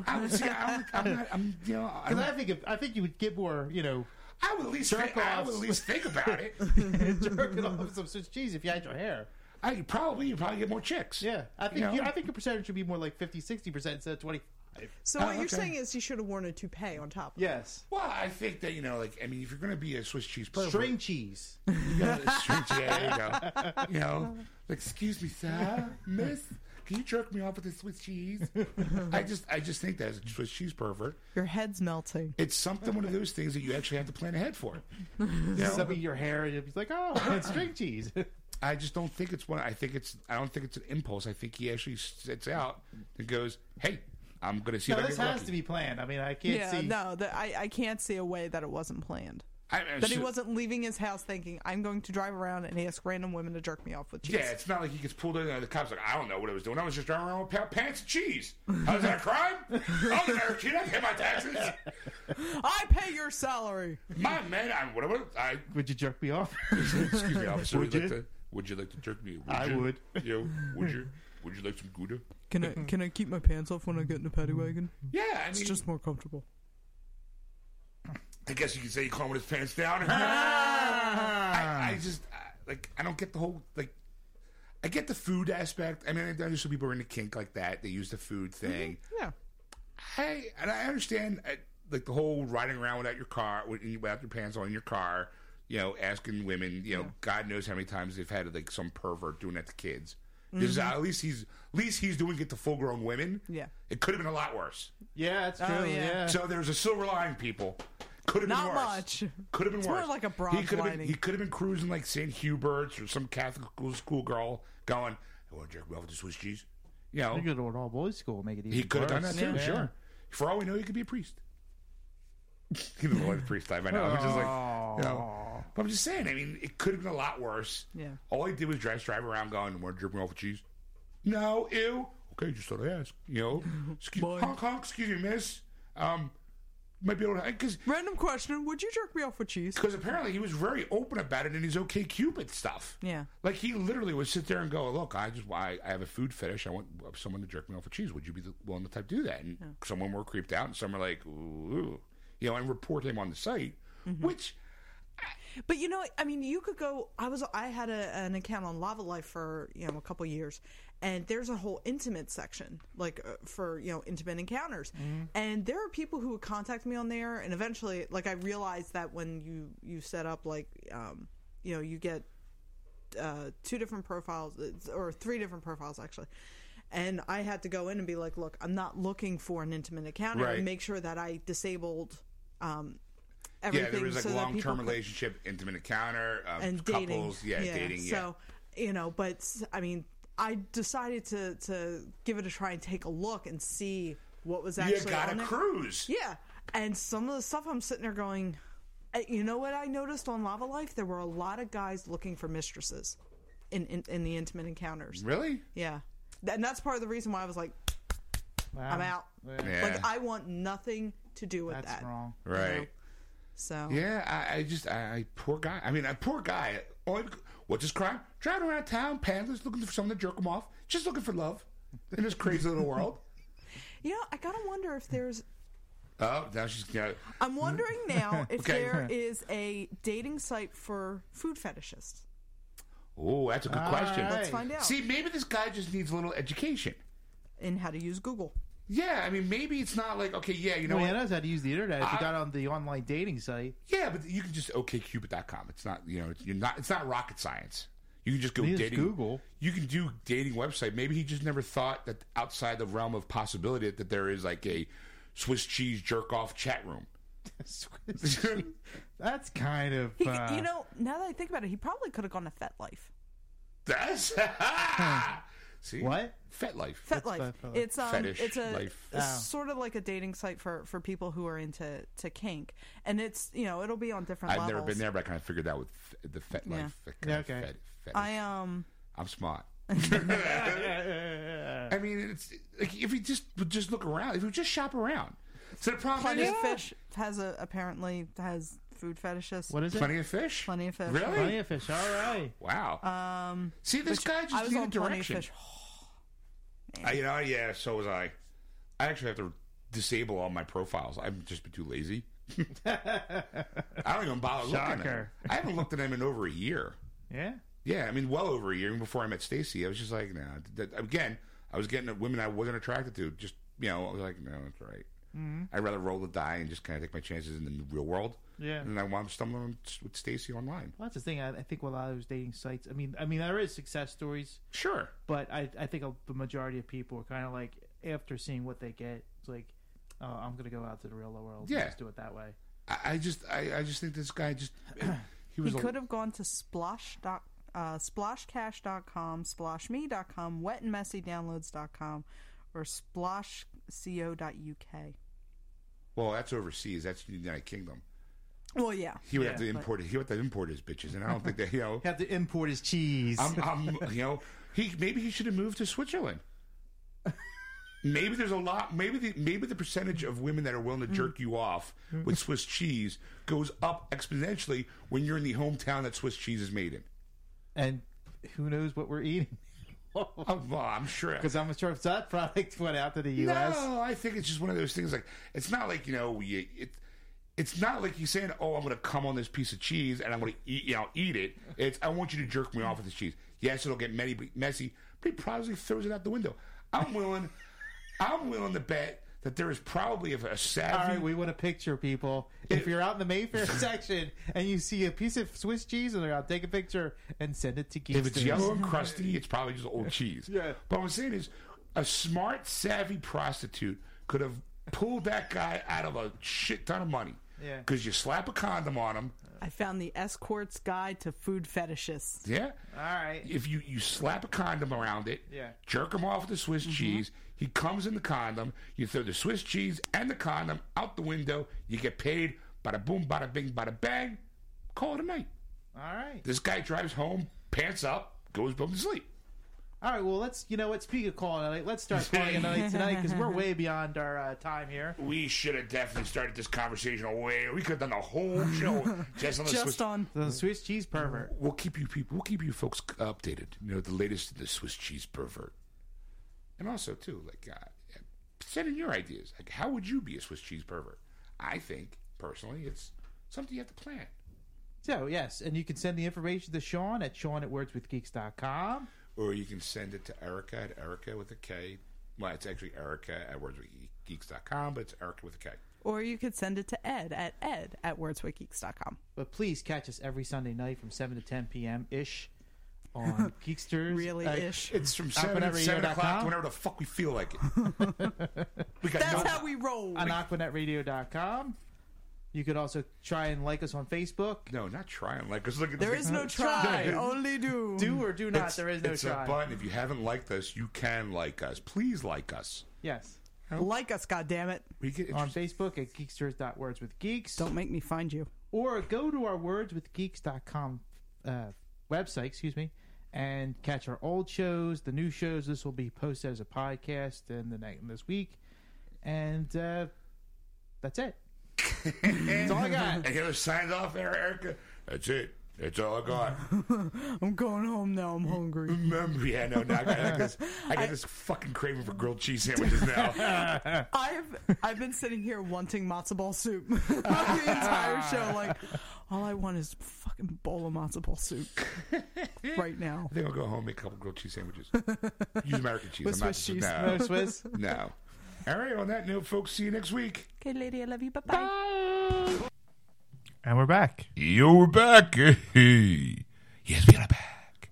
I would see, I don't- I'm, not, I'm, you know, I,
Because
don't-
I think if, I think you would get more, you [LAUGHS] know,
I would at least,
Jerk
think, I would
offs.
at least think about it.
[LAUGHS] jerking off some Swiss cheese if you had your hair.
I you probably, you probably get more chicks.
Yeah, I think
You know?
you- I think your percentage should be more like 50, 60 percent instead of twenty.
So
Oh,
what you're
okay.
saying is you should have worn a toupee on top. Of
Yes,
Well, I think that you know, like, I mean, if you're going to be a Swiss cheese pervert,
string cheese.
Yeah, it's true, yeah, there you go. You know, like, excuse me, sir, miss, can you jerk me off with the Swiss cheese? I just, I just think that as a Swiss cheese pervert,
Your head's melting.
it's something one of those things that you actually have to plan ahead for. You know,
Some of your hair, and it's like, oh,
[LAUGHS]
it's string cheese.
I just don't think it's one. I think it's, I don't think it's an impulse. I think he actually sits out and goes, "Hey, I'm going to see
no,
if I
this
get
has
lucky."
to be planned. I mean, I can't
yeah,
see.
no, that I, I can't see a way that it wasn't planned.
I- I-
That he
so-
wasn't leaving his house thinking, I'm going to drive around and ask random women to jerk me off with cheese.
Yeah, it's not like he gets pulled in and the cops like, I don't know what I was doing. I was just driving around with pa- pants and cheese. How's that a crime? Oh, I was an American. I pay my
[LAUGHS]
taxes.
I pay your salary.
My man, I, what, what, I
[LAUGHS] Would you jerk me off?
excuse me, officer.
Would
Would you
you?
like to, would you like to jerk me?
I
you?
would.
You know, would you? Would you like some gouda?
Can I can I keep my pants off when I get in a paddy wagon?
Yeah, I mean,
more comfortable.
I guess you could say he called with his pants
[LAUGHS]
down. I, I just I, like I don't get the whole like. I get the food aspect. I mean, I know some people are into kink like that. They use the food
Mm-hmm.
thing.
Yeah.
Hey, and I understand uh, like the whole riding around without your car, without your pants on in your car. You know, asking women. You know, God knows how many times they've had like some pervert doing that to kids. This is, at least he's at least he's doing it to full grown women.
Mm-hmm. Yeah.
it could have been a lot worse.
yeah, that's true.
Oh,
yeah.
yeah.
So there's a silver lining, people. Could have been
Not
worse.
much.
Could have been
It's
worse.
more like a bronze
he could have been,
lining.
he could have been cruising like St. Hubert's or some Catholic school girl going, "I want to jerk me off with the Swiss cheese." You know,
You could go to an all boys school, make it easy.
he could have done
worse.
that too,
Yeah.
sure. For all we know, he could be a priest. [LAUGHS] he doesn't like the priest type, I know. I'm just like, you know. But I'm just saying, I mean, it could have been a lot worse.
Yeah.
All he did was drive, drive around going, want to jerk me off with cheese? No, ew. Okay, just thought I asked. You know, excuse, honk, honk, excuse me, miss. Um, might be able to, because
Random question: Would you jerk me off with cheese?
because apparently he was very open about it in his OK Cupid stuff.
Yeah.
like he literally would sit there and go, "Look, I just I, I have a food fetish. I want uh, someone to jerk me off with cheese. Would you be the, willing to type do that?" And some someone were
Mm-hmm.
creeped out, and some were like, "Ooh," you know, and report him on the site, which
But you know, I mean, you could go. I was I had a, an account on Lava Life for you know a couple years, and there's a whole intimate section like uh, for you know intimate encounters,
Mm-hmm.
and there are people who would contact me on there, and eventually, like I realized that when you you set up like um, you know you get uh, two different profiles it's- or three different profiles actually. And I had to go in and be like, "Look, I'm not looking for an intimate encounter.
Right.
And make sure that I disabled um, everything."
Yeah, there was like
so that
long term
people could-
relationship, intimate encounter, um,
and dating.
couples. Yeah, dating. Yeah.
So, you know, but s- I mean, I decided to to give it a try and take a look and see what was actually
you got
on
to
there.
cruise.
Yeah, and some of the stuff I'm sitting there going, uh, you know what I noticed on Lava Life? There were a lot of guys looking for mistresses in in, in the intimate encounters.
Really?
Yeah, Th- and that's part of the reason why I was like,
Wow.
I'm out.
Yeah.
Like, I want nothing to do with
Oh, That's
that.
wrong.
right.
know? So
Yeah, I, I just, I, I poor guy. I mean, I poor guy. All, what's his crime? Driving around town, pandas, looking for someone to jerk him off, just looking for love in this crazy little
[LAUGHS]
world.
you know, I gotta wonder if there's
Oh, now she's got.
I'm wondering now if
Okay.
there is a dating site for food fetishists.
Oh, that's a good question.
Let's find out.
See, maybe this guy just needs a little education.
In how to use Google.
Yeah, I mean, maybe it's not like okay, yeah, you know,
Well, yeah,
what?
knows how to use the internet. If you
I-
got on the online dating
[LAUGHS]
site,
yeah, but you can just okcupid.com. It's not, you know, it's, you're not, it's not rocket science. You can just go
Neither is
dating.
Google.
You can do dating website. Maybe he just never thought that outside the realm of possibility that there is like a Swiss cheese jerk off chat room.
that's kind of
He,
uh,
you know, now that I think about it, he probably could have gone to FetLife.
[LAUGHS] That's [LAUGHS] see
what?
FetLife.
FetLife.
FetLife.
It's um,
Fetish
it's a
life.
it's
Oh.
sort of like a dating site for for people who are into to kink, and it's you know it'll be on different
I've
levels.
never been there, but I kind of figured that with f- the FetLife.
Yeah.
that kind of
Yeah, okay.
fet- fetish.
I um
I'm
[LAUGHS]
[LAUGHS]
smart. I mean, it's like if we just would just look around, if we just shop around. So the problem
plenty
is
of fish has a apparently has food fetishists.
What is it?
Plenty of fish.
Plenty of fish.
Really?
Plenty of fish. All right.
[LAUGHS] [LAUGHS] Wow.
Uh,
Um. See, this guy just
I was
needed
on plenty of
direction.
fish.
I, you know, yeah. So was I. I actually have to disable all my profiles. I've just been too lazy. [LAUGHS] I don't even bother looking Oh, at them.
Shocker.
I haven't looked at them in over a year.
Yeah.
Yeah, I mean, well over a year even before I met Stacy. I was just like, nah. That, again, I was getting at women I wasn't attracted to. Just you know, I was like, no, that's all right.
Mm-hmm.
I'd rather roll the die and just kind of take my chances in the real world.
Yeah.
And I wound up stumbling with Stacy online.
Well, that's the thing. I, I think with a lot of those dating sites. I mean, I mean, there is success stories,
Sure.
but I, I think a, the majority of people are kind of like after seeing what they get, it's like, oh, I'm gonna go out to the real world.
Yeah.
And just do it that way.
I, I just, I, I just think this guy just,
[CLEARS THROAT]
he was
He
a-
could have gone to splosh dot, uh, splashcash.com, splashme.com, wetandmessydownloads.com, or splashco.uk.
well, that's overseas. That's the United Kingdom.
Well, yeah.
He would
Yeah,
have to
but-
import it. He would have to import his bitches, and I don't think that you
[LAUGHS]
know.
Have to import his cheese.
I'm, I'm, you know, he maybe he should have moved to
[LAUGHS]
Switzerland. Maybe there's a lot. Maybe the maybe the percentage of women that are willing to
Mm.
jerk you off with Swiss cheese goes up exponentially when you're in the hometown that Swiss cheese is
[LAUGHS]
made in.
and who knows what we're eating? [LAUGHS]
Oh, well, I'm sure.
Because I'm sure if that product went out to the
No,
U.S.
I think it's just one of those things. Like it's not like you know, you, it, it's not like you saying, "Oh, I'm going to come on this piece of cheese and I'm going to eat, you know, eat it." It's I want you to jerk me off with this cheese. Yes, it'll get many, messy, but he probably throws it out the window. I'm willing, I'm willing to bet that there is probably a, a
All
savvy.
right, we want a picture, people. If you're out in
[LAUGHS]
the Mayfair section and you see a piece of Swiss cheese in there, I'll take a picture and send it to
if it's yellow
Geeksters.
and crusty, it's probably just old cheese.
Yeah.
But what I'm saying is, a smart, savvy prostitute could have pulled that guy out of a shit ton of money.
Yeah.
Because you slap a condom on him.
I found the Escort's Guide to Food Fetishists.
Yeah.
All right.
If you, you slap a condom around it,
Yeah.
jerk him off with the Swiss cheese, he comes in the condom, you throw the Swiss cheese and the condom out the window, you get paid, bada boom, bada bing, bada bang, call it a night.
All right.
This guy drives home, pants up, goes home to sleep.
All right. Well, let's, you know what, speak of calling tonight,
[LAUGHS]
let's start calling it night tonight because we're way beyond our uh, time here.
We should have definitely started this conversation away. We could have done the whole show just on the Swiss
Just on.
Mm-hmm.
The Swiss cheese pervert.
We'll keep you people. We'll keep you folks updated. You know the latest in the Swiss cheese pervert, and also too, like uh, send in your ideas. Like, how would you be a Swiss cheese pervert? I think personally, it's something you have to plan.
So, yes, and you can send the information to Sean at Sean at wordswithgeeks.com.
Or you can send it to Erica at Erica with a K. Well, it's actually Erica at e, wordswithgeeks.com, but it's Erica with a K.
Or you could send it to Ed at Ed at wordswithgeeks.com.
But please catch us every Sunday night from 7 to 10 p.m. ish on Geeksters.
Really
Uh,
ish.
It's from
Up and
7,
at
7
radio.com.
o'clock to whenever the fuck we feel like it. we got
That's
no-
how we roll.
on AquanetRadio.com. You could also try and like us on Facebook.
No, not trying. Like, cause look at
There
the-
is no try, only do.
Do or do not.
Mm. It's-
there is no
it's
try.
a button. If you haven't liked us, you can like us. Please like us.
Yes.
Like us, goddammit.
We get
On
interest-
Facebook at geeksters.wordswithgeeks.
Don't make me find you.
Or go to our wordswithgeeks.com uh, website, excuse me, and catch our old shows, the new shows. This will be posted as a podcast in the night this week. And
[LAUGHS]
uh, that's it. that's all I got.
and get signed off, Erica. That's it. That's all I got.
I'm going home now. I'm hungry.
Remember, yeah, no, no, I got, I got this. I got this fucking craving for grilled cheese sandwiches
[LAUGHS]
now.
I've I've been sitting here wanting matzo ball soup [LAUGHS] the entire show. Like, all I want is a fucking bowl of matzo ball soup right now.
I think I'll go home and make a couple grilled cheese sandwiches. Use American cheese.
With
I'm not
Swiss
just-
cheese.
No,
No Swiss.
no. All right. On that note, folks, see you next week.
Okay, lady, I love you. Bye bye.
And we're back.
Yo, we're back. [LAUGHS] Hey. Yes, we are back.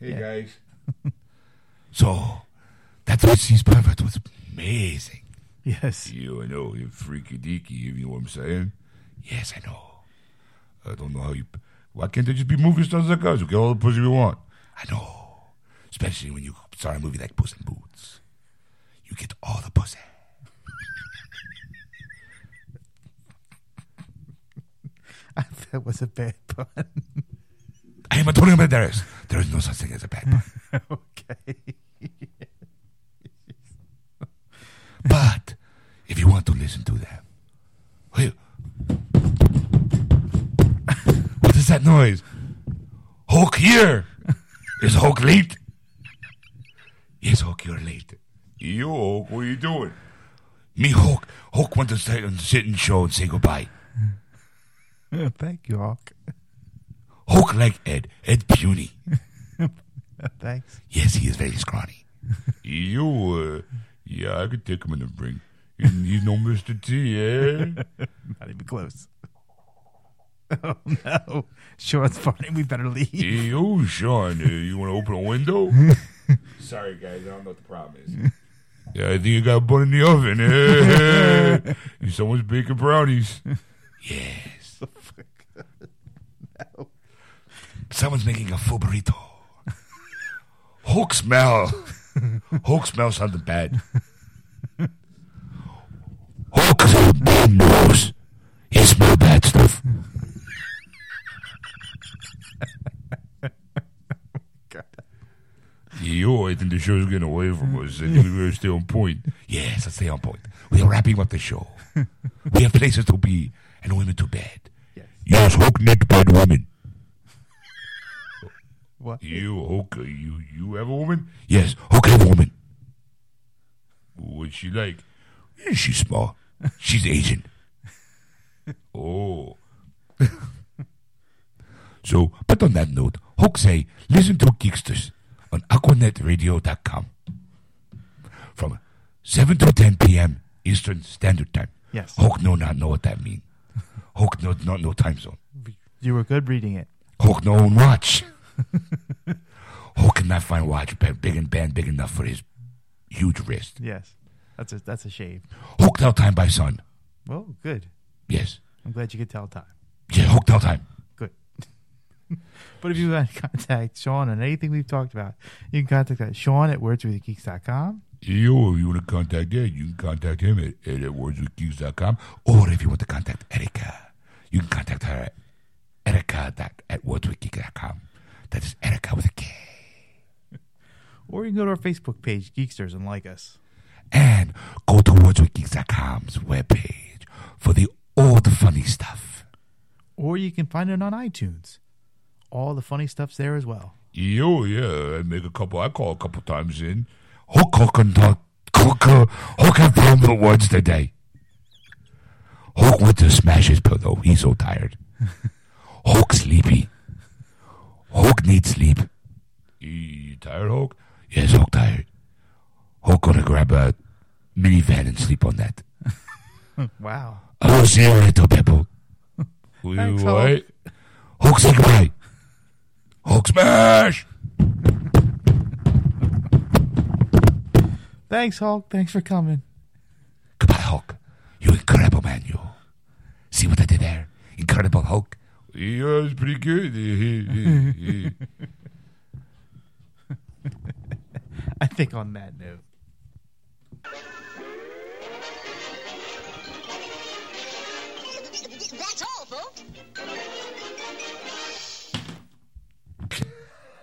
Hey guys.
[LAUGHS] So, that Swiss cheese perfect was amazing.
Yes. [LAUGHS]
You, I know, you're freaky deaky, if you know what I'm saying? Yes, I know. I don't know how you. Why can't they just be movie stars like us? We get all the pussy we want. I know. Especially when you start a movie like Puss in Boots. You get all the pussy.
That was a bad pun. [LAUGHS]
I am Antonio Banderas. There is no such thing as a bad pun.
okay. [LAUGHS]
But if you want to listen to them, Hey. what is that noise? Hulk here. Is Hulk late? Yes, Hulk, you're late. You, Hulk, what are you doing? Me, Hulk. Hulk wants to sit and sit and show and say goodbye.
Thank you, Hawk. [LAUGHS]
Hulk like Ed. Ed puny.
Thanks.
Yes, he is very scrawny. you, uh, yeah, I could take him in the ring. He's he's no Mr. T, eh?
Not even close. [LAUGHS] Oh no. Sean's farting. We better leave.
[LAUGHS]
Hey, yo, Sean, uh, you want to open a window?
Sorry, guys. I don't know what the problem is.
yeah, I think you got butt in the oven. [LAUGHS] eh? And Someone's baking brownies. Yes. Someone's making a full burrito. Hulk smell. Hulk smell something bad. Hulk has a bad nose. He smell bad stuff. Yo, I think the show's getting away from us. I think we're still on um point. Yes, let's stay on point. We are wrapping up the show. we have places to be and women to bed. Yes, Hulk need bed women.
What?
You Hulk? uh, You you have a woman? Yes, Hulk have a woman. What's she like? Eh, She's small. She's Asian. oh. So, but on that note, Hulk say, listen to Geeksters on AquanetRadio.com from 7 to 10 p.m. Eastern Standard Time.
Yes.
Hulk no not know what that mean. Hulk no not know time zone.
You were good reading it.
Hulk no own watch. Hulk cannot find watch ba- big and band big enough for his huge wrist.
Yes. That's a that's a shame.
Hulk tell time by sun.
Well, good.
Yes.
I'm glad you could tell time.
Yeah, Hulk tell time.
Good. but if you want to [LAUGHS] contact Sean on anything we've talked about, you can contact us, Sean at wordswithgeeks.com.
Yo, if you want to contact Ed, you can contact him at ed at wordswithgeeks.com. Or if you want to contact Erica, you can contact her at erica dot- at wordswithgeeks.com. That is Erica with a K.
Or you can go to our Facebook page, Geeksters, and like us.
And go to wordswithgeeks.com's webpage for the old funny stuff.
Or you can find it on iTunes. All the funny stuff's there as well.
Yo, yeah, I make a couple, I call a couple times in. Hulk, Hulk, and uh, Hulk, Hulk, Hulk have found the words [LAUGHS] today. Hulk went to smash his pillow. He's so tired. Hulk sleepy. Hulk needs sleep. You, you tired, Hulk? Yes, Hulk tired. Hulk gonna grab a minivan and sleep on that.
Wow.
I will see you later, Pebble. We
Thanks,
what? Hulk say goodbye. Hulk smash!
Thanks, Hulk. Thanks for coming.
Goodbye, Hulk. You incredible man, you. See what I did there? Incredible Hulk. Yeah, it was pretty good.
I think on that note,